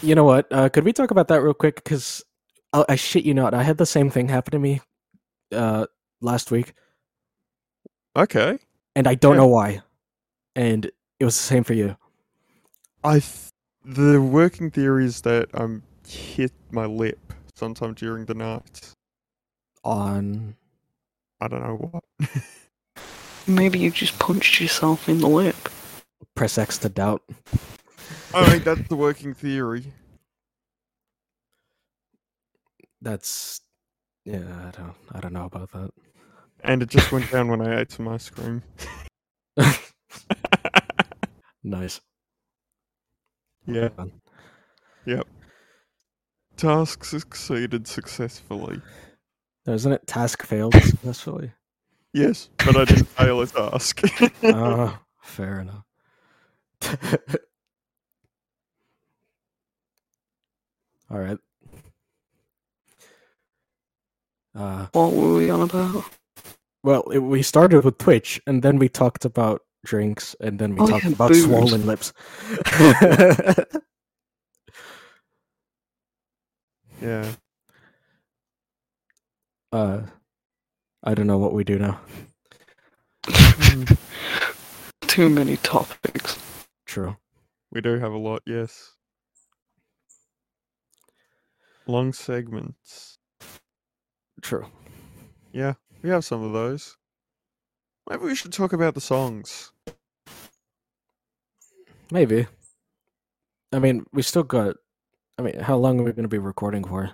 Speaker 2: you know what? Uh, could we talk about that real quick? Because I, I shit you not, I had the same thing happen to me uh, last week,
Speaker 1: Okay.
Speaker 2: and I don't
Speaker 1: Yeah.
Speaker 2: know why. And it was the same for you.
Speaker 1: I th- the working theory is that I'm hit my lip sometime during the night.
Speaker 2: On
Speaker 1: I don't know what.
Speaker 3: Maybe you just punched yourself in the lip.
Speaker 2: press X to doubt.
Speaker 1: I mean, that's the working theory.
Speaker 2: That's yeah. I don't. I don't know about that.
Speaker 1: And it just went down when I ate some ice cream.
Speaker 2: Nice.
Speaker 1: yeah.
Speaker 2: Fun.
Speaker 1: Task succeeded successfully.
Speaker 2: Isn't it task failed successfully?
Speaker 1: Yes, but I didn't fail a task.
Speaker 2: Ah, fair enough. All right. Uh,
Speaker 3: What were we on about?
Speaker 2: well, it, we started with Twitch, and then we talked about drinks, and then we
Speaker 3: Oh,
Speaker 2: talked
Speaker 3: yeah,
Speaker 2: about
Speaker 3: booze.
Speaker 2: swollen lips.
Speaker 1: yeah.
Speaker 2: uh, I don't know what we do now.
Speaker 3: Too many topics.
Speaker 2: True.
Speaker 1: We do have a lot, yes. Long segments.
Speaker 2: True.
Speaker 1: Yeah, we have some of those. Maybe we should talk about the songs.
Speaker 2: Maybe. I mean, we still got. I mean, how long are we going to be recording for?
Speaker 1: I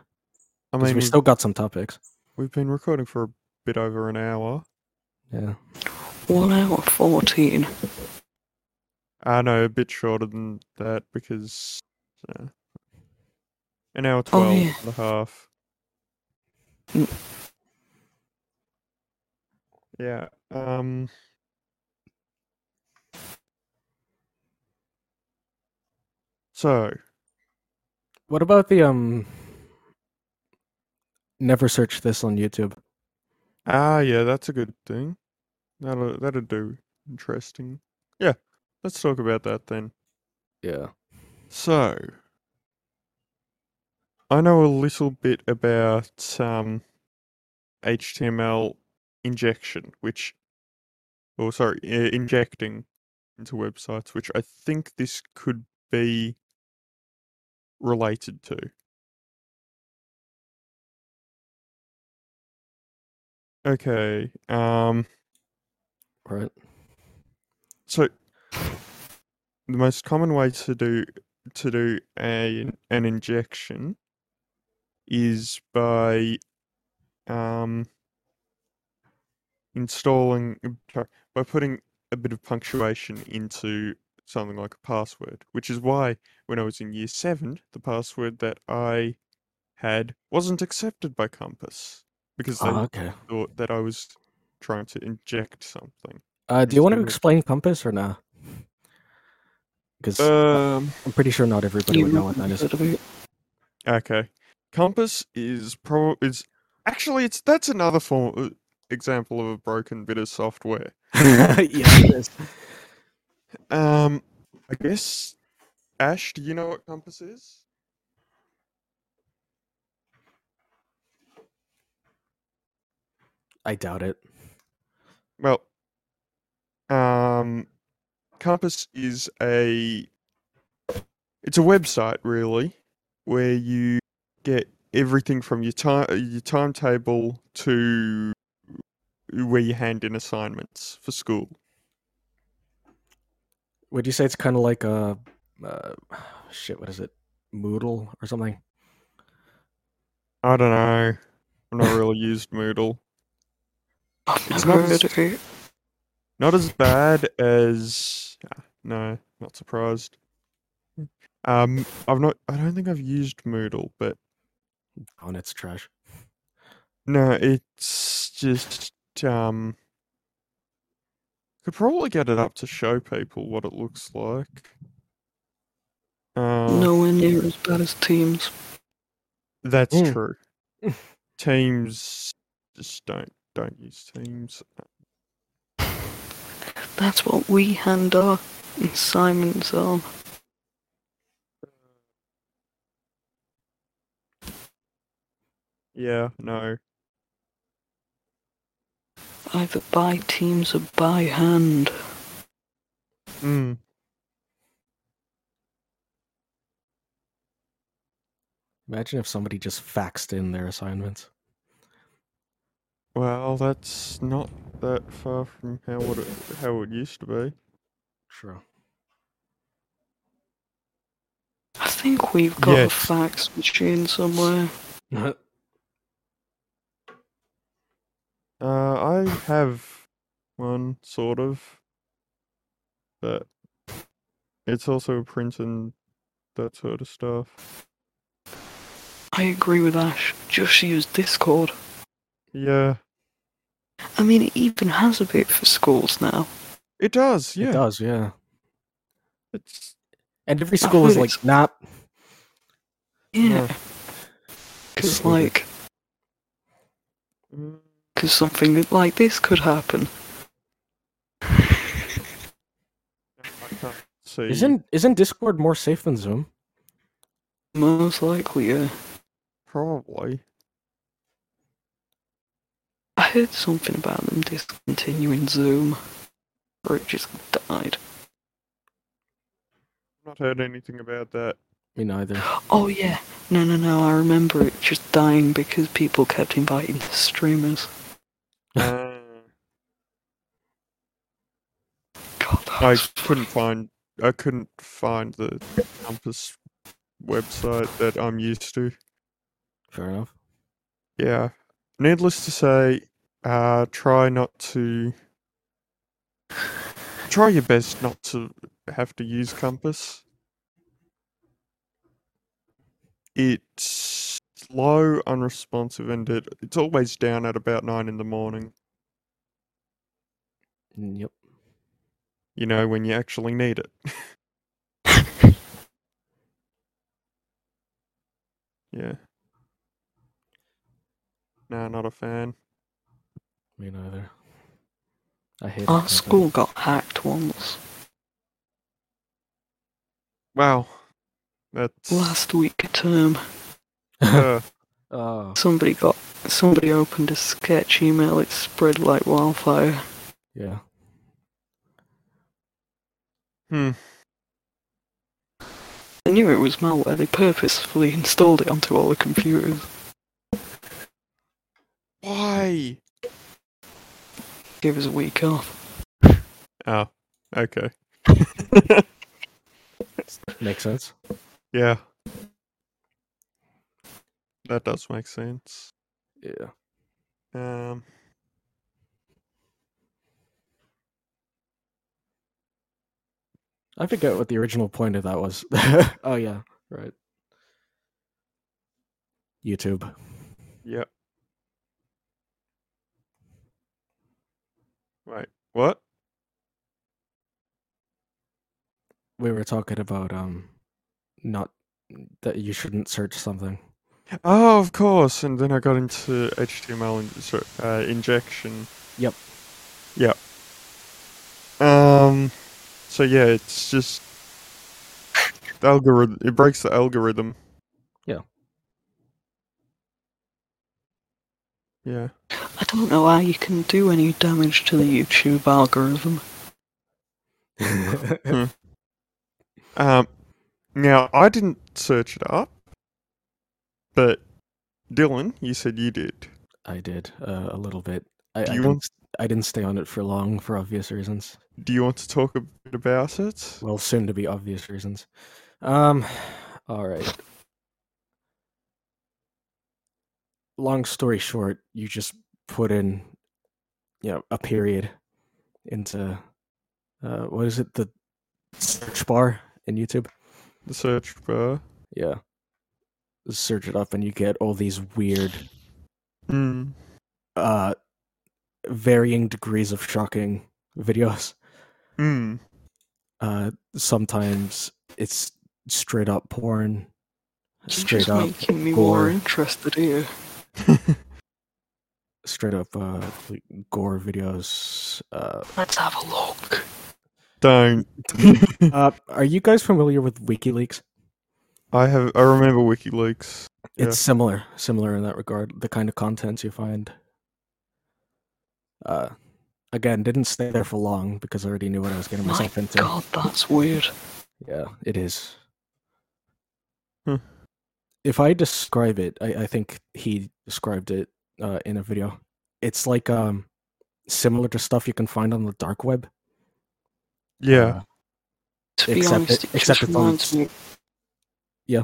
Speaker 1: mean,
Speaker 2: 'Cause we
Speaker 1: we've,
Speaker 2: still got some topics.
Speaker 1: we've been recording for a bit over an hour.
Speaker 2: Yeah.
Speaker 3: One hour 14.
Speaker 1: I know, Uh, a bit shorter than that because. Uh, an hour
Speaker 3: Oh,
Speaker 1: 12
Speaker 3: yeah.
Speaker 1: and a half.
Speaker 3: Mm.
Speaker 1: Yeah, um. So,
Speaker 2: What about the um? Never search this on YouTube.
Speaker 1: Ah, yeah, that's a good thing. That'll that'll do. Interesting. Yeah, let's talk about that then.
Speaker 2: Yeah.
Speaker 1: So, I know a little bit about um, HTML injection, which, oh, sorry, uh, injecting into websites, which I think this could be related to. Okay. Um.
Speaker 2: Right.
Speaker 1: So the most common way to do to do a an injection is by um installing um, sorry, by putting a bit of punctuation into something like a password, which is why when I was in year 7, the password that I had wasn't accepted by Compass because they
Speaker 2: Ah, okay.
Speaker 1: thought that I was trying to inject something.
Speaker 2: Uh, do you want to
Speaker 1: Interesting.
Speaker 2: explain Compass or nah? Because
Speaker 1: Um
Speaker 2: I'm pretty sure not everybody
Speaker 3: You
Speaker 2: would know what that is.
Speaker 3: remembered about-
Speaker 1: Okay. Compass is pro is actually it's that's another form uh, example of a broken bit of software.
Speaker 2: yes, it is.
Speaker 1: Um I guess Ash, do you know what compass is?
Speaker 2: I doubt it.
Speaker 1: Well, um, Compass is a it's a website really where you get everything from your time your timetable to where you hand in assignments for school.
Speaker 2: Would you say it's kind of like a uh, shit? What is it? Moodle or something?
Speaker 1: I don't know. I've not really used Moodle.
Speaker 3: I've
Speaker 1: It's
Speaker 3: never
Speaker 1: not
Speaker 3: heard
Speaker 1: as-
Speaker 3: of it.
Speaker 1: Not as bad as ah, no, not surprised. Um, I've not. I don't think I've used Moodle, but
Speaker 2: On its trash.
Speaker 1: no, it's just um. Could probably get it up to show people what it looks like. Uh,
Speaker 3: Nowhere near as bad as Teams.
Speaker 1: That's
Speaker 2: Mm.
Speaker 1: true. teams just don't don't use teams.
Speaker 3: That's what we hand are in Simon's arm.
Speaker 1: Yeah, no.
Speaker 3: Either by Teams or by hand.
Speaker 1: Mm.
Speaker 2: Imagine if somebody just faxed in their assignments.
Speaker 1: Well, that's not that far from how what it how it used to be.
Speaker 2: True.
Speaker 3: I think we've got
Speaker 1: Yes.
Speaker 3: a fax machine somewhere.
Speaker 1: Uh, I have one sort of, but it's also a print and that sort of stuff.
Speaker 3: I agree with Ash. Just use Discord.
Speaker 1: Yeah,
Speaker 3: I mean, it even has a bit for schools now.
Speaker 1: it does. Yeah,
Speaker 2: It does, yeah.
Speaker 1: it's
Speaker 2: And every school is
Speaker 3: heard
Speaker 2: like,
Speaker 3: it's-
Speaker 2: nah.
Speaker 3: Yeah, because
Speaker 2: Stupid.
Speaker 3: like,
Speaker 1: Mm,
Speaker 3: because something that- like this could happen.
Speaker 1: I can't see.
Speaker 2: Isn't isn't Discord more safe than Zoom?
Speaker 3: Most likely, yeah.
Speaker 1: probably
Speaker 3: I heard something about them discontinuing Zoom, or it just died.
Speaker 1: not heard anything about that.
Speaker 2: Me neither.
Speaker 3: Oh yeah, no, no, no. I remember it just dying because people kept inviting the streamers.
Speaker 1: Uh,
Speaker 3: God, that
Speaker 1: I
Speaker 3: was-
Speaker 1: couldn't find. I couldn't find the campus website that I'm used to.
Speaker 2: Fair enough.
Speaker 1: Yeah. Needless to say, uh, try not to. Try your best not to have to use compass. It's slow, unresponsive, and it, it's always down at about nine in the morning.
Speaker 2: Mm, Yep.
Speaker 1: You know when you actually need it. yeah. No, not a fan.
Speaker 2: Me neither. I hate it
Speaker 3: Our
Speaker 2: sometimes.
Speaker 3: school got hacked once
Speaker 1: Wow. That's.
Speaker 3: last week term.
Speaker 1: uh,
Speaker 2: Oh,
Speaker 3: Somebody got somebody opened a sketch email. It spread like wildfire.
Speaker 2: yeah.
Speaker 1: hmm.
Speaker 3: They knew it was malware. They purposefully installed it onto all the computers.
Speaker 1: Why?
Speaker 3: Gave us a week off.
Speaker 1: Oh, okay.
Speaker 2: Makes sense.
Speaker 1: Yeah. That does make sense.
Speaker 2: Yeah.
Speaker 1: Um.
Speaker 2: I forget what the original point of that was. oh yeah, right. YouTube.
Speaker 1: Yep. Wait. What?
Speaker 2: We were talking about um not that you shouldn't search something.
Speaker 1: Oh, of course. And then I got into HTML in, sorry, uh, injection.
Speaker 2: Yep.
Speaker 1: Yep. Um. So yeah, it's just the algorithm. It breaks the algorithm.
Speaker 2: Yeah.
Speaker 1: Yeah.
Speaker 3: I don't know how you can do any damage to the YouTube algorithm.
Speaker 1: Um, now I didn't search it up, but Dylan, you said you did.
Speaker 2: I did uh, a little bit. I, I
Speaker 1: Do you
Speaker 2: didn't.
Speaker 1: want-
Speaker 2: I didn't stay on it for long for obvious reasons.
Speaker 1: Do you want to talk a bit about it?
Speaker 2: Well, soon to be obvious reasons. Um, all right. Long story short, you just put in you know, a period into uh, what is it the search bar in YouTube?
Speaker 1: The search bar.
Speaker 2: Yeah, search it up and you get all these weird,
Speaker 1: Mm.
Speaker 2: uh, varying degrees of shocking videos.
Speaker 1: Mm.
Speaker 2: Uh, sometimes it's straight up porn,
Speaker 3: You're
Speaker 2: straight
Speaker 3: just
Speaker 2: up
Speaker 3: making me
Speaker 2: gore.
Speaker 3: more interested here.
Speaker 2: straight up uh, like gore videos. Uh,
Speaker 3: Let's have a look.
Speaker 1: Don't.
Speaker 2: uh, are you guys familiar with WikiLeaks?
Speaker 1: I have. I remember WikiLeaks. Yeah.
Speaker 2: It's similar, similar in that regard. The kind of contents you find. Uh, again, didn't stay there for long because I already knew what I was getting
Speaker 3: My
Speaker 2: myself into.
Speaker 3: God, that's weird.
Speaker 2: Yeah, it is.
Speaker 1: Hmm.
Speaker 2: If I describe it, I, I think he described it uh, in a video. It's like um, similar to stuff you can find on the dark web.
Speaker 1: Yeah.
Speaker 3: To
Speaker 2: Except
Speaker 3: be honest,
Speaker 2: it-
Speaker 3: it,
Speaker 2: except
Speaker 3: just
Speaker 2: it's on-
Speaker 3: reminds me.
Speaker 2: Yeah.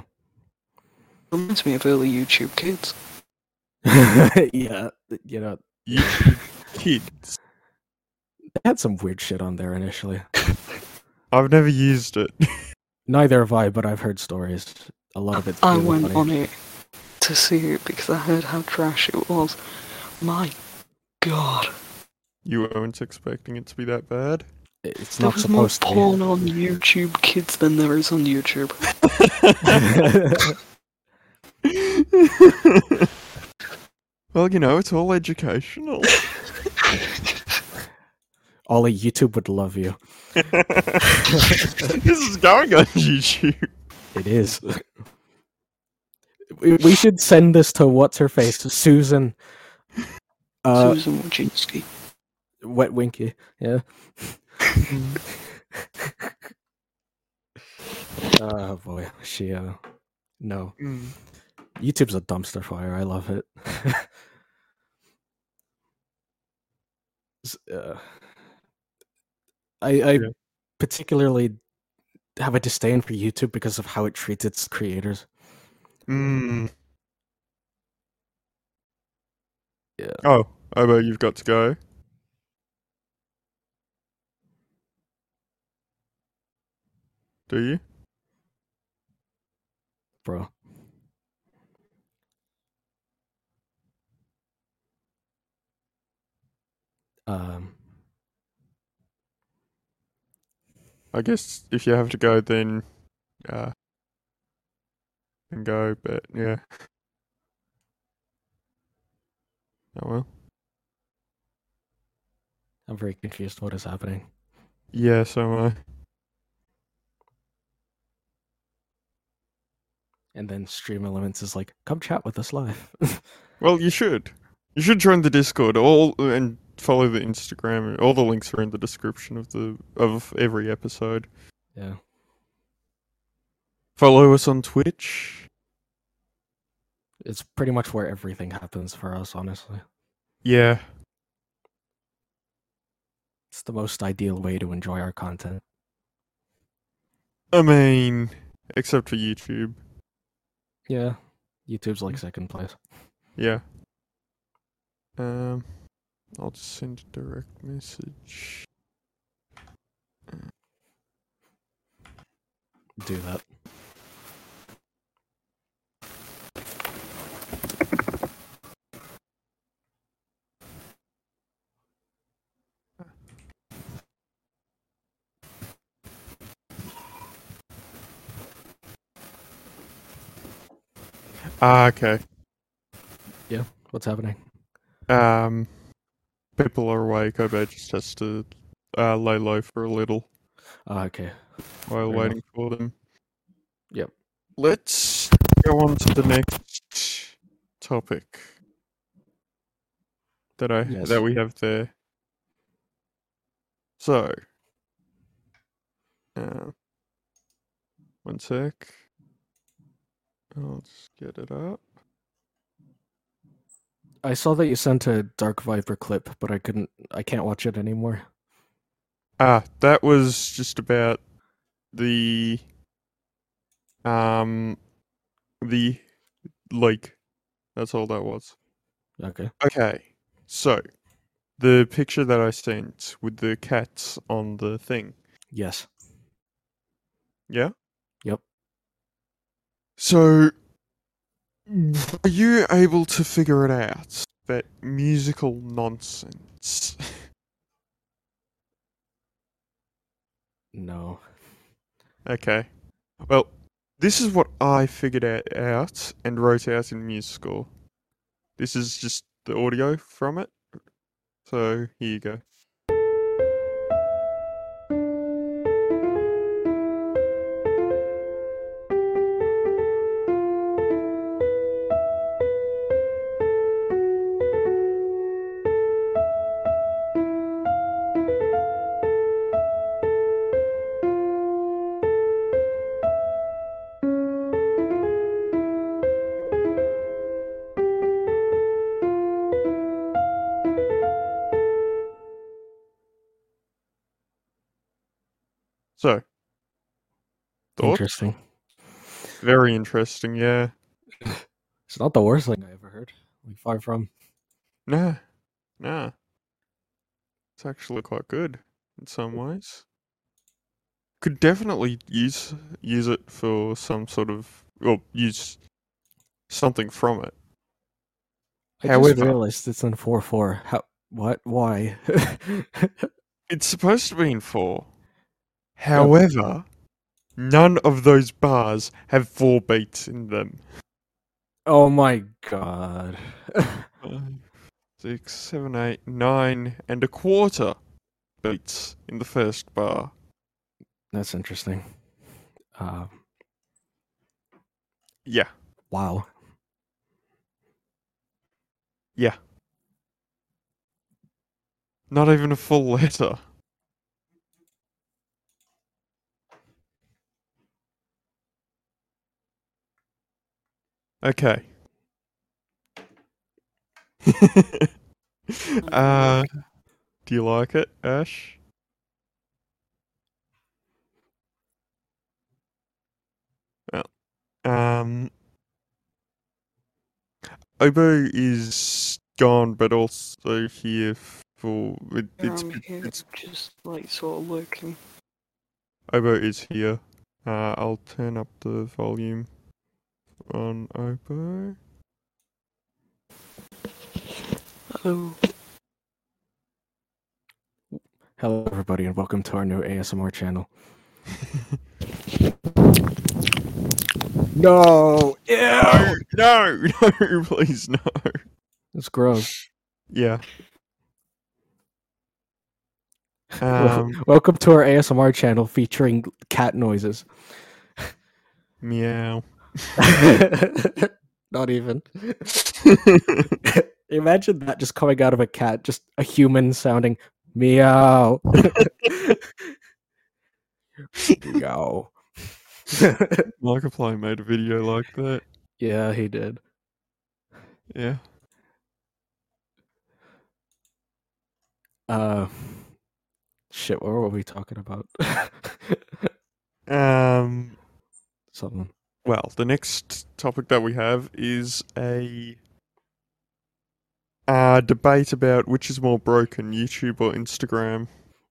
Speaker 3: Reminds me of early YouTube kids.
Speaker 2: yeah, you know,
Speaker 1: YouTube Kids.
Speaker 2: they had some weird shit on there initially.
Speaker 1: I've never used it.
Speaker 2: Neither have I, but I've heard stories. A lot of it's.
Speaker 3: I
Speaker 2: really
Speaker 3: went
Speaker 2: funny.
Speaker 3: on it to see it because I heard how trash it was. My God,
Speaker 1: You weren't expecting it to be that bad.
Speaker 2: It's
Speaker 3: there
Speaker 2: not
Speaker 3: was more
Speaker 2: supposed to.
Speaker 3: porn on YouTube Kids than there is on YouTube.
Speaker 2: Be.
Speaker 1: well, you know, it's all educational.
Speaker 2: Ollie, YouTube would love you.
Speaker 1: this is going on YouTube.
Speaker 2: It is. we we should send this to what's her face, Susan. Uh,
Speaker 3: Susan Wojcicki.
Speaker 2: Wet Winky. Yeah. oh boy, she. Uh, no, YouTube's a dumpster fire. I love it. S- uh, I, I
Speaker 1: Yeah.
Speaker 2: particularly have a disdain for YouTube because of how it treats its creators.
Speaker 1: Mm.
Speaker 2: Yeah.
Speaker 1: Oh, Obo, you've got to go. Do you?
Speaker 2: bro. Um,
Speaker 1: I guess if you have to go, then uh, and go. But yeah. Oh well.
Speaker 2: I'm very confused what is happening.
Speaker 1: Yeah. So am
Speaker 2: And then Stream Elements is like, come chat with us live.
Speaker 1: I. Well, you should. You should join the Discord. All and follow the Instagram. All the links are in the description of the of every episode.
Speaker 2: yeah.
Speaker 1: Follow us on Twitch.
Speaker 2: It's pretty much where everything happens for us, honestly.
Speaker 1: Yeah.
Speaker 2: It's the most ideal way to enjoy our content.
Speaker 1: I mean, except for YouTube.
Speaker 2: Yeah. YouTube's like second place.
Speaker 1: Yeah. Um, I'll just send a direct message.
Speaker 2: Do that.
Speaker 1: Ah, okay.
Speaker 2: What's happening?
Speaker 1: Um, people are awake. Obo just has to uh, lay low for a little
Speaker 2: Ah, okay.
Speaker 1: while
Speaker 2: enough.
Speaker 1: waiting for them.
Speaker 2: Yep.
Speaker 1: Let's go on to the next topic that I
Speaker 2: Yes.
Speaker 1: that we have there. So, uh, one sec. I'll just get it up.
Speaker 2: I saw that you sent a Dark Viper clip, but I couldn't. I can't watch it anymore.
Speaker 1: Ah, that was just about the um the leak. That's all that was.
Speaker 2: Okay.
Speaker 1: Okay. So The picture that I sent with the cats on the thing.
Speaker 2: Yes.
Speaker 1: Yeah?
Speaker 2: Yep.
Speaker 1: So, are you able to figure it out? That musical nonsense.
Speaker 2: No.
Speaker 1: Okay. Well, this is what I figured out, out and wrote out in MuseScore. This is just the audio from it. So here you go. So, thoughts?
Speaker 2: Interesting.
Speaker 1: Very interesting, yeah.
Speaker 2: It's not the worst thing I ever heard. Like far from.
Speaker 1: Nah, nah. It's actually quite good in some ways. Could definitely use use it for some sort of well, use something from it.
Speaker 2: I just
Speaker 1: However-
Speaker 2: realized it's in four four. How? What? Why?
Speaker 1: It's supposed to be in four. However, none of those bars have four beats in them.
Speaker 2: oh my god.
Speaker 1: Five, six, seven, eight, nine, and a quarter beats in the first bar.
Speaker 2: That's interesting. Uh,
Speaker 1: Yeah.
Speaker 2: wow.
Speaker 1: Not even a full letter. Okay. uh, do you like it, Ash? Well, um, Obo is gone, but also here for it, it's
Speaker 3: Um, yeah,
Speaker 1: it's-
Speaker 3: just like sort of lurking.
Speaker 1: Obo is here. Uh, I'll turn up the volume on Obo.
Speaker 3: Oh,
Speaker 2: Hello, everybody, and welcome to our new ASMR channel. no,
Speaker 1: No, Oh, no, no, please no.
Speaker 2: it's gross.
Speaker 1: Yeah. Um,
Speaker 2: welcome to our ASMR channel featuring cat noises.
Speaker 1: meow.
Speaker 2: Not even. Imagine that just coming out of a cat, just a human sounding meow. meow.
Speaker 1: Markiplier made a video like that.
Speaker 2: yeah, he did.
Speaker 1: Yeah.
Speaker 2: Uh, shit, what were we talking about?
Speaker 1: Um.
Speaker 2: Something.
Speaker 1: Well, the next topic that we have is a uh, debate about which is more broken, YouTube or Instagram.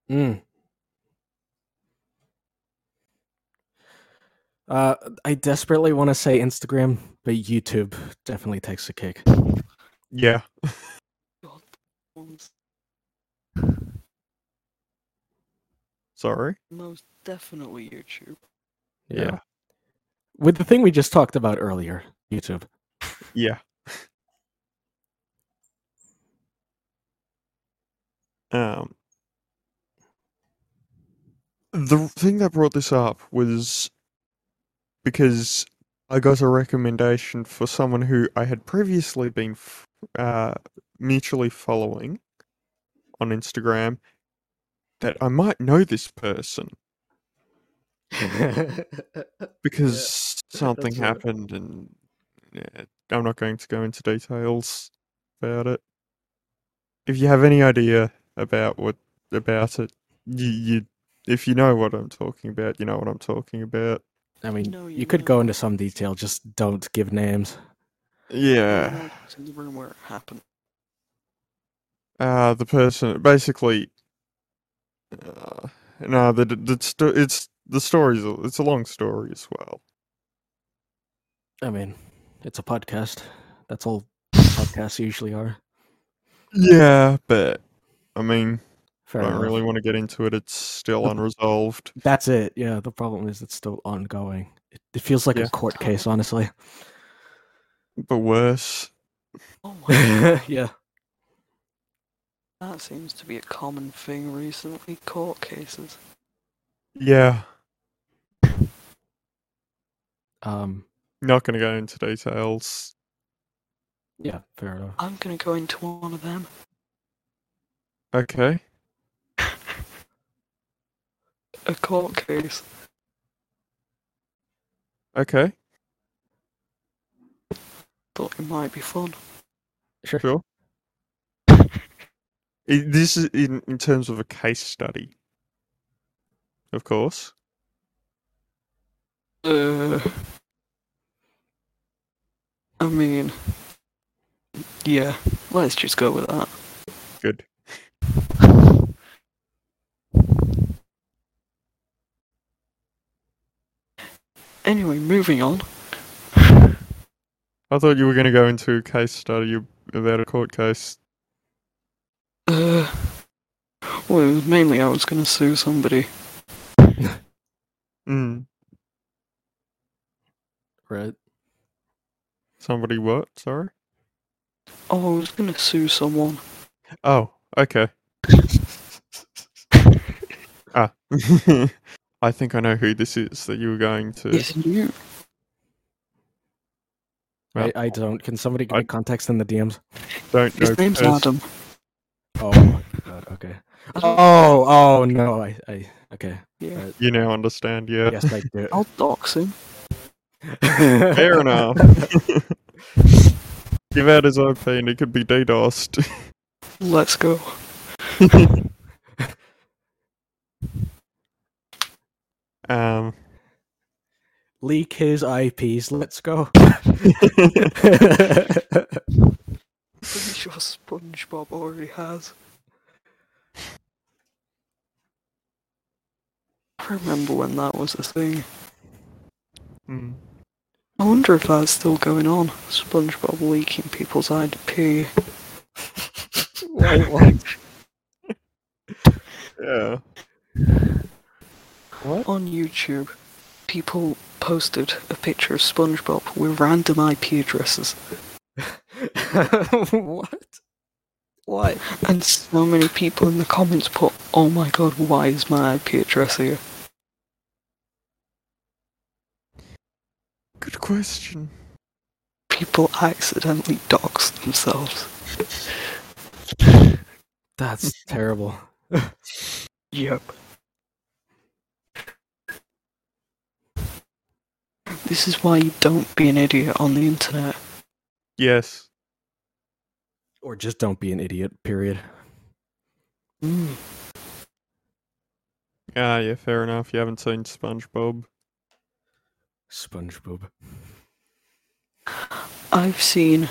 Speaker 2: Mm. Uh, I desperately want to say Instagram, but YouTube definitely takes the cake.
Speaker 1: Yeah. Sorry.
Speaker 3: most definitely YouTube.
Speaker 1: Yeah.
Speaker 2: With the thing we just talked about earlier, YouTube.
Speaker 1: Yeah. um, the thing that brought this up was because I got a recommendation for someone who I had previously been f- uh, mutually following on Instagram that I might know this person because something
Speaker 2: that's right.
Speaker 1: happened and yeah, I'm not going to go into details about it. If you have any idea about what about it, you, you if you know what I'm talking about, you know what I'm talking about.
Speaker 2: I mean,
Speaker 3: No,
Speaker 2: you
Speaker 3: you
Speaker 2: could
Speaker 3: know.
Speaker 2: go into some detail, just don't give names.
Speaker 3: I
Speaker 1: Yeah.
Speaker 3: was in the room where it happened.
Speaker 1: uh, the person basically. Uh, no, the, the sto- it's the story's a- it's a long story as well.
Speaker 2: I mean, it's a podcast. That's all podcasts usually are.
Speaker 1: Yeah, but I mean, I
Speaker 2: Fair
Speaker 1: don't
Speaker 2: enough.
Speaker 1: really want to get into it. It's still
Speaker 2: Nope.
Speaker 1: unresolved.
Speaker 2: That's it. Yeah, the problem is it's still ongoing. It, it feels like
Speaker 1: Yeah.
Speaker 2: a court case, honestly.
Speaker 1: But worse,
Speaker 3: Oh my god,
Speaker 2: yeah.
Speaker 3: that seems to be a common thing recently. Court cases.
Speaker 1: yeah,
Speaker 2: Um.
Speaker 1: not going to go into details.
Speaker 2: Yeah. Fair enough.
Speaker 3: I'm gonna go into one of them.
Speaker 1: Okay.
Speaker 3: A court case.
Speaker 1: Okay.
Speaker 3: Thought it might be fun.
Speaker 2: Sure.
Speaker 1: Sure. I- this is in, in terms of a case study, of course.
Speaker 3: Uh, I mean, yeah. Let's just go with that.
Speaker 1: Good.
Speaker 3: Anyway, moving on.
Speaker 1: I thought you were going to go into a case study ab- about a court case.
Speaker 3: Uh, well, it was mainly I was gonna sue somebody.
Speaker 1: Mm.
Speaker 2: Right.
Speaker 1: Somebody what? Sorry.
Speaker 3: Oh, I was gonna sue someone.
Speaker 1: Oh, okay. ah. I think I know who this is that you were going to.
Speaker 3: It's you.
Speaker 2: I,
Speaker 1: Well,
Speaker 2: I don't. Can somebody give
Speaker 1: I-
Speaker 2: me context in the DMs?
Speaker 1: don't
Speaker 3: His
Speaker 1: go
Speaker 3: name's
Speaker 1: first.
Speaker 3: Adam.
Speaker 2: Oh my god. Okay.
Speaker 3: I don't-
Speaker 2: Oh. Oh no. I. I okay.
Speaker 3: yeah.
Speaker 1: You now understand, yeah.
Speaker 2: Yes, I do.
Speaker 3: I'll dox him.
Speaker 1: Fair enough. Give out his IP and he could be DDoSed.
Speaker 3: Let's go.
Speaker 1: Um,
Speaker 2: Leak his IPs. Let's go.
Speaker 3: Pretty sure SpongeBob already has. I remember when that was a thing.
Speaker 1: mm.
Speaker 3: I wonder if that's still going on. SpongeBob leaking people's IP.
Speaker 2: Wait, what?
Speaker 1: Yeah.
Speaker 3: On YouTube, people posted a picture of SpongeBob with random IP addresses,
Speaker 2: what? What?
Speaker 3: and so many people in the comments put, "Oh my god, why is my IP address here?"
Speaker 1: Good question.
Speaker 3: People accidentally dox themselves.
Speaker 2: That's terrible.
Speaker 3: Yep. This is why you don't be an idiot on the internet.
Speaker 1: Yes.
Speaker 2: Or just don't be an idiot, period.
Speaker 3: Mm.
Speaker 1: Ah, yeah, fair enough. You haven't seen SpongeBob.
Speaker 2: SpongeBob.
Speaker 3: I've seen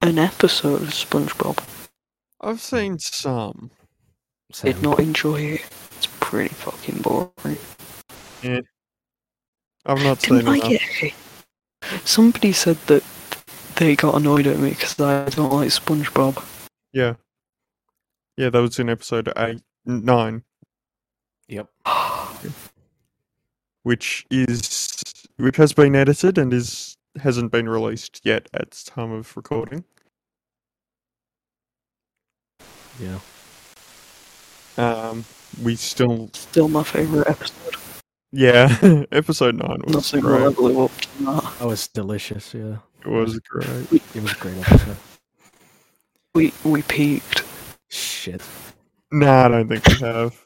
Speaker 3: an episode of SpongeBob.
Speaker 1: I've seen some.
Speaker 2: Same.
Speaker 3: Did not enjoy it. It's pretty fucking boring.
Speaker 1: I've not seen
Speaker 3: Didn't I
Speaker 1: enough.
Speaker 3: get hate? Somebody said that they got annoyed at me because I don't like SpongeBob.
Speaker 1: Yeah. Yeah, that was in episode eight, n- nine,
Speaker 2: Yep.
Speaker 1: which is which has been edited and is hasn't been released yet at the time of recording.
Speaker 2: Yeah.
Speaker 1: Um, we still,
Speaker 3: Still my favorite episode.
Speaker 1: yeah, episode nine was
Speaker 3: Nothing will
Speaker 1: great.
Speaker 3: ever live up to that.
Speaker 2: Oh, it's delicious. Yeah.
Speaker 1: It was great.
Speaker 2: It was a great episode.
Speaker 3: We we peaked.
Speaker 2: Shit.
Speaker 1: No, I don't think we have.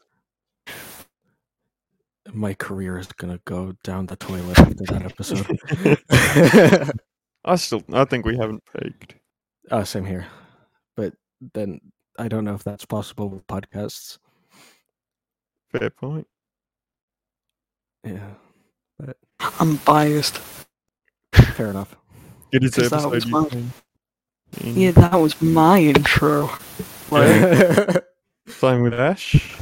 Speaker 2: My career is gonna go down the toilet after that episode.
Speaker 1: I still, I think we haven't peaked.
Speaker 2: oh, same here. But then I don't know if that's possible with podcasts.
Speaker 1: Fair point.
Speaker 2: Yeah.
Speaker 3: I'm biased.
Speaker 2: Fair enough.
Speaker 1: It is
Speaker 3: Because that
Speaker 1: episode.
Speaker 3: was
Speaker 1: you
Speaker 3: mine.
Speaker 1: came in.
Speaker 3: Yeah, that was my intro. Like,
Speaker 1: Playing with Ash.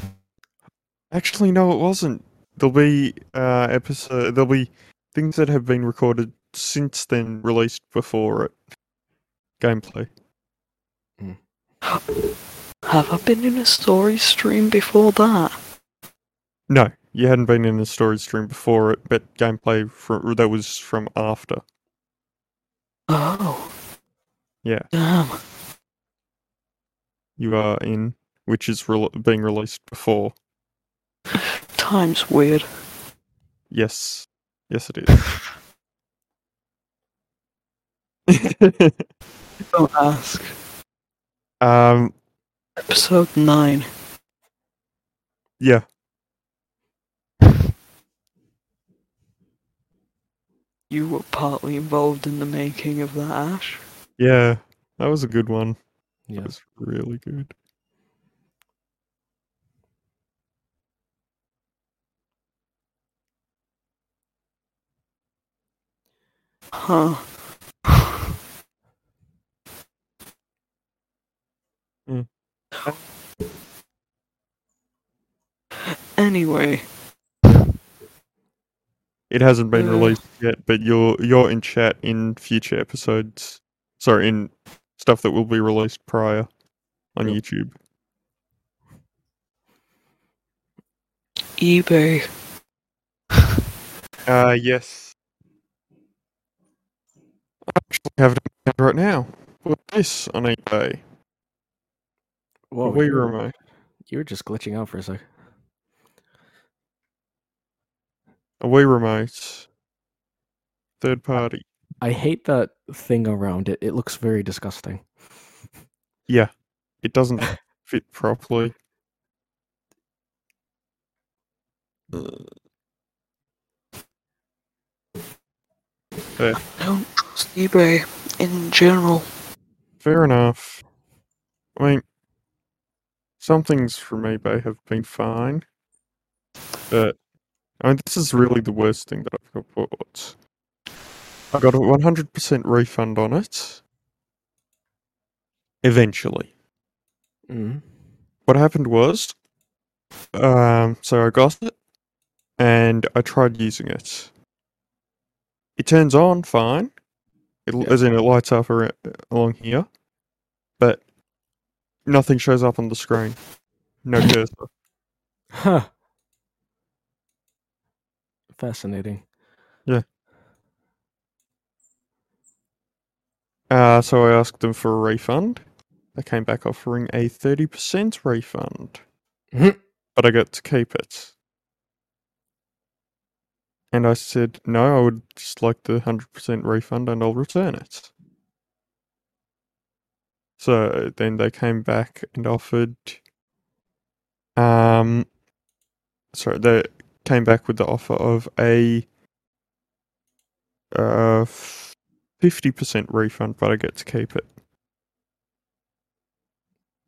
Speaker 1: Actually, no, it wasn't. There'll be uh, episode. There'll be things that have been recorded since then, released before it. Gameplay.
Speaker 3: have I been in a story stream before that?
Speaker 1: No, you hadn't been in the story stream before it, but gameplay from, that was from after.
Speaker 3: Oh,
Speaker 1: Yeah,
Speaker 3: damn.
Speaker 1: you are in, which is rel being released before.
Speaker 3: Time's weird.
Speaker 1: Yes, yes, it is.
Speaker 3: Don't ask.
Speaker 1: um,
Speaker 3: Episode 9.
Speaker 1: yeah,
Speaker 3: You were partly involved in the making of that, Ash.
Speaker 1: yeah, that was a good one. That
Speaker 2: yeah.
Speaker 1: was really good.
Speaker 3: Huh.
Speaker 1: Mm.
Speaker 3: Anyway,
Speaker 1: It hasn't been
Speaker 3: Uh.
Speaker 1: released yet, but you're you're in chat in future episodes. Sorry, in stuff that will be released prior on
Speaker 2: Yep.
Speaker 1: YouTube.
Speaker 3: eBay.
Speaker 1: Uh, yes. I actually have it in hand right now. Put this on eBay.
Speaker 2: Whoa,
Speaker 1: we
Speaker 2: you were-
Speaker 1: remote.
Speaker 2: You were just glitching out for a sec.
Speaker 1: A Wii remote. Third party.
Speaker 2: I hate that thing around it. It looks very disgusting.
Speaker 1: It doesn't fit properly.
Speaker 3: I don't trust eBay in general.
Speaker 1: Fair enough. I mean, some things from eBay have been fine, but I mean, this is really the worst thing that I've got bought. I got a 100% refund on it. Eventually.
Speaker 2: Mm.
Speaker 1: what happened was, um, so I got it and I tried using it. It turns on fine, it,
Speaker 2: Yeah.
Speaker 1: as in it lights up ar- along here, but nothing shows up on the screen. No cursor.
Speaker 2: Huh. Fascinating.
Speaker 1: Uh, so I asked them for a refund. They came back offering a 30% refund.
Speaker 2: Mhm.
Speaker 1: But I got to keep it. And I said, no, I would just like the 100% refund and I'll return it. So then they came back and offered. Um, sorry, they came back with the offer of a uh, fifty percent refund, but I get to keep it.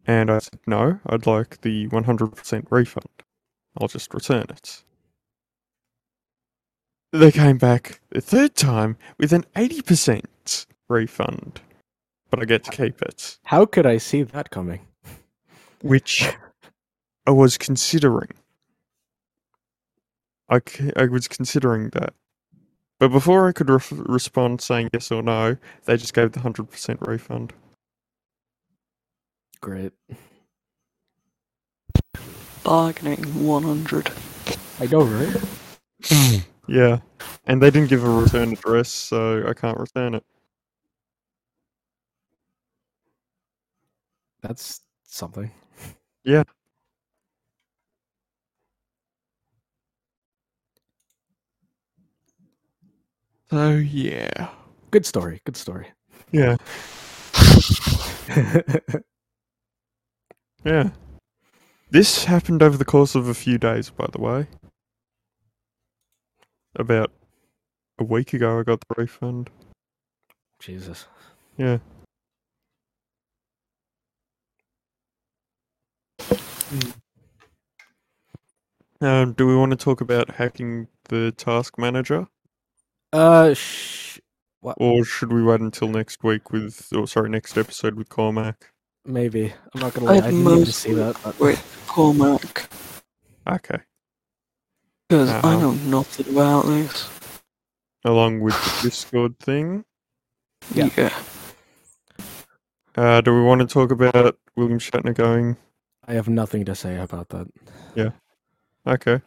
Speaker 1: And I said, no, I'd like the one hundred percent refund. I'll just return it. They came back the third time with an eighty percent refund, but I get to keep it,
Speaker 2: How could I see that coming?
Speaker 1: which I was considering. I, c- I was considering that. But before I could ref respond saying yes or no, they just gave the 100% refund.
Speaker 2: Great.
Speaker 3: Bargaining 100.
Speaker 2: I know, right?
Speaker 1: Yeah, and they didn't give a return address, so I can't return it.
Speaker 2: That's something.
Speaker 1: Yeah. So yeah,
Speaker 2: Good story. Good story.
Speaker 1: yeah, yeah. This happened over the course of a few days, by the way. About a week ago, I got the refund.
Speaker 2: Jesus.
Speaker 1: Yeah. Um, do we want to talk about hacking the task manager,
Speaker 2: Uh, sh-
Speaker 1: or should we wait until next week with, or sorry, next episode with Cormac?
Speaker 2: Maybe. I'm not gonna lie, I
Speaker 3: I'd
Speaker 2: didn't even see
Speaker 3: mostly
Speaker 2: that. but-
Speaker 3: wait. Cormac,
Speaker 1: Okay.
Speaker 3: because I
Speaker 1: Uh-huh.
Speaker 3: know nothing about this.
Speaker 1: Along with the Discord thing,
Speaker 2: Yeah.
Speaker 1: uh, do we want to talk about William Shatner going?
Speaker 2: I have nothing to say about that.
Speaker 1: Okay.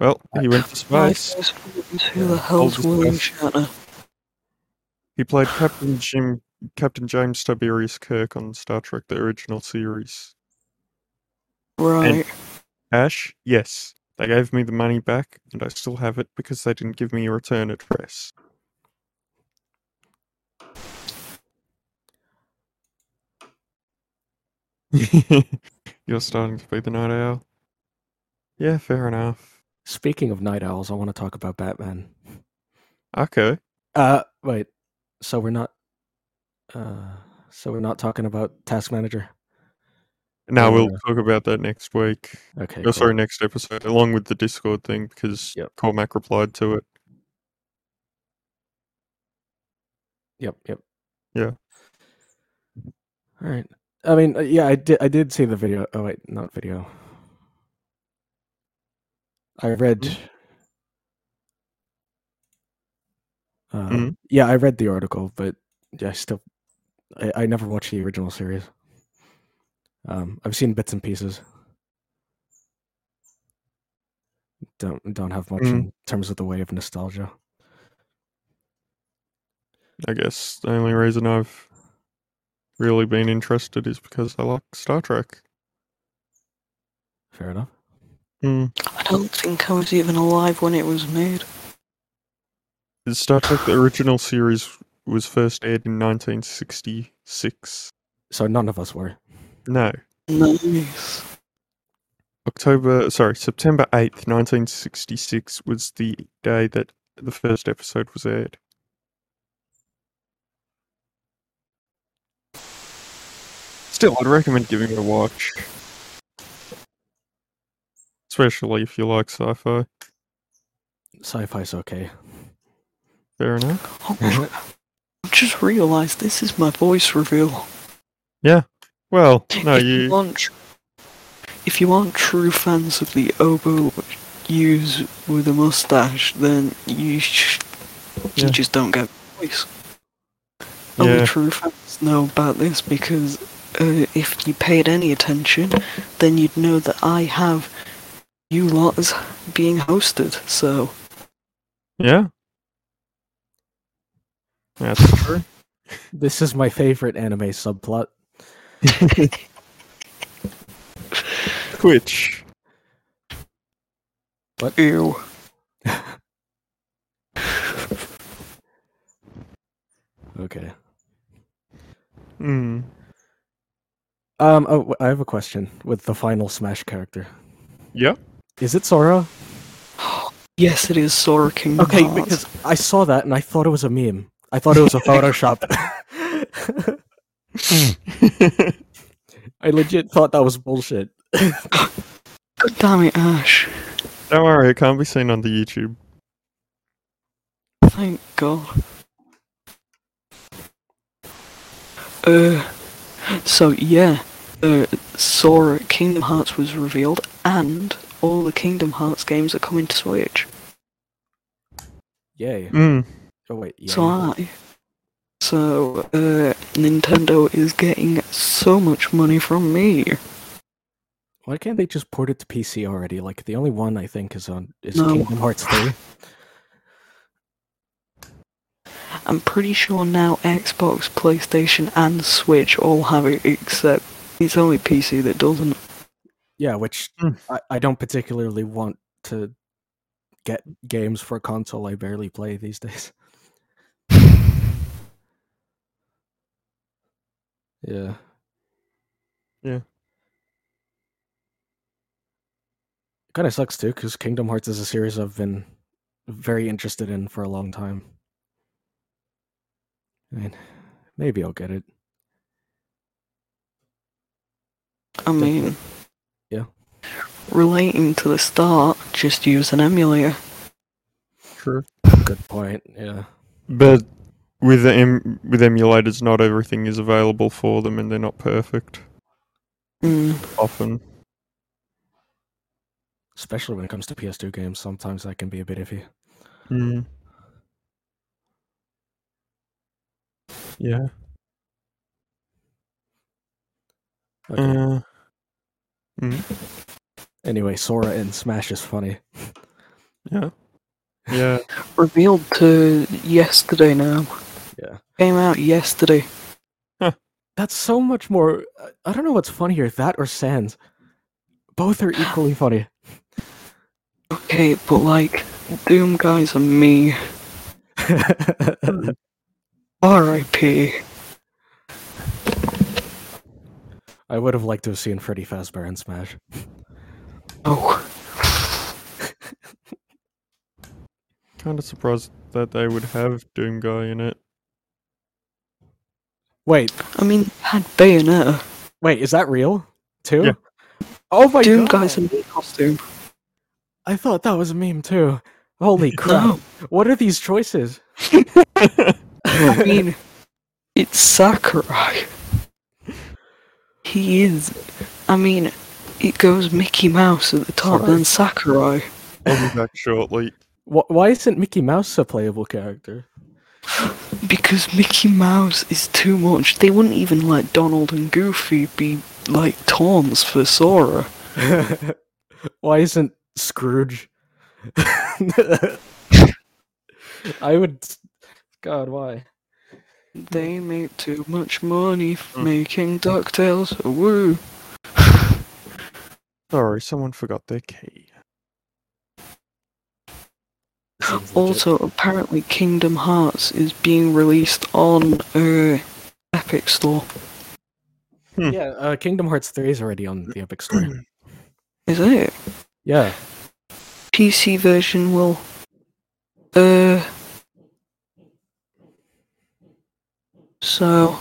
Speaker 1: Well, he went to
Speaker 3: My
Speaker 1: space.
Speaker 3: first thought was, who the
Speaker 2: Yeah,
Speaker 3: hell's
Speaker 1: I'll
Speaker 3: William
Speaker 1: just-
Speaker 3: Shatner?
Speaker 1: He played Captain Jim, Captain James Tiberius Kirk on Star Trek: The Original Series.
Speaker 3: Right.
Speaker 1: Ash, yes, they gave me the money back, and I still have it because they didn't give me a return address. You're starting to be the night owl. Yeah, fair enough.
Speaker 2: Speaking of night owls, I want to talk about Batman.
Speaker 1: Okay.
Speaker 2: Uh, wait. So we're not. Uh, so we're not talking about Task Manager.
Speaker 1: Now we'll
Speaker 2: Yeah.
Speaker 1: talk about that next week.
Speaker 2: Okay.
Speaker 1: Oh,
Speaker 2: cool.
Speaker 1: sorry, next episode, along with the Discord thing, because
Speaker 2: Yep.
Speaker 1: Cormac replied to it.
Speaker 2: Yep. Yep.
Speaker 1: Yeah.
Speaker 2: All right. I mean, uh, yeah, I did. I did see the video. Oh wait, not video. I read. Uh,
Speaker 1: Mhm.
Speaker 2: Yeah, I read the article, but yeah, I still, I, I never watched the original series. Um, I've seen bits and pieces. Don't don't have much
Speaker 1: Mm.
Speaker 2: in terms of the way of nostalgia.
Speaker 1: I guess the only reason I've really been interested is because I like Star Trek.
Speaker 2: Fair enough.
Speaker 1: Hmm.
Speaker 3: I don't think I was even alive when it was made.
Speaker 1: Is Star Trek the original series was first aired in 1966?
Speaker 2: So none of us were.
Speaker 1: No,
Speaker 3: Nice.
Speaker 1: October, sorry, September 8th, 1966 was the day that the first episode was aired. Still, I'd recommend giving it a watch. Especially if you like sci fi.
Speaker 2: Sci-fi's okay.
Speaker 1: Fair enough.
Speaker 3: Oh, I just realised this is my voice reveal.
Speaker 1: Well, no,
Speaker 3: if
Speaker 1: you.
Speaker 3: aren't, tr- if you aren't true fans of the oboe use with a mustache, then you sh-
Speaker 1: Yeah.
Speaker 3: you just don't get the voice. Only
Speaker 1: Yeah,
Speaker 3: true fans know about this because uh, if you paid any attention, then you'd know that I have you lot as being hosted. So
Speaker 1: yeah. That's true.
Speaker 2: This is my favorite anime subplot.
Speaker 1: Twitch.
Speaker 3: ew.
Speaker 2: Okay.
Speaker 1: Hmm.
Speaker 2: Um. Oh, w- I have a question with the final Smash character.
Speaker 1: Yeah.
Speaker 2: Is it Sora?
Speaker 3: Yes, it is Sora Kingdom
Speaker 2: Okay,
Speaker 3: Hearts.
Speaker 2: because I saw that and I thought it was a meme. I thought it was a Photoshop. I legit thought that was bullshit.
Speaker 3: God damn it, Ash.
Speaker 1: Don't worry, it can't be seen on the YouTube.
Speaker 3: Thank God. Uh, so yeah, uh, Sora Kingdom Hearts was revealed, and all the Kingdom Hearts games are coming to Switch.
Speaker 2: Yay.
Speaker 1: Mm.
Speaker 2: Oh wait. Yay.
Speaker 3: So I. So uh, Nintendo is getting so much money from me.
Speaker 2: Why can't they just port it to PC already? Like the only one I think is on is
Speaker 3: No.
Speaker 2: Kingdom Hearts three.
Speaker 3: I'm pretty sure now Xbox, PlayStation, and Switch all have it, except it's only PC that doesn't.
Speaker 2: Yeah, which
Speaker 1: Mm.
Speaker 2: I, I don't particularly want to get games for a console I barely play these days. Yeah.
Speaker 1: Yeah.
Speaker 2: It kind of sucks too, because Kingdom Hearts is a series I've been very interested in for a long time. I mean, maybe I'll get it.
Speaker 3: I mean,
Speaker 2: Yeah.
Speaker 3: Relating to the start, just use an emulator.
Speaker 1: True.
Speaker 2: Good point. Yeah.
Speaker 1: But with the em- with emulators, not everything is available for them, and they're not perfect
Speaker 3: Mm.
Speaker 1: often.
Speaker 2: Especially when it comes to PS2 games, sometimes that can be a bit iffy.
Speaker 1: Hmm. Yeah.
Speaker 2: Okay.
Speaker 1: Uh, hmm.
Speaker 2: Anyway, Sora in Smash is funny.
Speaker 1: yeah. Yeah.
Speaker 3: Revealed to yesterday now.
Speaker 2: Yeah.
Speaker 3: Came out yesterday.
Speaker 2: That's so much more. I- I don't know what's funnier, that or Sans. Both are equally funny.
Speaker 3: Okay, but like, Doom guys and me. R.I.P.
Speaker 2: I would have liked to have seen Freddy Fazbear in Smash.
Speaker 3: Oh,
Speaker 1: Kind of surprised that they would have Doom Guy in it.
Speaker 2: Wait,
Speaker 3: I mean, had Bayonetta.
Speaker 2: wait, is that real? Too?
Speaker 1: Yeah.
Speaker 2: Oh my
Speaker 3: Doom
Speaker 2: god!
Speaker 3: guys and me costume.
Speaker 2: I thought that was a meme too. Holy crap!
Speaker 3: No,
Speaker 2: What are these choices?
Speaker 3: I mean, it's Sakurai. He is. I mean, it goes Mickey Mouse at the top,
Speaker 2: Sorry.
Speaker 3: then Sakurai.
Speaker 1: I'll be back shortly.
Speaker 2: Wh- Why isn't Mickey Mouse a playable character?
Speaker 3: Because Mickey Mouse is too much. They wouldn't even let Donald and Goofy be like taunts for Sora.
Speaker 2: Why isn't Scrooge? I would. God, why?
Speaker 3: They make too much money f-
Speaker 2: Hmm.
Speaker 3: making DuckTales. Woo!
Speaker 1: Sorry, someone forgot their key.
Speaker 3: Also, apparently, Kingdom Hearts is being released on uh, Epic Store.
Speaker 1: Hmm.
Speaker 2: yeah, uh, Kingdom Hearts 3 is already on the Epic Store.
Speaker 3: Is it?
Speaker 2: yeah,
Speaker 3: PC version will. Uh. So,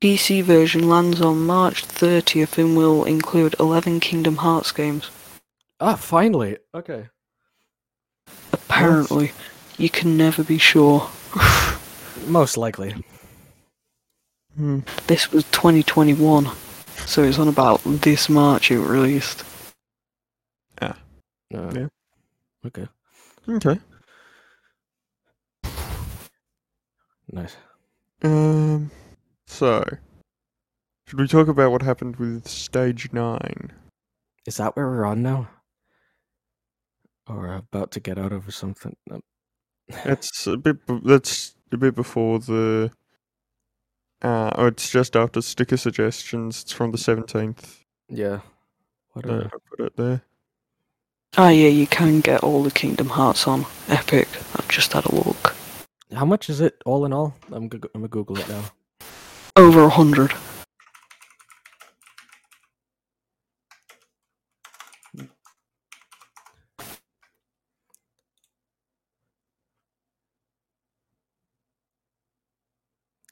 Speaker 3: PC version lands on March 30th and will include 11 Kingdom Hearts games.
Speaker 2: Ah, finally. Okay.
Speaker 3: Apparently, you can never be sure.
Speaker 2: Most likely.
Speaker 1: Hmm.
Speaker 3: This was 2021, so it's on about this March it released.
Speaker 2: Uh,
Speaker 1: Yeah.
Speaker 2: Okay.
Speaker 1: Okay.
Speaker 2: Nice.
Speaker 1: Um. So, should we talk about what happened with Stage Nine?
Speaker 2: Is that where we're on now? Or about to get out of or something? Um,
Speaker 1: It's a bit. b- That's a bit before the. Uh, oh, it's just after sticker suggestions. It's from the seventeenth.
Speaker 2: yeah. What
Speaker 1: No,
Speaker 2: are
Speaker 1: I put it there.
Speaker 3: Ah, yeah, you can get all the Kingdom Hearts on Epic. I've just had a look.
Speaker 2: How much is it all in all? I'm go- I'm gonna Google it now.
Speaker 3: Over 100.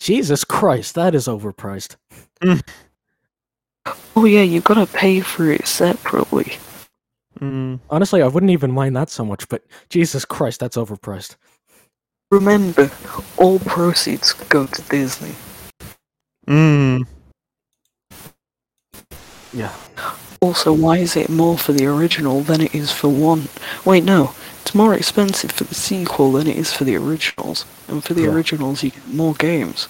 Speaker 2: Jesus Christ, that is overpriced.
Speaker 3: Oh, yeah, you've got to pay for it separately.
Speaker 1: Mm.
Speaker 2: Honestly, I wouldn't even mind that so much, but Jesus Christ, that's overpriced.
Speaker 3: Remember, all proceeds go to Disney.
Speaker 1: Mm.
Speaker 2: Yeah.
Speaker 3: Also, why is it more for the original than it is for one? Wait, no. It's more expensive for the sequel than it is for the originals. And for the
Speaker 2: Yeah.
Speaker 3: originals, you get more games.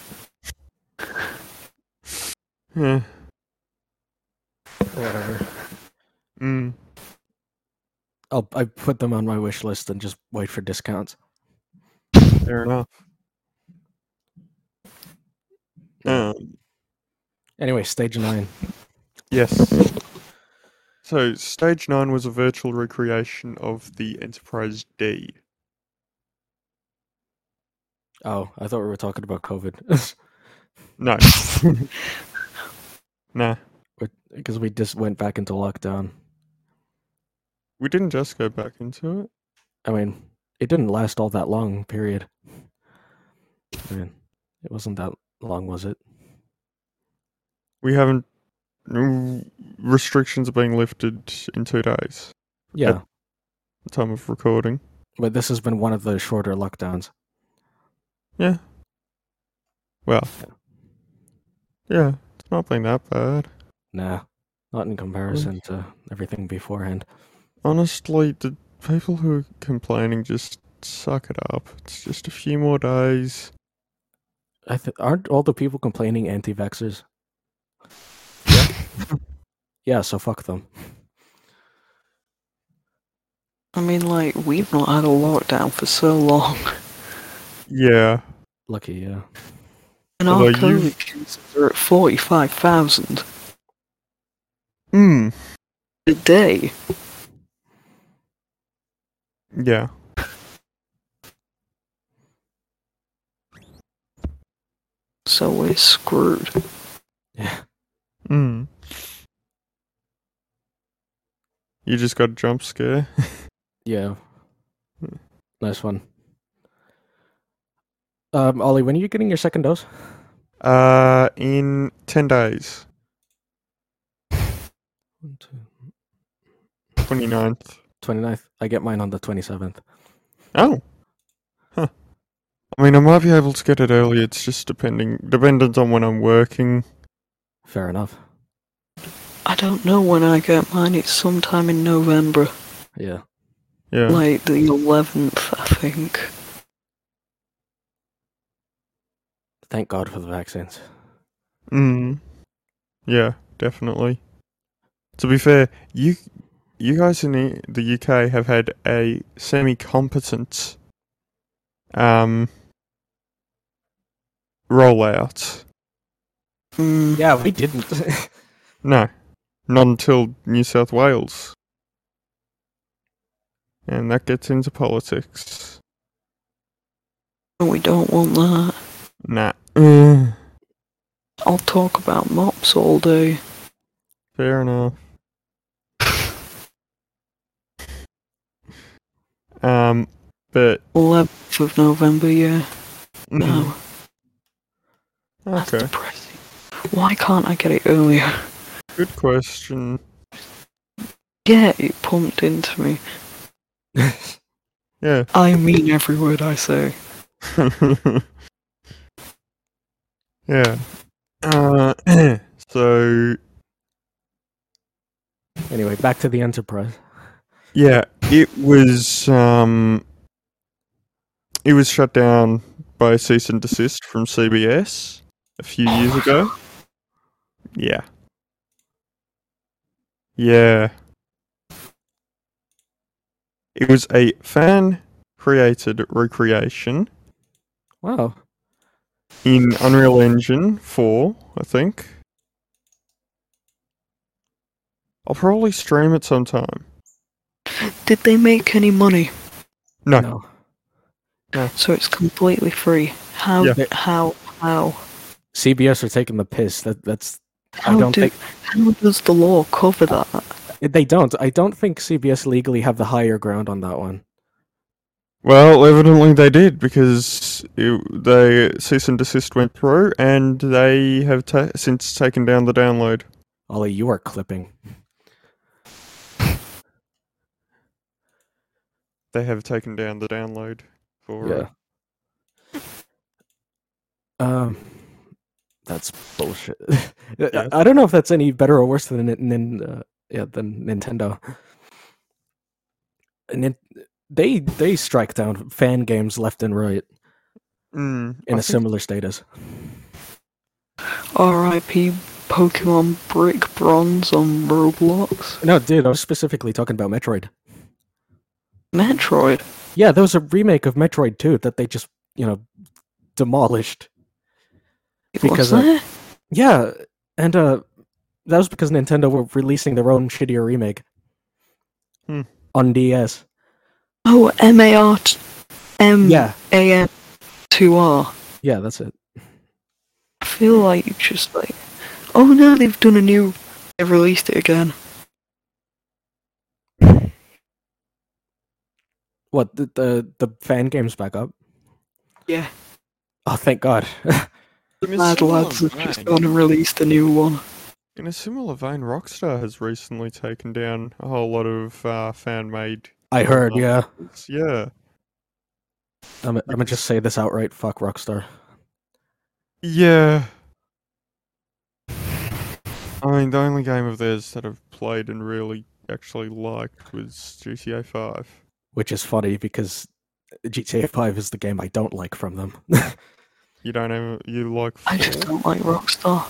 Speaker 1: Yeah.
Speaker 2: Whatever.
Speaker 1: Mm.
Speaker 2: I'll I put them on my wish list and just wait for discounts.
Speaker 1: Fair enough. Um.
Speaker 2: Anyway, stage nine.
Speaker 1: Yes. So, Stage 9 was a virtual recreation of the Enterprise D.
Speaker 2: Oh, I thought we were talking about COVID.
Speaker 1: No. nah.
Speaker 2: Because we just went back into lockdown.
Speaker 1: We didn't just go back into it.
Speaker 2: I mean, it didn't last all that long, period. I mean, it wasn't that long, was it?
Speaker 1: We haven't. mm, Restrictions are being lifted in two days,
Speaker 2: Yeah.
Speaker 1: the time of recording.
Speaker 2: But this has been one of the shorter lockdowns.
Speaker 1: Yeah. Well, yeah, it's not been that bad.
Speaker 2: Nah, not in comparison to everything beforehand.
Speaker 1: Honestly, the people who are complaining just suck it up. It's just a few more days.
Speaker 2: I th- aren't all the people complaining anti-vaxxers? Yeah, so fuck them.
Speaker 3: I mean, like, we've not had a lockdown for so long.
Speaker 1: Yeah.
Speaker 2: Lucky, yeah.
Speaker 3: And
Speaker 1: Although
Speaker 3: our
Speaker 1: you've-
Speaker 3: COVID cases are at 45,000
Speaker 1: Hmm.
Speaker 3: a day.
Speaker 1: Yeah.
Speaker 3: So we're screwed.
Speaker 2: Yeah.
Speaker 1: Hmm. You just got a jump scare.
Speaker 2: Yeah.
Speaker 1: Hmm.
Speaker 2: Nice one. Um, Ollie, when are you getting your second dose?
Speaker 1: Uh, in ten days,
Speaker 2: One, two,
Speaker 1: 29th.
Speaker 2: 29th. I get mine on the 27th.
Speaker 1: Oh. Huh. I mean, I might be able to get it early. It's just depending dependent on when I'm working.
Speaker 2: Fair enough.
Speaker 3: I don't know when I get mine. It's sometime in November,
Speaker 2: Yeah.
Speaker 1: Yeah.
Speaker 3: like the 11th, I think.
Speaker 2: Thank God for the vaccines.
Speaker 1: Mm. Yeah, definitely. To be fair, you you guys in the, the UK have had a semi-competent um rollout.
Speaker 3: Mm,
Speaker 2: Yeah, we didn't.
Speaker 1: No, not until New South Wales, and that gets into politics.
Speaker 3: We don't want that.
Speaker 1: Nah. Ugh,
Speaker 2: Mm.
Speaker 3: I'll talk about mops all day.
Speaker 1: Fair enough. Um, but
Speaker 3: 11th of November, yeah. No, that's
Speaker 1: okay.
Speaker 3: depressing. Why can't I get it earlier?
Speaker 1: Good question.
Speaker 3: Yeah, it pumped into me.
Speaker 1: Yeah.
Speaker 3: I mean every word I say.
Speaker 1: yeah. Uh, so
Speaker 2: anyway, back to the Enterprise.
Speaker 1: yeah, it was um, it was shut down by a cease and desist from CBS a few years ago. Yeah. Yeah. It was a fan created recreation
Speaker 2: Wow.
Speaker 1: in Unreal Engine 4, I think. I'll probably stream it sometime.
Speaker 3: Did they make any money?
Speaker 1: No.
Speaker 2: No.
Speaker 3: So it's completely free. How?
Speaker 1: Yeah.
Speaker 3: d- How? How?
Speaker 2: CBS are taking the piss. That that's
Speaker 3: How
Speaker 2: I don't
Speaker 3: do,
Speaker 2: think
Speaker 3: How does the law cover that?
Speaker 2: they don't. I don't think CBS legally have the higher ground on that one.
Speaker 1: Well, evidently they did because it, they cease and desist went through, and they have ta- since taken down the download.
Speaker 2: Ollie, you are clipping.
Speaker 1: They have taken down the download for. uh,
Speaker 2: Um, that's bullshit.
Speaker 1: Yes.
Speaker 2: I, I don't know if that's any better or worse than nin, nin, uh, yeah than Nintendo. And it, they they strike down fan games left and right
Speaker 1: mm,
Speaker 2: in
Speaker 1: I
Speaker 2: a
Speaker 1: think-
Speaker 2: similar status.
Speaker 3: R.I.P. Pokemon Brick Bronze on Roblox.
Speaker 2: No, dude, I was specifically talking about Metroid.
Speaker 3: Metroid.
Speaker 2: Yeah, there was a remake of Metroid 2 that they just you know demolished.
Speaker 3: It
Speaker 2: Because, uh,
Speaker 3: was there.
Speaker 2: Yeah, and uh, that was because Nintendo were releasing their own shittier remake
Speaker 1: Hmm.
Speaker 2: on DS.
Speaker 3: Oh, M A R T M
Speaker 2: Yeah,
Speaker 3: A M two R.
Speaker 2: yeah, that's it.
Speaker 3: I feel like it's just like, oh no, they've done a new. They've released it again.
Speaker 2: What the the, the fan games back up?
Speaker 3: Yeah.
Speaker 2: Oh, thank God.
Speaker 1: In a
Speaker 3: Mad
Speaker 1: similar
Speaker 3: lads have just
Speaker 1: vein-
Speaker 3: gone and released a new one.
Speaker 1: In a similar vein, Rockstar has recently taken down a whole lot of uh, fan made.
Speaker 2: I heard. Yeah,
Speaker 1: Yeah.
Speaker 2: I'm, I'm gonna just say this outright. Fuck Rockstar.
Speaker 1: Yeah. I mean, the only game of theirs that I've played and really actually liked was GTA 5.
Speaker 2: which is funny because GTA 5 is the game I don't like from them.
Speaker 1: You don't ever, you like
Speaker 3: I just
Speaker 1: 4?
Speaker 3: don't like Rockstar.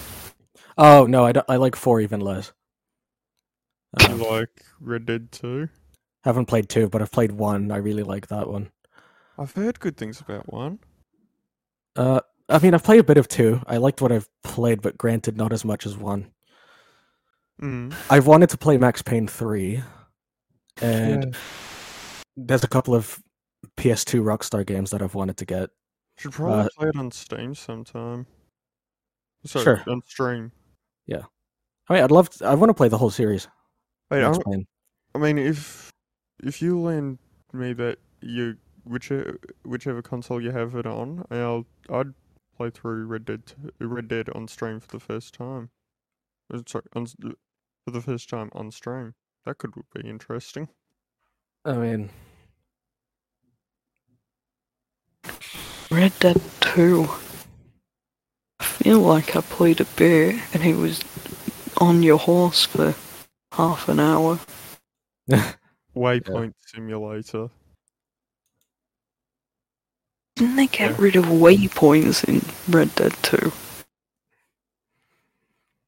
Speaker 2: oh, no, I, don't, I like 4 even less.
Speaker 1: You
Speaker 2: Um,
Speaker 1: like Red Dead 2?
Speaker 2: haven't played 2, but I've played 1. I really like that one.
Speaker 1: I've heard good things about 1.
Speaker 2: Uh, I mean, I've played a bit of 2. I liked what I've played, but granted, not as much as 1.
Speaker 1: Mm.
Speaker 2: I've wanted to play Max Payne 3, and
Speaker 1: Yeah.
Speaker 2: there's a couple of PS2 Rockstar games that I've wanted to get.
Speaker 1: Should probably
Speaker 2: uh,
Speaker 1: play it on Steam sometime. Sorry,
Speaker 2: Sure.
Speaker 1: on stream.
Speaker 2: I mean, I'd love. To, I want to play the whole series.
Speaker 1: Wait, I,
Speaker 2: Max Payne.
Speaker 1: I mean, if if you lend me that you whichever whichever console you have it on, I'll I'd play through Red Dead t- Red Dead on stream for the first time. Uh, Sorry, on, s- uh, for the first time on stream. That could be interesting.
Speaker 2: I mean,
Speaker 3: Red Dead 2. I feel like I played a bit and it was on your horse for half an hour.
Speaker 1: Waypoint Simulator.
Speaker 3: Didn't they get
Speaker 1: Yeah.
Speaker 3: rid of waypoints in Red Dead 2?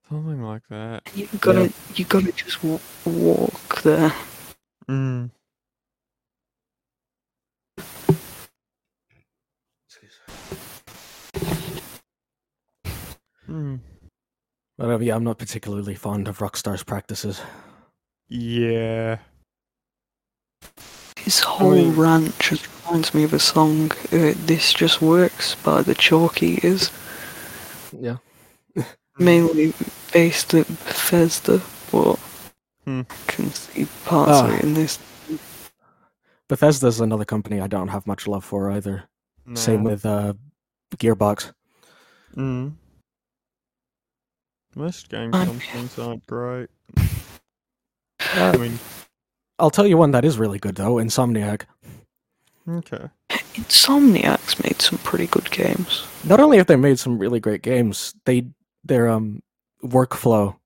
Speaker 1: Something like that.
Speaker 3: You gotta, you gotta just w- walk there.
Speaker 1: Mm. Mm.
Speaker 2: whatever. Yeah, I'm not particularly fond of Rockstar's practices.
Speaker 1: Yeah.
Speaker 3: His whole
Speaker 1: mean-
Speaker 3: rant just reminds me of a song, uh, This Just Works by the Chalk Eaters,
Speaker 2: Yeah.
Speaker 3: mainly based at Bethesda, but
Speaker 1: Hmm.
Speaker 3: I can see parts
Speaker 2: Ah.
Speaker 3: of it in this.
Speaker 2: Bethesda's another company I don't have much love for either. Same
Speaker 1: Nah.
Speaker 2: with uh, Gearbox.
Speaker 1: Mm. Most game
Speaker 3: I'm-
Speaker 1: companies aren't great.
Speaker 2: Uh,
Speaker 1: I mean,
Speaker 2: I'll tell you one that is really good though. Insomniac.
Speaker 1: okay.
Speaker 3: Insomniac's made some pretty good games.
Speaker 2: Not only have they made some really great games, they their um workflow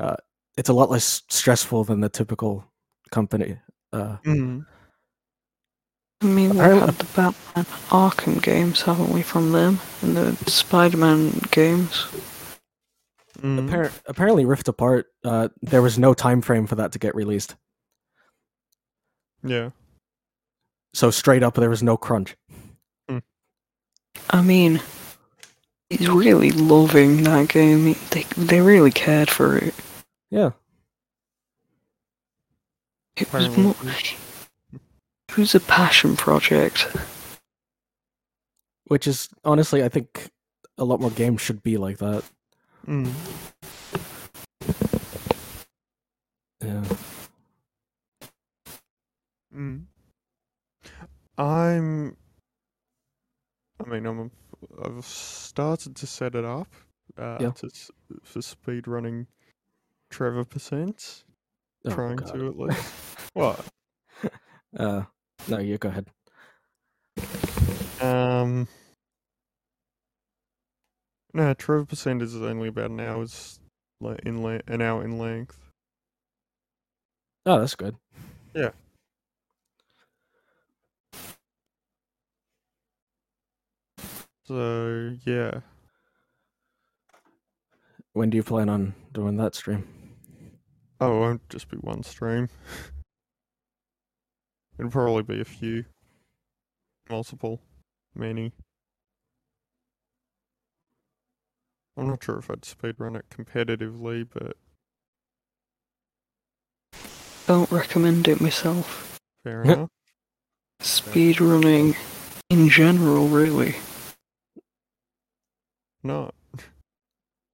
Speaker 2: uh, it's a lot less stressful than the typical company. Uh,
Speaker 1: Mm.
Speaker 3: I mean, we've
Speaker 2: Apparently-
Speaker 3: had the Batman Arkham games, haven't we, from them? And the Spider Man games.
Speaker 1: Mm.
Speaker 2: Appar- apparently, Rift Apart. Uh, there was no time frame for that to get released,
Speaker 1: yeah.
Speaker 2: so straight up there was no crunch.
Speaker 3: I mean, he's really loving that game. He- They, they really cared for it.
Speaker 2: Yeah,
Speaker 3: It was,
Speaker 1: Apparently
Speaker 3: mo-
Speaker 1: it
Speaker 3: it was a passion project.
Speaker 2: which is honestly, I think a lot more games should be like that.
Speaker 1: Mm.
Speaker 2: Yeah. Mm-hmm.
Speaker 1: Mm. I'm. I mean, I'm. I've started to set it up. Uh,
Speaker 2: Yeah.
Speaker 1: to, s- for speed running, Trevor percent.
Speaker 2: Oh,
Speaker 1: trying
Speaker 2: God.
Speaker 1: to at least. what?
Speaker 2: Uh, no, you go ahead.
Speaker 1: Um. No, Trevor percent is only about an hour's le- in le- an hour in length.
Speaker 2: Oh, that's good.
Speaker 1: Yeah. So yeah,
Speaker 2: When do you plan on doing that stream?
Speaker 1: oh, it won't just be one stream. It'll probably be a few, multiple, many. I'm not sure if I'd speedrun it competitively, but
Speaker 3: Don't recommend it myself.
Speaker 1: fair
Speaker 2: Yeah.
Speaker 1: enough.
Speaker 3: Speedrunning in general, really.
Speaker 1: No,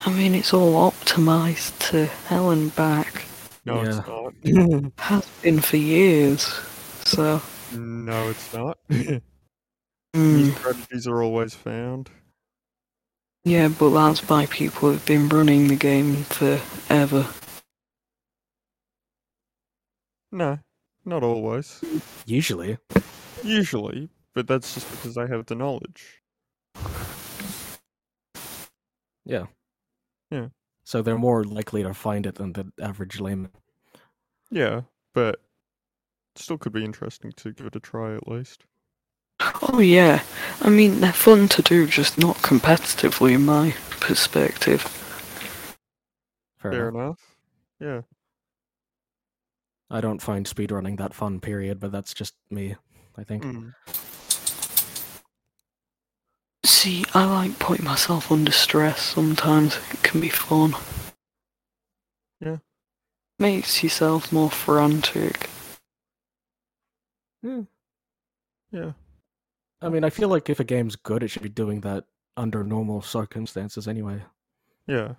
Speaker 3: I mean, it's all optimized to hell and back.
Speaker 1: no,
Speaker 2: Yeah.
Speaker 1: it's not.
Speaker 3: Has been for years. So.
Speaker 1: No, it's not. New Hmm.
Speaker 3: mm.
Speaker 1: strategies are always found.
Speaker 3: Yeah, but that's by people who've been running the game forever.
Speaker 1: No, not always.
Speaker 2: Usually.
Speaker 1: Usually, but that's just because they have the knowledge.
Speaker 2: Yeah.
Speaker 1: Yeah.
Speaker 2: So they're more likely to find it than the average layman.
Speaker 1: Yeah, but still could be interesting to give it a try at least.
Speaker 3: Oh yeah, I mean they're fun to do, just not competitively in my perspective.
Speaker 2: Fair
Speaker 1: Fair
Speaker 2: enough.
Speaker 1: enough. Yeah.
Speaker 2: I don't find speedrunning that fun, period, but that's just me, I think.
Speaker 1: Mm.
Speaker 3: See, I like putting myself under stress sometimes. It can be fun.
Speaker 1: Yeah.
Speaker 3: Makes yourself more frantic.
Speaker 1: Yeah.
Speaker 2: I mean, I feel like if a game's good, it should be doing that under normal circumstances anyway.
Speaker 1: Yeah.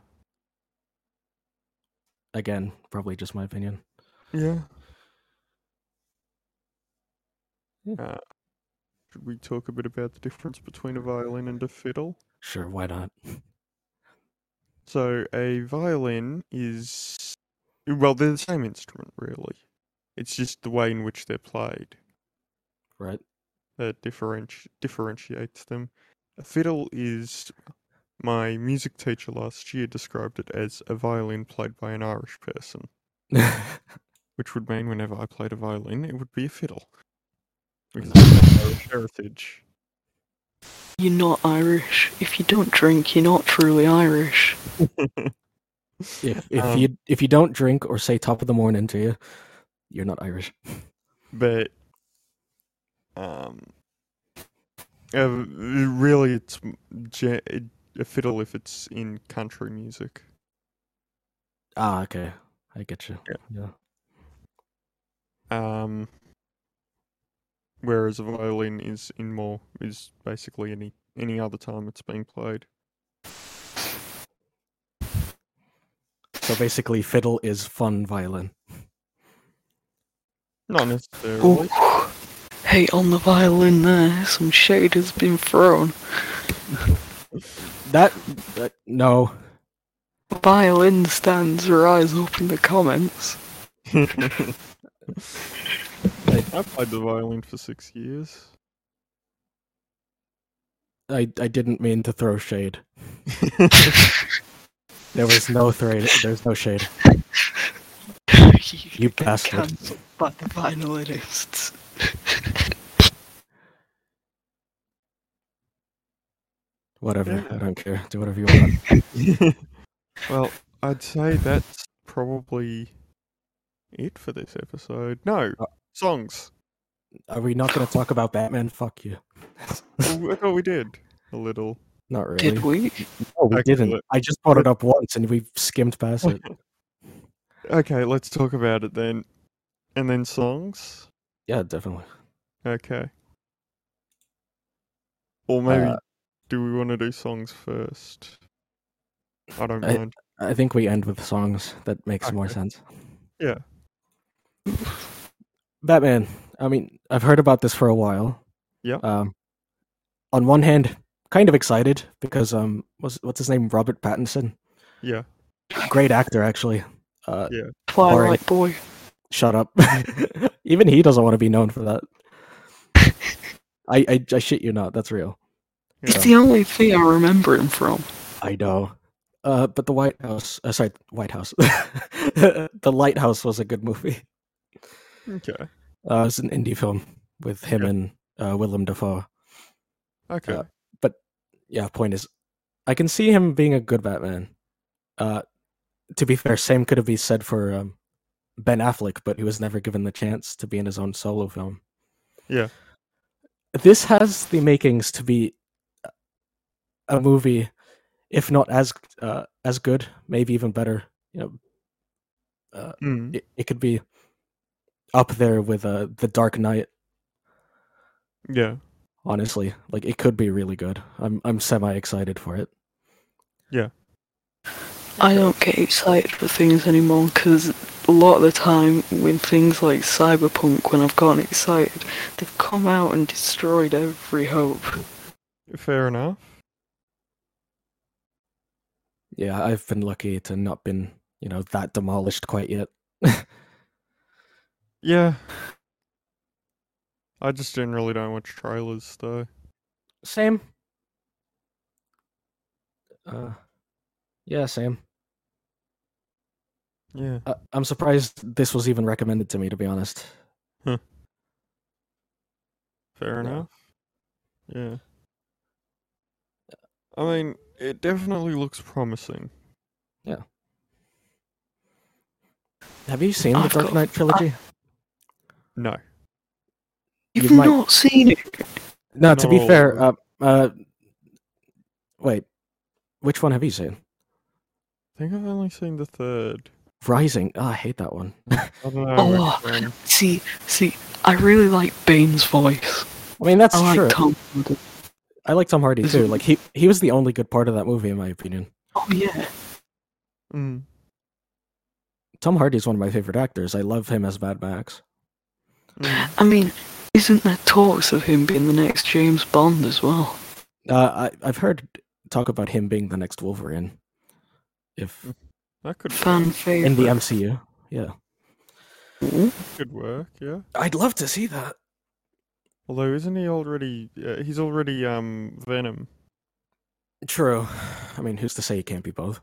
Speaker 2: Again, probably just my opinion.
Speaker 1: Yeah.
Speaker 2: Yeah.
Speaker 1: Uh, should we talk a bit about the difference between a violin and a fiddle?
Speaker 2: Sure, why not?
Speaker 1: So, a violin is. Well, they're the same instrument, really. It's just the way in which they're played
Speaker 2: Right?
Speaker 1: that differenti- differentiates them. A fiddle is. My music teacher last year described it as a violin played by an Irish person. which would mean whenever I played a violin, it would be a fiddle. Because it's Irish heritage.
Speaker 3: You're not Irish. If you don't drink, you're not truly Irish.
Speaker 2: if if
Speaker 1: Um,
Speaker 2: you if you don't drink or say top of the morning to you, you're not Irish.
Speaker 1: But um, uh, really, it's m- ge- a fiddle if it's in country music.
Speaker 2: Ah, okay. I get you.
Speaker 1: Yeah.
Speaker 2: yeah.
Speaker 1: Um, whereas a violin is in more is basically any any other time it's being played.
Speaker 2: So basically, fiddle is fun violin.
Speaker 1: Not necessarily.
Speaker 3: Oh, hey, on the violin there, some shade has been thrown.
Speaker 2: That, that no,
Speaker 3: Violin stands rise up in the comments.
Speaker 1: I played the violin for six years.
Speaker 2: I I didn't mean to throw shade. There was no shade. There's no shade. You
Speaker 3: get
Speaker 2: bastard.
Speaker 3: cancelled by the violinists.
Speaker 2: Whatever.
Speaker 1: Yeah.
Speaker 2: I don't care. Do whatever you want.
Speaker 1: well, I'd say that's probably it for this episode. No,
Speaker 2: Uh,
Speaker 1: songs.
Speaker 2: Are we not going to talk about Batman? Fuck you.
Speaker 1: Oh, I thought we did a little.
Speaker 2: Not really.
Speaker 3: Did we?
Speaker 2: No, we
Speaker 1: Okay,
Speaker 2: didn't.
Speaker 1: look.
Speaker 2: I just brought it up once, and we skimmed past it.
Speaker 1: Okay, let's talk about it then. And then songs.
Speaker 2: Yeah, definitely.
Speaker 1: Okay. Or maybe
Speaker 2: Uh,
Speaker 1: do we want to do songs first? I don't
Speaker 2: I-
Speaker 1: mind.
Speaker 2: I think we end with songs. That makes more
Speaker 1: Okay.
Speaker 2: sense.
Speaker 1: Yeah.
Speaker 2: Batman. I mean, I've heard about this for a while.
Speaker 1: Yeah.
Speaker 2: Um, on one hand, kind of excited because um, what's what's his name? Robert Pattinson,
Speaker 1: Yeah.
Speaker 2: great actor actually. Uh,
Speaker 3: Twilight Boy.
Speaker 2: shut up. Even he doesn't want to be known for that. I, I I shit you not. That's real.
Speaker 3: It's the only thing I remember him from.
Speaker 2: I know. Uh, but the White House. Uh, sorry, White House. the Lighthouse was a good movie.
Speaker 1: Okay.
Speaker 2: Uh, it's an indie film with him
Speaker 1: Yeah.
Speaker 2: and uh, Willem Dafoe.
Speaker 1: Okay.
Speaker 2: Uh, yeah, point is, I can see him being a good Batman. Uh, to be fair, same could have been said for um, Ben Affleck, but he was never given the chance to be in his own solo film.
Speaker 1: Yeah.
Speaker 2: this has the makings to be a movie, if not as uh, as good, maybe even better. You know,
Speaker 1: Mm,
Speaker 2: it, it could be up there with uh, the Dark Knight.
Speaker 1: yeah.
Speaker 2: Honestly, like it could be really good. I'm I'm semi excited for it.
Speaker 3: I don't get excited for things anymore because a lot of the time when things like Cyberpunk, when I've gotten excited, they've come out and destroyed every hope.
Speaker 1: Fair enough.
Speaker 2: Yeah, I've been lucky to not been you know that demolished quite yet.
Speaker 1: Yeah. I just generally don't watch trailers though.
Speaker 2: Same. Uh, Yeah, same.
Speaker 1: Yeah.
Speaker 2: Uh, I'm surprised this was even recommended to me, to be honest.
Speaker 1: Fair
Speaker 2: Yeah.
Speaker 1: enough. Yeah. I mean, it definitely looks promising.
Speaker 2: Have you seen the
Speaker 3: I've
Speaker 2: Dark
Speaker 3: got-
Speaker 2: Knight trilogy?
Speaker 1: No.
Speaker 2: You
Speaker 3: You've
Speaker 2: might-
Speaker 3: not seen it.
Speaker 2: No, to be
Speaker 1: No.
Speaker 2: fair, uh, uh, wait, which one have you seen?
Speaker 1: I think I've only seen the third.
Speaker 2: Rising. Oh, I hate that one. I
Speaker 1: I don't know.
Speaker 3: Oh,
Speaker 1: which one.
Speaker 3: See, see, I really like Bane's voice.
Speaker 2: mean, that's
Speaker 3: Oh, I like
Speaker 2: true.
Speaker 3: Tom. Holland.
Speaker 2: I like Tom Hardy
Speaker 3: Is
Speaker 2: too.
Speaker 3: it-
Speaker 2: Like he, he was the only good part of that movie, in my opinion.
Speaker 3: Oh yeah,
Speaker 1: Mm.
Speaker 2: Tom Hardy is one of my favorite actors. I love him as Mad Max.
Speaker 1: Mm.
Speaker 3: I mean, isn't there talks of him being the next James Bond as well?
Speaker 2: Uh, I, I've heard talk about him being the next Wolverine, if
Speaker 1: That could
Speaker 3: Fan
Speaker 2: in
Speaker 3: favorite.
Speaker 2: the MCU. Yeah,
Speaker 1: could work, yeah.
Speaker 2: I'd love to see that.
Speaker 1: Although isn't he already? Uh, he's already um Venom.
Speaker 2: True. I mean, who's to say he can't be both?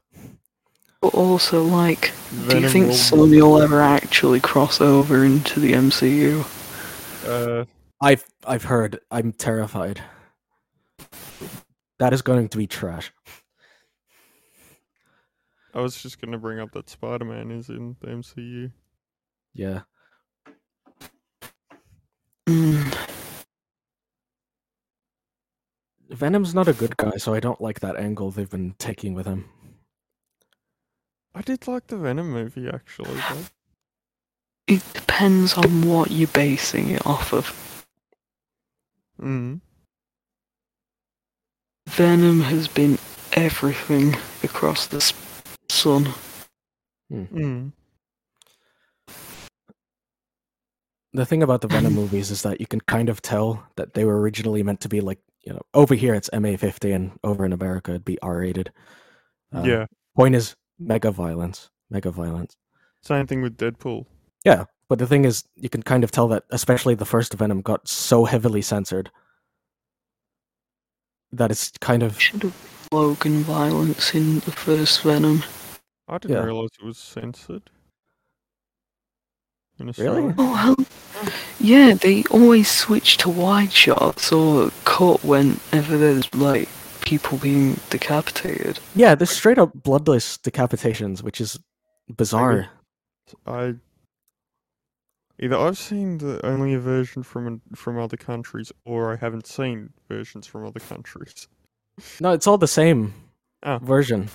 Speaker 3: But also, like, do
Speaker 1: Venom
Speaker 3: you think
Speaker 1: will-
Speaker 3: Sony will ever actually cross over into the MCU?
Speaker 1: Uh,
Speaker 2: I've I've heard. I'm terrified. That is going to be trash.
Speaker 1: I was just gonna bring up that Spider-Man is in the MCU.
Speaker 2: Yeah.
Speaker 3: Mm,
Speaker 2: Venom's not a good guy, so I don't like that angle they've been taking with him.
Speaker 1: I did like the Venom movie actually. Though.
Speaker 3: it depends on what you're basing it off of.
Speaker 1: Mm.
Speaker 3: Venom has been everything across the s- sun.
Speaker 1: Mm.
Speaker 2: The thing about the Venom movies is that you can kind of tell that they were originally meant to be like, you know, over here it's MA 15, over in America it'd be R rated. Um,
Speaker 3: Oh.
Speaker 1: yeah.
Speaker 2: Point is, mega violence. Mega violence.
Speaker 1: Same thing with Deadpool.
Speaker 2: Yeah. But the thing is, you can kind of tell that, especially the first Venom, got so heavily censored that it's kind of.
Speaker 3: Should have Logan violence in the first Venom.
Speaker 1: I didn't
Speaker 2: Yeah.
Speaker 1: realize it was censored. In
Speaker 2: Really?
Speaker 1: Australia.
Speaker 3: Oh hell, yeah! They always switch to wide shots or cut whenever there's like people being decapitated.
Speaker 2: Yeah, there's straight up bloodless decapitations, which is bizarre.
Speaker 1: I either I've seen the only a version from from other countries, or I haven't seen versions from other countries.
Speaker 2: No, it's all the same
Speaker 1: Oh.
Speaker 2: version.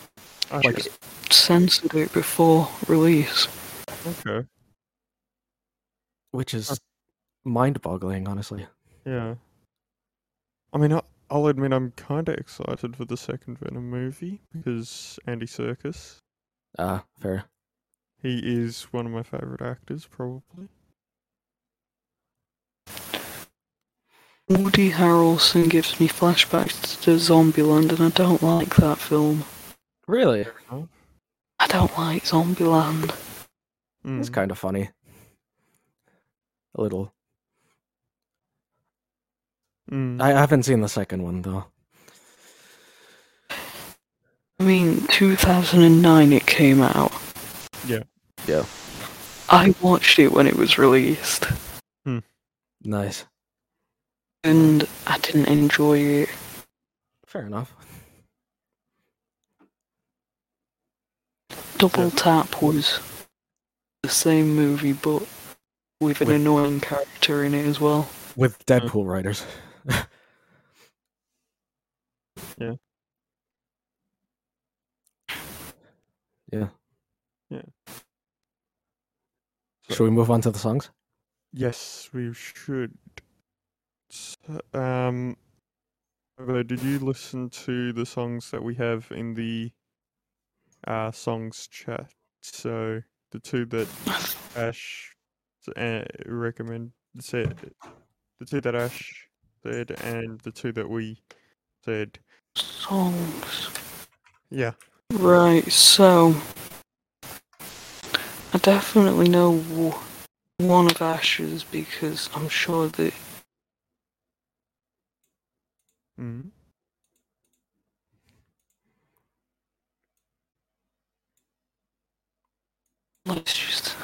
Speaker 1: I
Speaker 2: Like,
Speaker 1: just-
Speaker 3: Censored it before release.
Speaker 1: okay.
Speaker 2: which is mind-boggling, honestly.
Speaker 1: Yeah. I mean, I, I'll admit I'm kind of excited for the second Venom movie because Andy Serkis,
Speaker 2: Uh, fair.
Speaker 1: he is one of my favorite actors, probably.
Speaker 3: Woody Harrelson gives me flashbacks to Zombieland, and I don't like that film.
Speaker 2: Really?
Speaker 3: I don't like Zombieland.
Speaker 2: It's
Speaker 1: Mm.
Speaker 2: kind of funny. A little.
Speaker 1: Mm.
Speaker 2: I I haven't seen the second one though.
Speaker 3: I mean, 2009 it came out.
Speaker 1: Yeah.
Speaker 2: Yeah.
Speaker 3: I watched it when it was released,
Speaker 2: Nice.
Speaker 3: and I didn't enjoy it.
Speaker 2: Fair enough.
Speaker 3: Double
Speaker 1: Yeah.
Speaker 3: Tap was the same movie, but with an
Speaker 2: With-
Speaker 3: annoying character in it as well.
Speaker 2: With
Speaker 1: Mm.
Speaker 2: Deadpool writers.
Speaker 1: Yeah.
Speaker 2: Yeah.
Speaker 1: Yeah.
Speaker 2: Should we move on to the songs?
Speaker 1: Yes, we should. S- Um, Robo, did you listen to the songs that we have in the uh, songs chat? So the two that Ash s- uh, recommend said, the two that Ash said, and the two that we said.
Speaker 3: Songs.
Speaker 1: Yeah.
Speaker 3: Right, so. I definitely know w- one of Ash's because I'm sure that
Speaker 1: Mm-hmm. Mm.
Speaker 3: Let's just.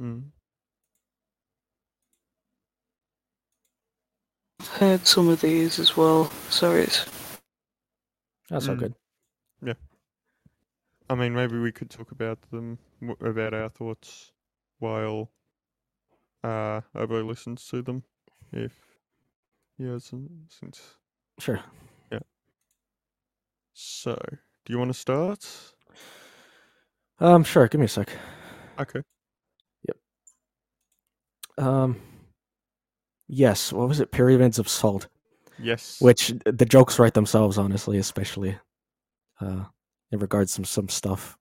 Speaker 1: Mm.
Speaker 3: I've heard some of these as well. Sorry, it's
Speaker 2: That's all
Speaker 1: Mm.
Speaker 2: good.
Speaker 1: I mean, maybe we could talk about them, w- about our thoughts, while uh, Obo listens to them, if he hasn't since.
Speaker 2: Sure.
Speaker 1: So, do you want to start?
Speaker 2: Um, sure. Give me a sec.
Speaker 1: Okay.
Speaker 2: Um, yes. What was it? Pyramids of Salt,
Speaker 1: Yes.
Speaker 2: which the jokes write themselves, honestly, especially uh, in regards to some stuff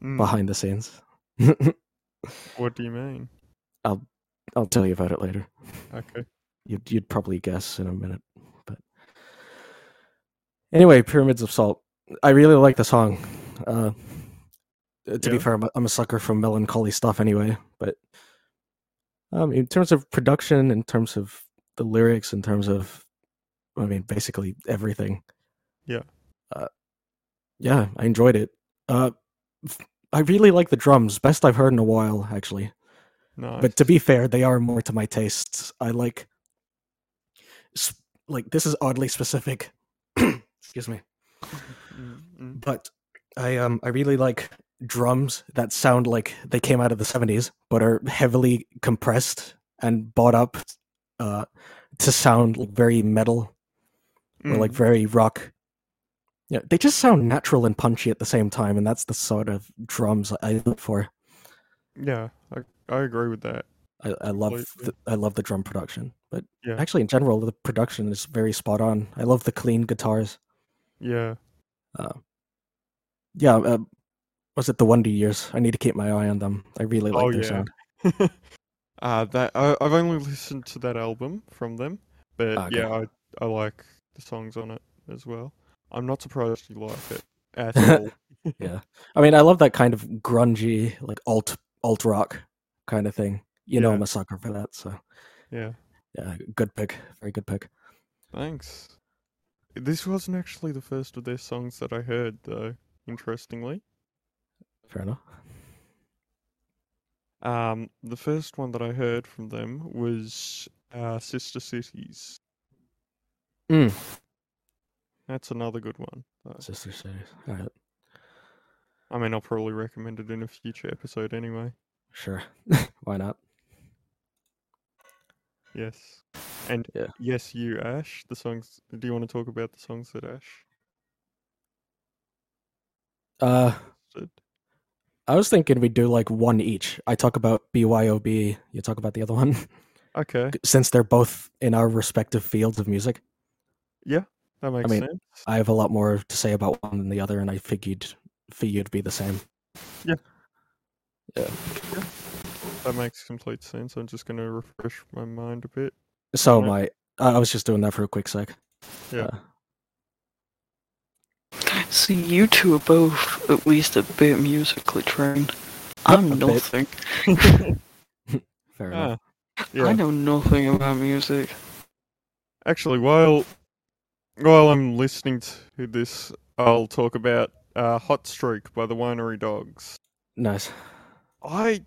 Speaker 1: Mm,
Speaker 2: behind the scenes.
Speaker 1: What do you mean?
Speaker 2: I'll tell you about it later.
Speaker 1: Okay.
Speaker 2: You'd, you'd probably guess in a minute, but anyway, Pyramids of Salt. I really like the song. Uh, to be
Speaker 1: Yeah.
Speaker 2: fair, I'm a- I'm a sucker for melancholy stuff anyway. But um, in terms of production, in terms of the lyrics, in terms of, I mean, basically everything.
Speaker 1: Yeah.
Speaker 2: Uh, yeah, I enjoyed it. Uh, f- I really like the drums. Best I've heard in a while, actually
Speaker 1: Nice.
Speaker 2: but to be fair, they are more to my tastes. I like, s- like this is oddly specific. Excuse me,
Speaker 1: Mm, mm.
Speaker 2: but I um I really like drums that sound like they came out of the seventies, but are heavily compressed and bought up uh, to sound like very metal or like
Speaker 1: Mm,
Speaker 2: very rock. Yeah, they just sound natural and punchy at the same time, and that's the sort of drums I look for.
Speaker 1: yeah, I, I agree with that.
Speaker 2: I, I love
Speaker 1: Completely.
Speaker 2: the, I love the drum production, but
Speaker 1: Yeah.
Speaker 2: actually in general the production is very spot on. I love the clean guitars. Uh,
Speaker 1: Yeah.
Speaker 2: Yeah, uh, was it the Wonder Years? I need to keep my eye on them. I really like
Speaker 1: Oh,
Speaker 2: their
Speaker 1: yeah.
Speaker 2: sound.
Speaker 1: uh, that I, I've only listened to that album from them, but
Speaker 2: Ah, okay.
Speaker 1: yeah, I, I like the songs on it as well. I'm not surprised you like it at all.
Speaker 2: I mean, I love that kind of grungy, like alt alt rock kind of thing. You know,
Speaker 1: Yeah.
Speaker 2: I'm a sucker for that. So
Speaker 1: Yeah.
Speaker 2: yeah, good pick, very good pick.
Speaker 1: Thanks. This wasn't actually the first of their songs that I heard, though. Interestingly,
Speaker 2: Fair enough.
Speaker 1: um, the first one that I heard from them was uh, "Sister Cities."
Speaker 2: Mm.
Speaker 1: That's another good one. though.
Speaker 2: Sister Cities. All right,
Speaker 1: I mean, I'll probably recommend it in a future episode anyway.
Speaker 2: sure. Why not?
Speaker 1: Yes. And
Speaker 2: Yeah.
Speaker 1: yes, you, Ash. The songs. Do you want to talk about the songs that Ash
Speaker 2: Uh,
Speaker 1: did?
Speaker 2: I was thinking we do like one each. I talk about BYOB. You talk about the other one.
Speaker 1: Okay,
Speaker 2: since they're both in our respective fields of music,
Speaker 1: that makes
Speaker 2: mean,
Speaker 1: sense.
Speaker 2: I have a lot more to say about one than the other, and I figured for you to be the same.
Speaker 1: That makes complete sense. I'm just gonna refresh my mind a bit.
Speaker 2: So
Speaker 1: Right.
Speaker 2: my, I I was just doing that for a quick sec.
Speaker 1: Yeah.
Speaker 2: Uh,
Speaker 3: So you two are both at least a bit musically trained.
Speaker 2: a
Speaker 3: I'm
Speaker 2: bit.
Speaker 3: nothing.
Speaker 2: fair
Speaker 1: Ah,
Speaker 2: enough.
Speaker 1: yeah.
Speaker 3: I know nothing about music.
Speaker 1: Actually, while while I'm listening to this, I'll talk about uh, "Hot Streak" by the Winery Dogs.
Speaker 2: Nice.
Speaker 1: I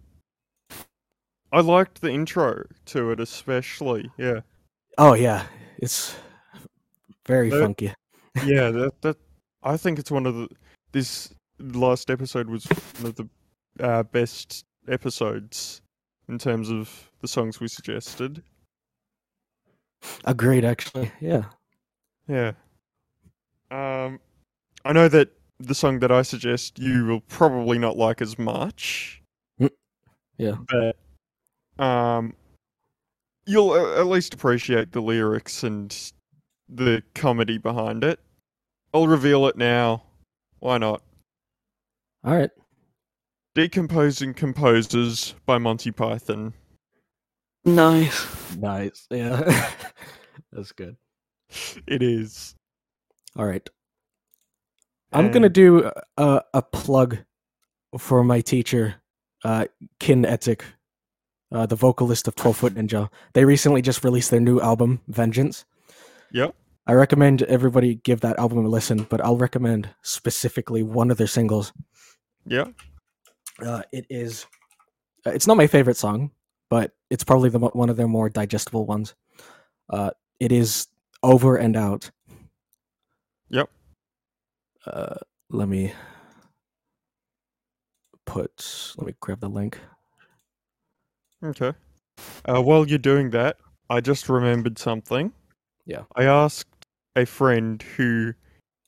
Speaker 1: I liked the intro to it especially. Yeah,
Speaker 2: Oh yeah, it's very
Speaker 1: They're-
Speaker 2: funky.
Speaker 1: yeah. That that I think it's one of the this last episode was one of the uh, best episodes in terms of the songs we suggested.
Speaker 2: Agreed, actually. Yeah.
Speaker 1: Yeah. Um, I know that the song that I suggest you will probably not like as much.
Speaker 2: Mm. Yeah.
Speaker 1: But um, you'll a- at least appreciate the lyrics and the comedy behind it. I'll reveal it now. Why not?
Speaker 2: All right.
Speaker 1: Decomposing Composers by Monty Python.
Speaker 3: Nice.
Speaker 2: Nice. Yeah. That's good.
Speaker 1: It is.
Speaker 2: All right. I'm gonna
Speaker 1: And-
Speaker 2: do a, a plug for my teacher, uh, Kin Etik, uh, the vocalist of Twelve Foot Ninja. They recently just released their new album, Vengeance.
Speaker 1: Yep.
Speaker 2: I recommend everybody give that album a listen, but I'll recommend specifically one of their singles.
Speaker 1: Yeah.
Speaker 2: Uh, it is. uh, It's not my favorite song, but it's probably the mo- one of their more digestible ones. Uh, it is over and out.
Speaker 1: Yep.
Speaker 2: Uh, let me put. Let me grab the link.
Speaker 1: Okay. Uh, while you're doing that, I just remembered something.
Speaker 2: Yeah.
Speaker 1: I asked a friend who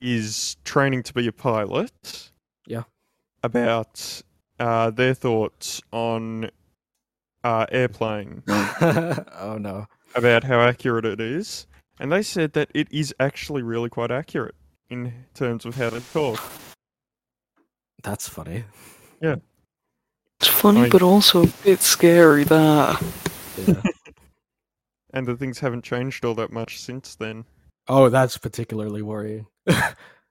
Speaker 1: is training to be a pilot.
Speaker 2: Yeah.
Speaker 1: About uh, their thoughts on uh, airplane,
Speaker 2: oh no.
Speaker 1: about how accurate it is, and they said that it is actually really quite accurate in terms of how they talk.
Speaker 2: That's funny.
Speaker 3: It's funny,
Speaker 1: Right.
Speaker 3: but also a bit scary. That
Speaker 2: Yeah.
Speaker 1: And the things haven't changed all that much since then.
Speaker 2: oh, that's particularly worrying.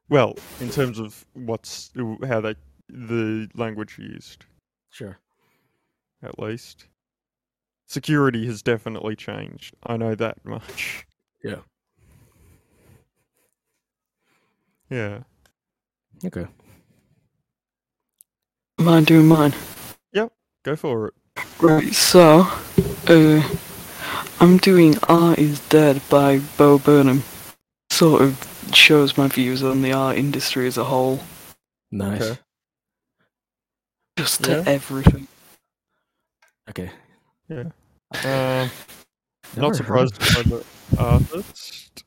Speaker 1: Well, in terms of what's how they the language used.
Speaker 2: Sure.
Speaker 1: at least. Security has definitely changed. I know that much.
Speaker 2: Yeah.
Speaker 1: Yeah.
Speaker 2: Okay.
Speaker 3: am I doing mine?
Speaker 1: Go for it.
Speaker 3: Right. So, uh, I'm doing "Art Is Dead" by Bo Burnham. Sort of shows my views on the art industry as a whole,
Speaker 2: Nice.
Speaker 1: Okay.
Speaker 3: just
Speaker 1: Yeah.
Speaker 3: to everything.
Speaker 2: Okay.
Speaker 1: Yeah. Um,
Speaker 2: Never
Speaker 1: not surprised
Speaker 2: Heard,
Speaker 1: by the artist.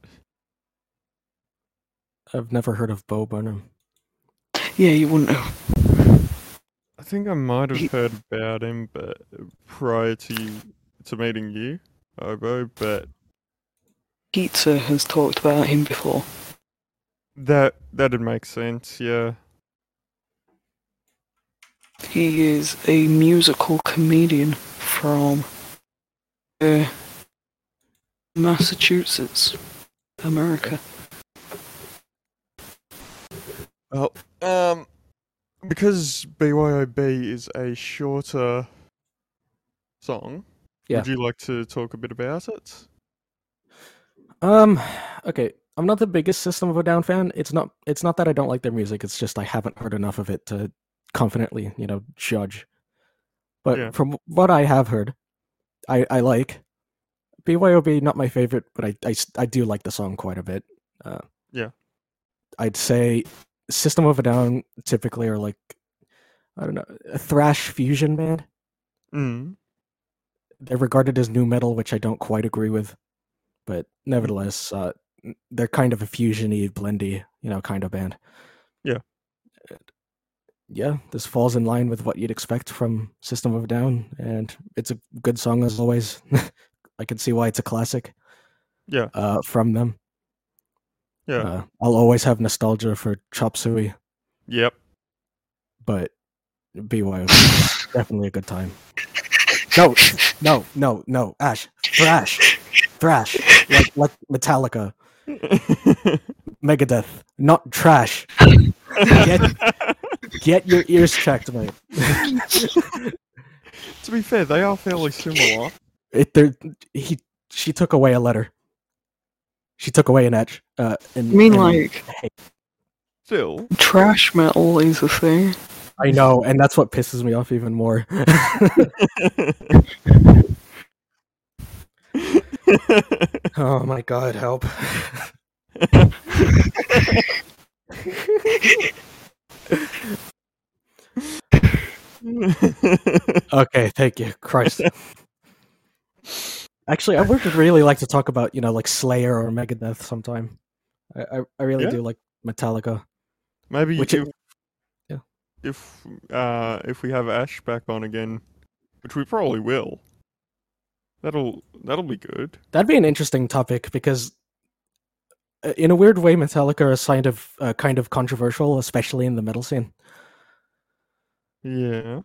Speaker 2: I've never heard of Bo Burnham.
Speaker 3: Yeah, you wouldn't have.
Speaker 1: I think I might
Speaker 3: He-
Speaker 1: have heard about him, but prior to you, to meeting you, Obo, but
Speaker 3: Pizza has talked about him before.
Speaker 1: that that'd make sense. Yeah.
Speaker 3: He is a musical comedian from uh, Massachusetts, America.
Speaker 1: Well, um, because BYOB is a shorter song,
Speaker 2: Yeah.
Speaker 1: would you like to talk a bit about it?
Speaker 2: Um, okay. I'm not the biggest System of a Down fan. It's not. It's not that I don't like their music. It's just I haven't heard enough of it to confidently, you know, judge. But
Speaker 1: Yeah.
Speaker 2: from what I have heard, I I like BYOB. Not my favorite, but I I, s- I do like the song quite a bit. Uh,
Speaker 1: Yeah.
Speaker 2: I'd say System of a Down typically are like I don't know a thrash fusion band.
Speaker 1: Mm.
Speaker 2: they're regarded as new metal, which I don't quite agree with, but nevertheless, uh, n- they're kind of a fusiony, blendy, you know, kind of band.
Speaker 1: Yeah.
Speaker 2: And, yeah, this falls in line with what you'd expect from System of a Down, and it's a good song as always. I can see why it's a classic.
Speaker 1: Yeah.
Speaker 2: Uh, from them.
Speaker 1: Yeah.
Speaker 2: Uh, I'll always have nostalgia for Chop Suey,
Speaker 1: Yep.
Speaker 2: but BYO definitely a good time. No, no, no, no, Ash, thrash, thrash. like like Metallica, Megadeth, not trash. Get get your ears checked, mate.
Speaker 1: to be fair, they are fairly similar.
Speaker 2: It, there, he she took away a letter. She took away an edge. Uh, and,
Speaker 3: I mean,
Speaker 2: and-
Speaker 3: like,
Speaker 1: Still,
Speaker 3: trash metal is a thing.
Speaker 2: I know, and that's what pisses me off even more. oh my god, help! Okay, thank you, Christ. Actually, I would really like to talk about you know like Slayer or Megadeth sometime. I I, I really
Speaker 1: Yeah.
Speaker 2: do like Metallica.
Speaker 1: maybe
Speaker 2: Which
Speaker 1: if,
Speaker 2: it- Yeah.
Speaker 1: if uh if we have Ash back on again, which we probably will, that'll that'll be good.
Speaker 2: That'd be an interesting topic because, uh, in a weird way, Metallica are kind of uh, kind of controversial, especially in the metal scene.
Speaker 1: Yeah.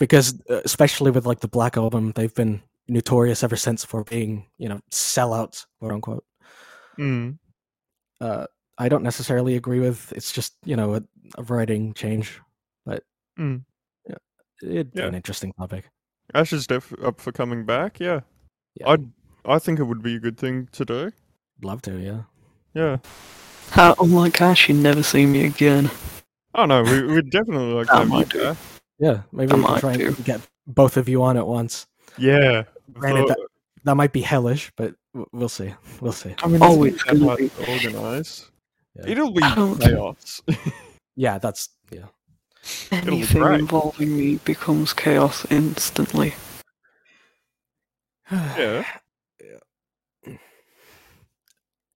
Speaker 2: Because uh, especially with like the Black Album, they've been notorious ever since for being you know sellouts, quote unquote.
Speaker 1: Mm.
Speaker 2: Uh, I don't necessarily agree with. It's just you know a, a writing change, but
Speaker 1: Mm.
Speaker 2: yeah, it'd be
Speaker 1: Yeah.
Speaker 2: an interesting topic.
Speaker 1: Ash is def- up for coming back. Yeah.
Speaker 2: Yeah,
Speaker 1: I'd I think it would be a good thing to do.
Speaker 2: love to. Yeah,
Speaker 1: Yeah.
Speaker 3: How, unlike Ash, you never see me again.
Speaker 1: Oh no, we would definitely like
Speaker 3: I
Speaker 1: that.
Speaker 3: might
Speaker 1: mute
Speaker 3: do.
Speaker 1: there.
Speaker 2: Yeah, maybe
Speaker 3: I
Speaker 2: we can
Speaker 3: might
Speaker 2: try
Speaker 3: do.
Speaker 2: and get both of you on at once.
Speaker 1: Yeah.
Speaker 2: Granted,
Speaker 1: Thought-
Speaker 2: that, that might be hellish, but w- we'll see. We'll see.
Speaker 1: I mean,
Speaker 3: Oh,
Speaker 1: it's
Speaker 3: it's
Speaker 1: not that
Speaker 3: gonna
Speaker 1: hard
Speaker 3: be-
Speaker 1: to organize.
Speaker 2: Yeah.
Speaker 1: It'll be
Speaker 3: I don't-
Speaker 1: chaos.
Speaker 2: Yeah, that's yeah.
Speaker 1: be
Speaker 3: Anything
Speaker 1: great.
Speaker 3: involving me becomes chaos instantly.
Speaker 1: yeah.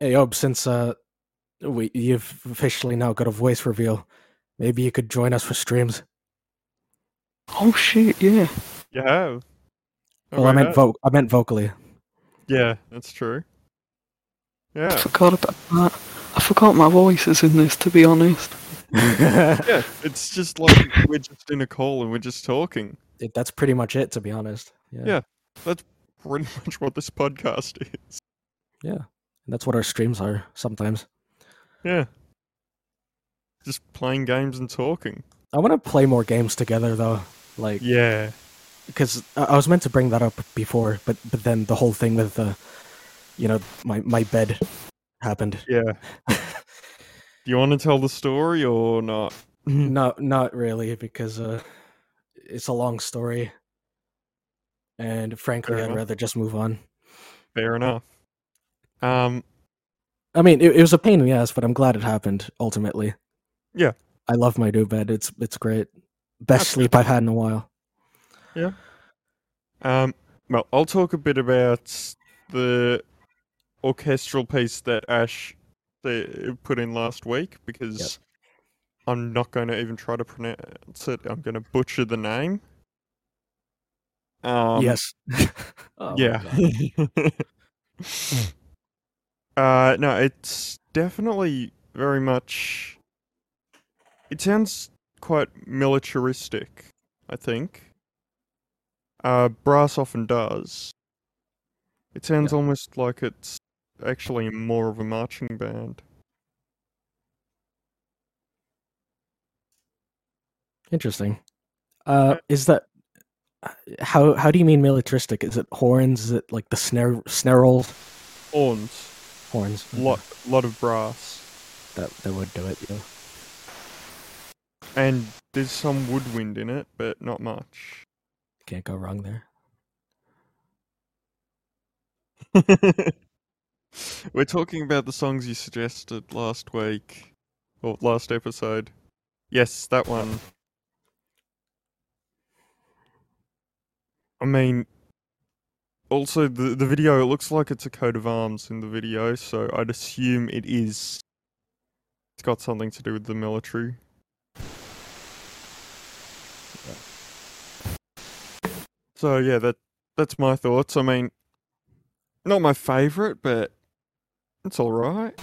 Speaker 2: Hey, Ob, since uh, we you've officially now got a voice reveal, maybe you could join us for streams.
Speaker 3: Oh shit, yeah.
Speaker 1: You have. Oh,
Speaker 2: well, I
Speaker 1: wait,
Speaker 2: meant
Speaker 1: that-
Speaker 2: vo- I meant vocally.
Speaker 1: Yeah, that's true.
Speaker 3: I
Speaker 1: Yeah.
Speaker 3: forgot about that. I forgot my voice is in this, to be honest.
Speaker 1: Yeah. It's just like we're just in a call and we're just talking.
Speaker 2: It- that's pretty much it, to be honest. Yeah.
Speaker 1: Yeah. Pretty much what this podcast is.
Speaker 2: And that's what our streams are sometimes.
Speaker 1: Yeah. Just playing games and talking.
Speaker 2: I want to play more games together, though. Like,
Speaker 1: Yeah.
Speaker 2: because I I was meant to bring that up before, but but then the whole thing with the, you know, my my bed happened.
Speaker 1: Yeah. Do you want to tell the story or not?
Speaker 2: No, not really, because uh, it's a long story, and frankly,
Speaker 1: Fair
Speaker 2: I'd
Speaker 1: enough.
Speaker 2: rather just move on.
Speaker 1: Fair enough. Um,
Speaker 2: I mean, it, it was a pain in the ass, but I'm glad it happened ultimately.
Speaker 1: Yeah.
Speaker 2: I love my new bed. It's it's great. Best
Speaker 1: That's good.
Speaker 2: sleep I've had in a while.
Speaker 1: um, well, I'll talk a bit about the orchestral piece that Ash uh, put in last week because I'm not going to even try to pronounce it. I'm going to butcher the name. Um,
Speaker 2: yes. Oh my God.
Speaker 1: yeah. uh, no, it's definitely very much. It sounds quite militaristic, I think. Uh, brass often does. It sounds almost like it's actually more of a marching band.
Speaker 2: Interesting. Uh, is that how how do you mean militaristic? Is it horns? Is it like the snare snare roll
Speaker 1: Horns,
Speaker 2: horns? Okay,
Speaker 1: lot, lot of brass.
Speaker 2: That that would do it. Yeah.
Speaker 1: And there's some woodwind in it, but not much.
Speaker 2: Can't go wrong there.
Speaker 1: We're talking about the songs you suggested last week or last episode. Yes, that one. I mean, also the the video. It looks like it's a coat of arms in the video, so I'd assume it is. It's got something to do with the military. So yeah, that that's my thoughts. I mean, not my favorite, but it's all right.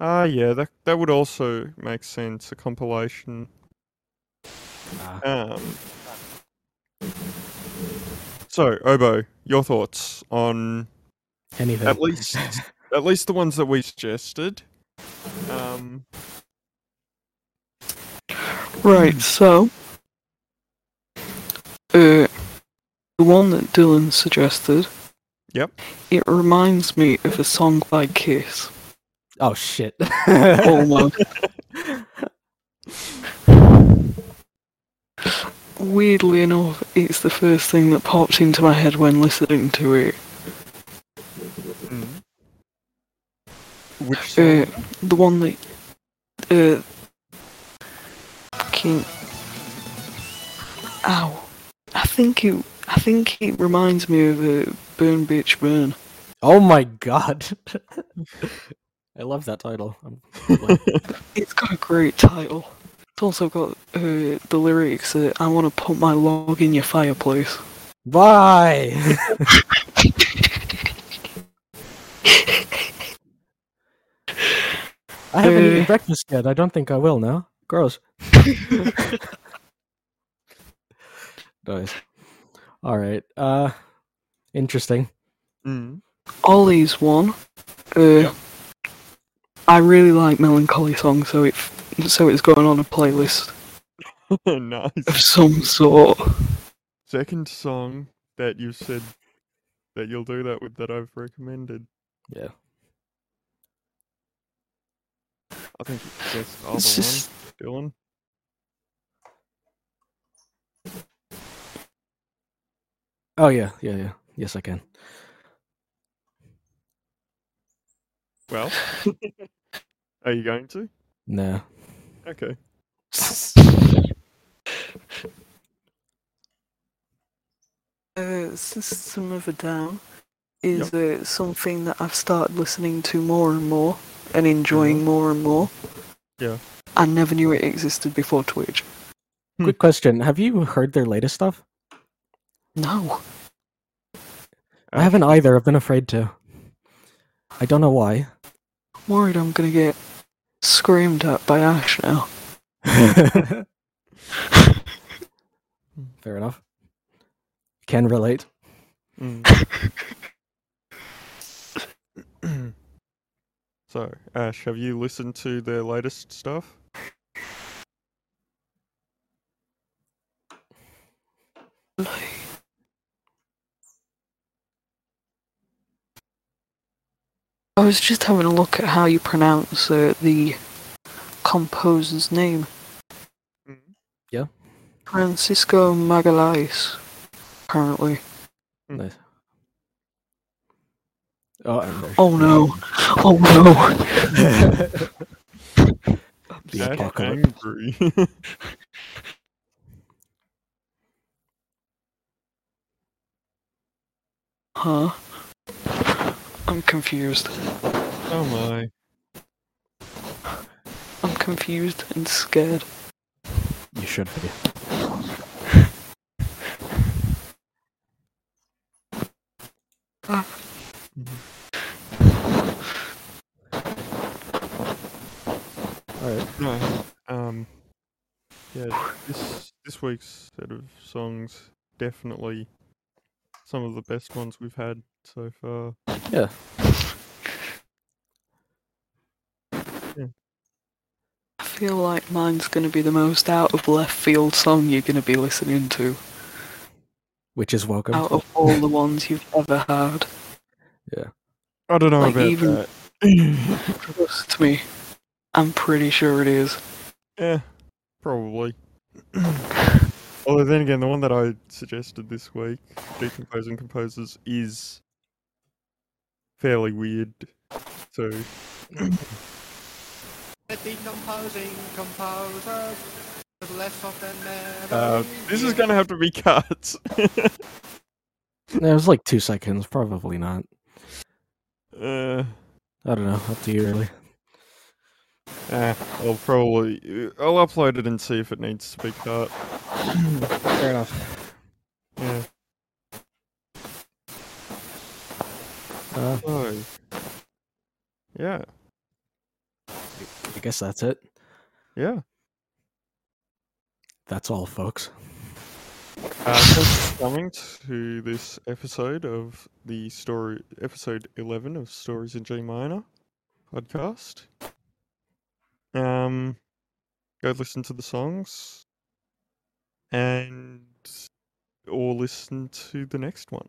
Speaker 1: Ah, yeah, that that would also make sense. A compilation.
Speaker 2: Ah.
Speaker 1: Um. So, Obo, your thoughts on
Speaker 2: Anything.
Speaker 1: at least at least the ones that we suggested? Um.
Speaker 3: Right, so. Uh, the one that Dylan suggested.
Speaker 1: Yep.
Speaker 3: It reminds me of a song by Kiss.
Speaker 2: oh shit.
Speaker 1: Oh
Speaker 3: Almost. Weirdly enough, it's the first thing that popped into my head when listening to it.
Speaker 1: mm. Which
Speaker 3: Uh,
Speaker 1: song?
Speaker 3: the one that. Uh, fucking. Ow. I think it. I think it reminds me of uh, Burn Bitch Burn.
Speaker 2: Oh my god. I love that title. I'm like,
Speaker 3: It's got a great title. It's also got uh, the lyrics that I want to put my log in your fireplace.
Speaker 2: Bye. I haven't eaten
Speaker 3: Uh.
Speaker 2: breakfast yet. I don't think I will now. Gross. nice. All right. Uh, interesting.
Speaker 1: Mm.
Speaker 3: Ollie's one. Uh, I really like melancholy songs, so it so it's going on a playlist of
Speaker 1: Mm. nice.
Speaker 3: some sort.
Speaker 1: Second song that you said that you'll do that with that I've recommended.
Speaker 2: Yeah.
Speaker 1: I think it's just all
Speaker 3: It's
Speaker 1: the
Speaker 3: just
Speaker 1: one, Dylan.
Speaker 2: Oh yeah, yeah, yeah. Yes, I can.
Speaker 1: Well, are you going to?
Speaker 2: Nah.
Speaker 1: Okay.
Speaker 3: uh, System of a Down is uh, something that I've started listening to more and more and enjoying more and more.
Speaker 1: Yeah.
Speaker 3: I never knew it existed before Twitch.
Speaker 1: Hmm.
Speaker 2: Quick question: Have you heard their latest stuff?
Speaker 3: No.
Speaker 2: I haven't either. I've been afraid to. I don't know why.
Speaker 3: I'm worried I'm going to get screamed at by Ash now.
Speaker 2: Fair enough. Can relate.
Speaker 1: Hmm. Mm. so, Ash, have you listened to their latest stuff?
Speaker 3: I was just having a look at how you pronounce uh, the composer's name.
Speaker 1: Hmm.
Speaker 3: Francisco Magalhães, apparently.
Speaker 2: Nice. Oh, and there's-
Speaker 3: Oh no! Oh no!
Speaker 2: The
Speaker 1: Ash
Speaker 2: apocalypse.
Speaker 1: angry.
Speaker 3: Huh? I'm confused.
Speaker 1: oh my.
Speaker 3: I'm confused and scared.
Speaker 2: You should be. All right.
Speaker 3: Hmm.
Speaker 1: No. Um. Yeah. This this week's set of songs definitely some of the best ones we've had so far.
Speaker 2: Yeah.
Speaker 3: I feel like mine's gonna be the most out of left field song you're gonna be listening to
Speaker 2: Which is welcome.
Speaker 3: out of all the ones you've ever had.
Speaker 1: I don't know
Speaker 3: Like,
Speaker 1: about
Speaker 3: even-
Speaker 1: that.
Speaker 3: Trust me, I'm pretty sure it is.
Speaker 1: Yeah, Eh, probably. Although then again, the one that I suggested this week, decomposing composers, is fairly weird. So
Speaker 4: The decomposing composers have left off their memories.
Speaker 1: uh, this is going to have to be cut.
Speaker 2: No, it was like two seconds. Probably not.
Speaker 1: uh,
Speaker 2: I don't know. Up to you, really.
Speaker 1: ah, I'll probably I'll upload it and see if it needs to be cut.
Speaker 2: Fair enough.
Speaker 1: Yeah.
Speaker 2: Uh,
Speaker 1: So, Oh. yeah,
Speaker 2: I guess that's it.
Speaker 1: yeah.
Speaker 2: That's all, folks.
Speaker 1: Uh, thanks for coming to this episode of the story, episode 11 of Stories in G Minor podcast. Um, go listen to the songs and or listen to the next one.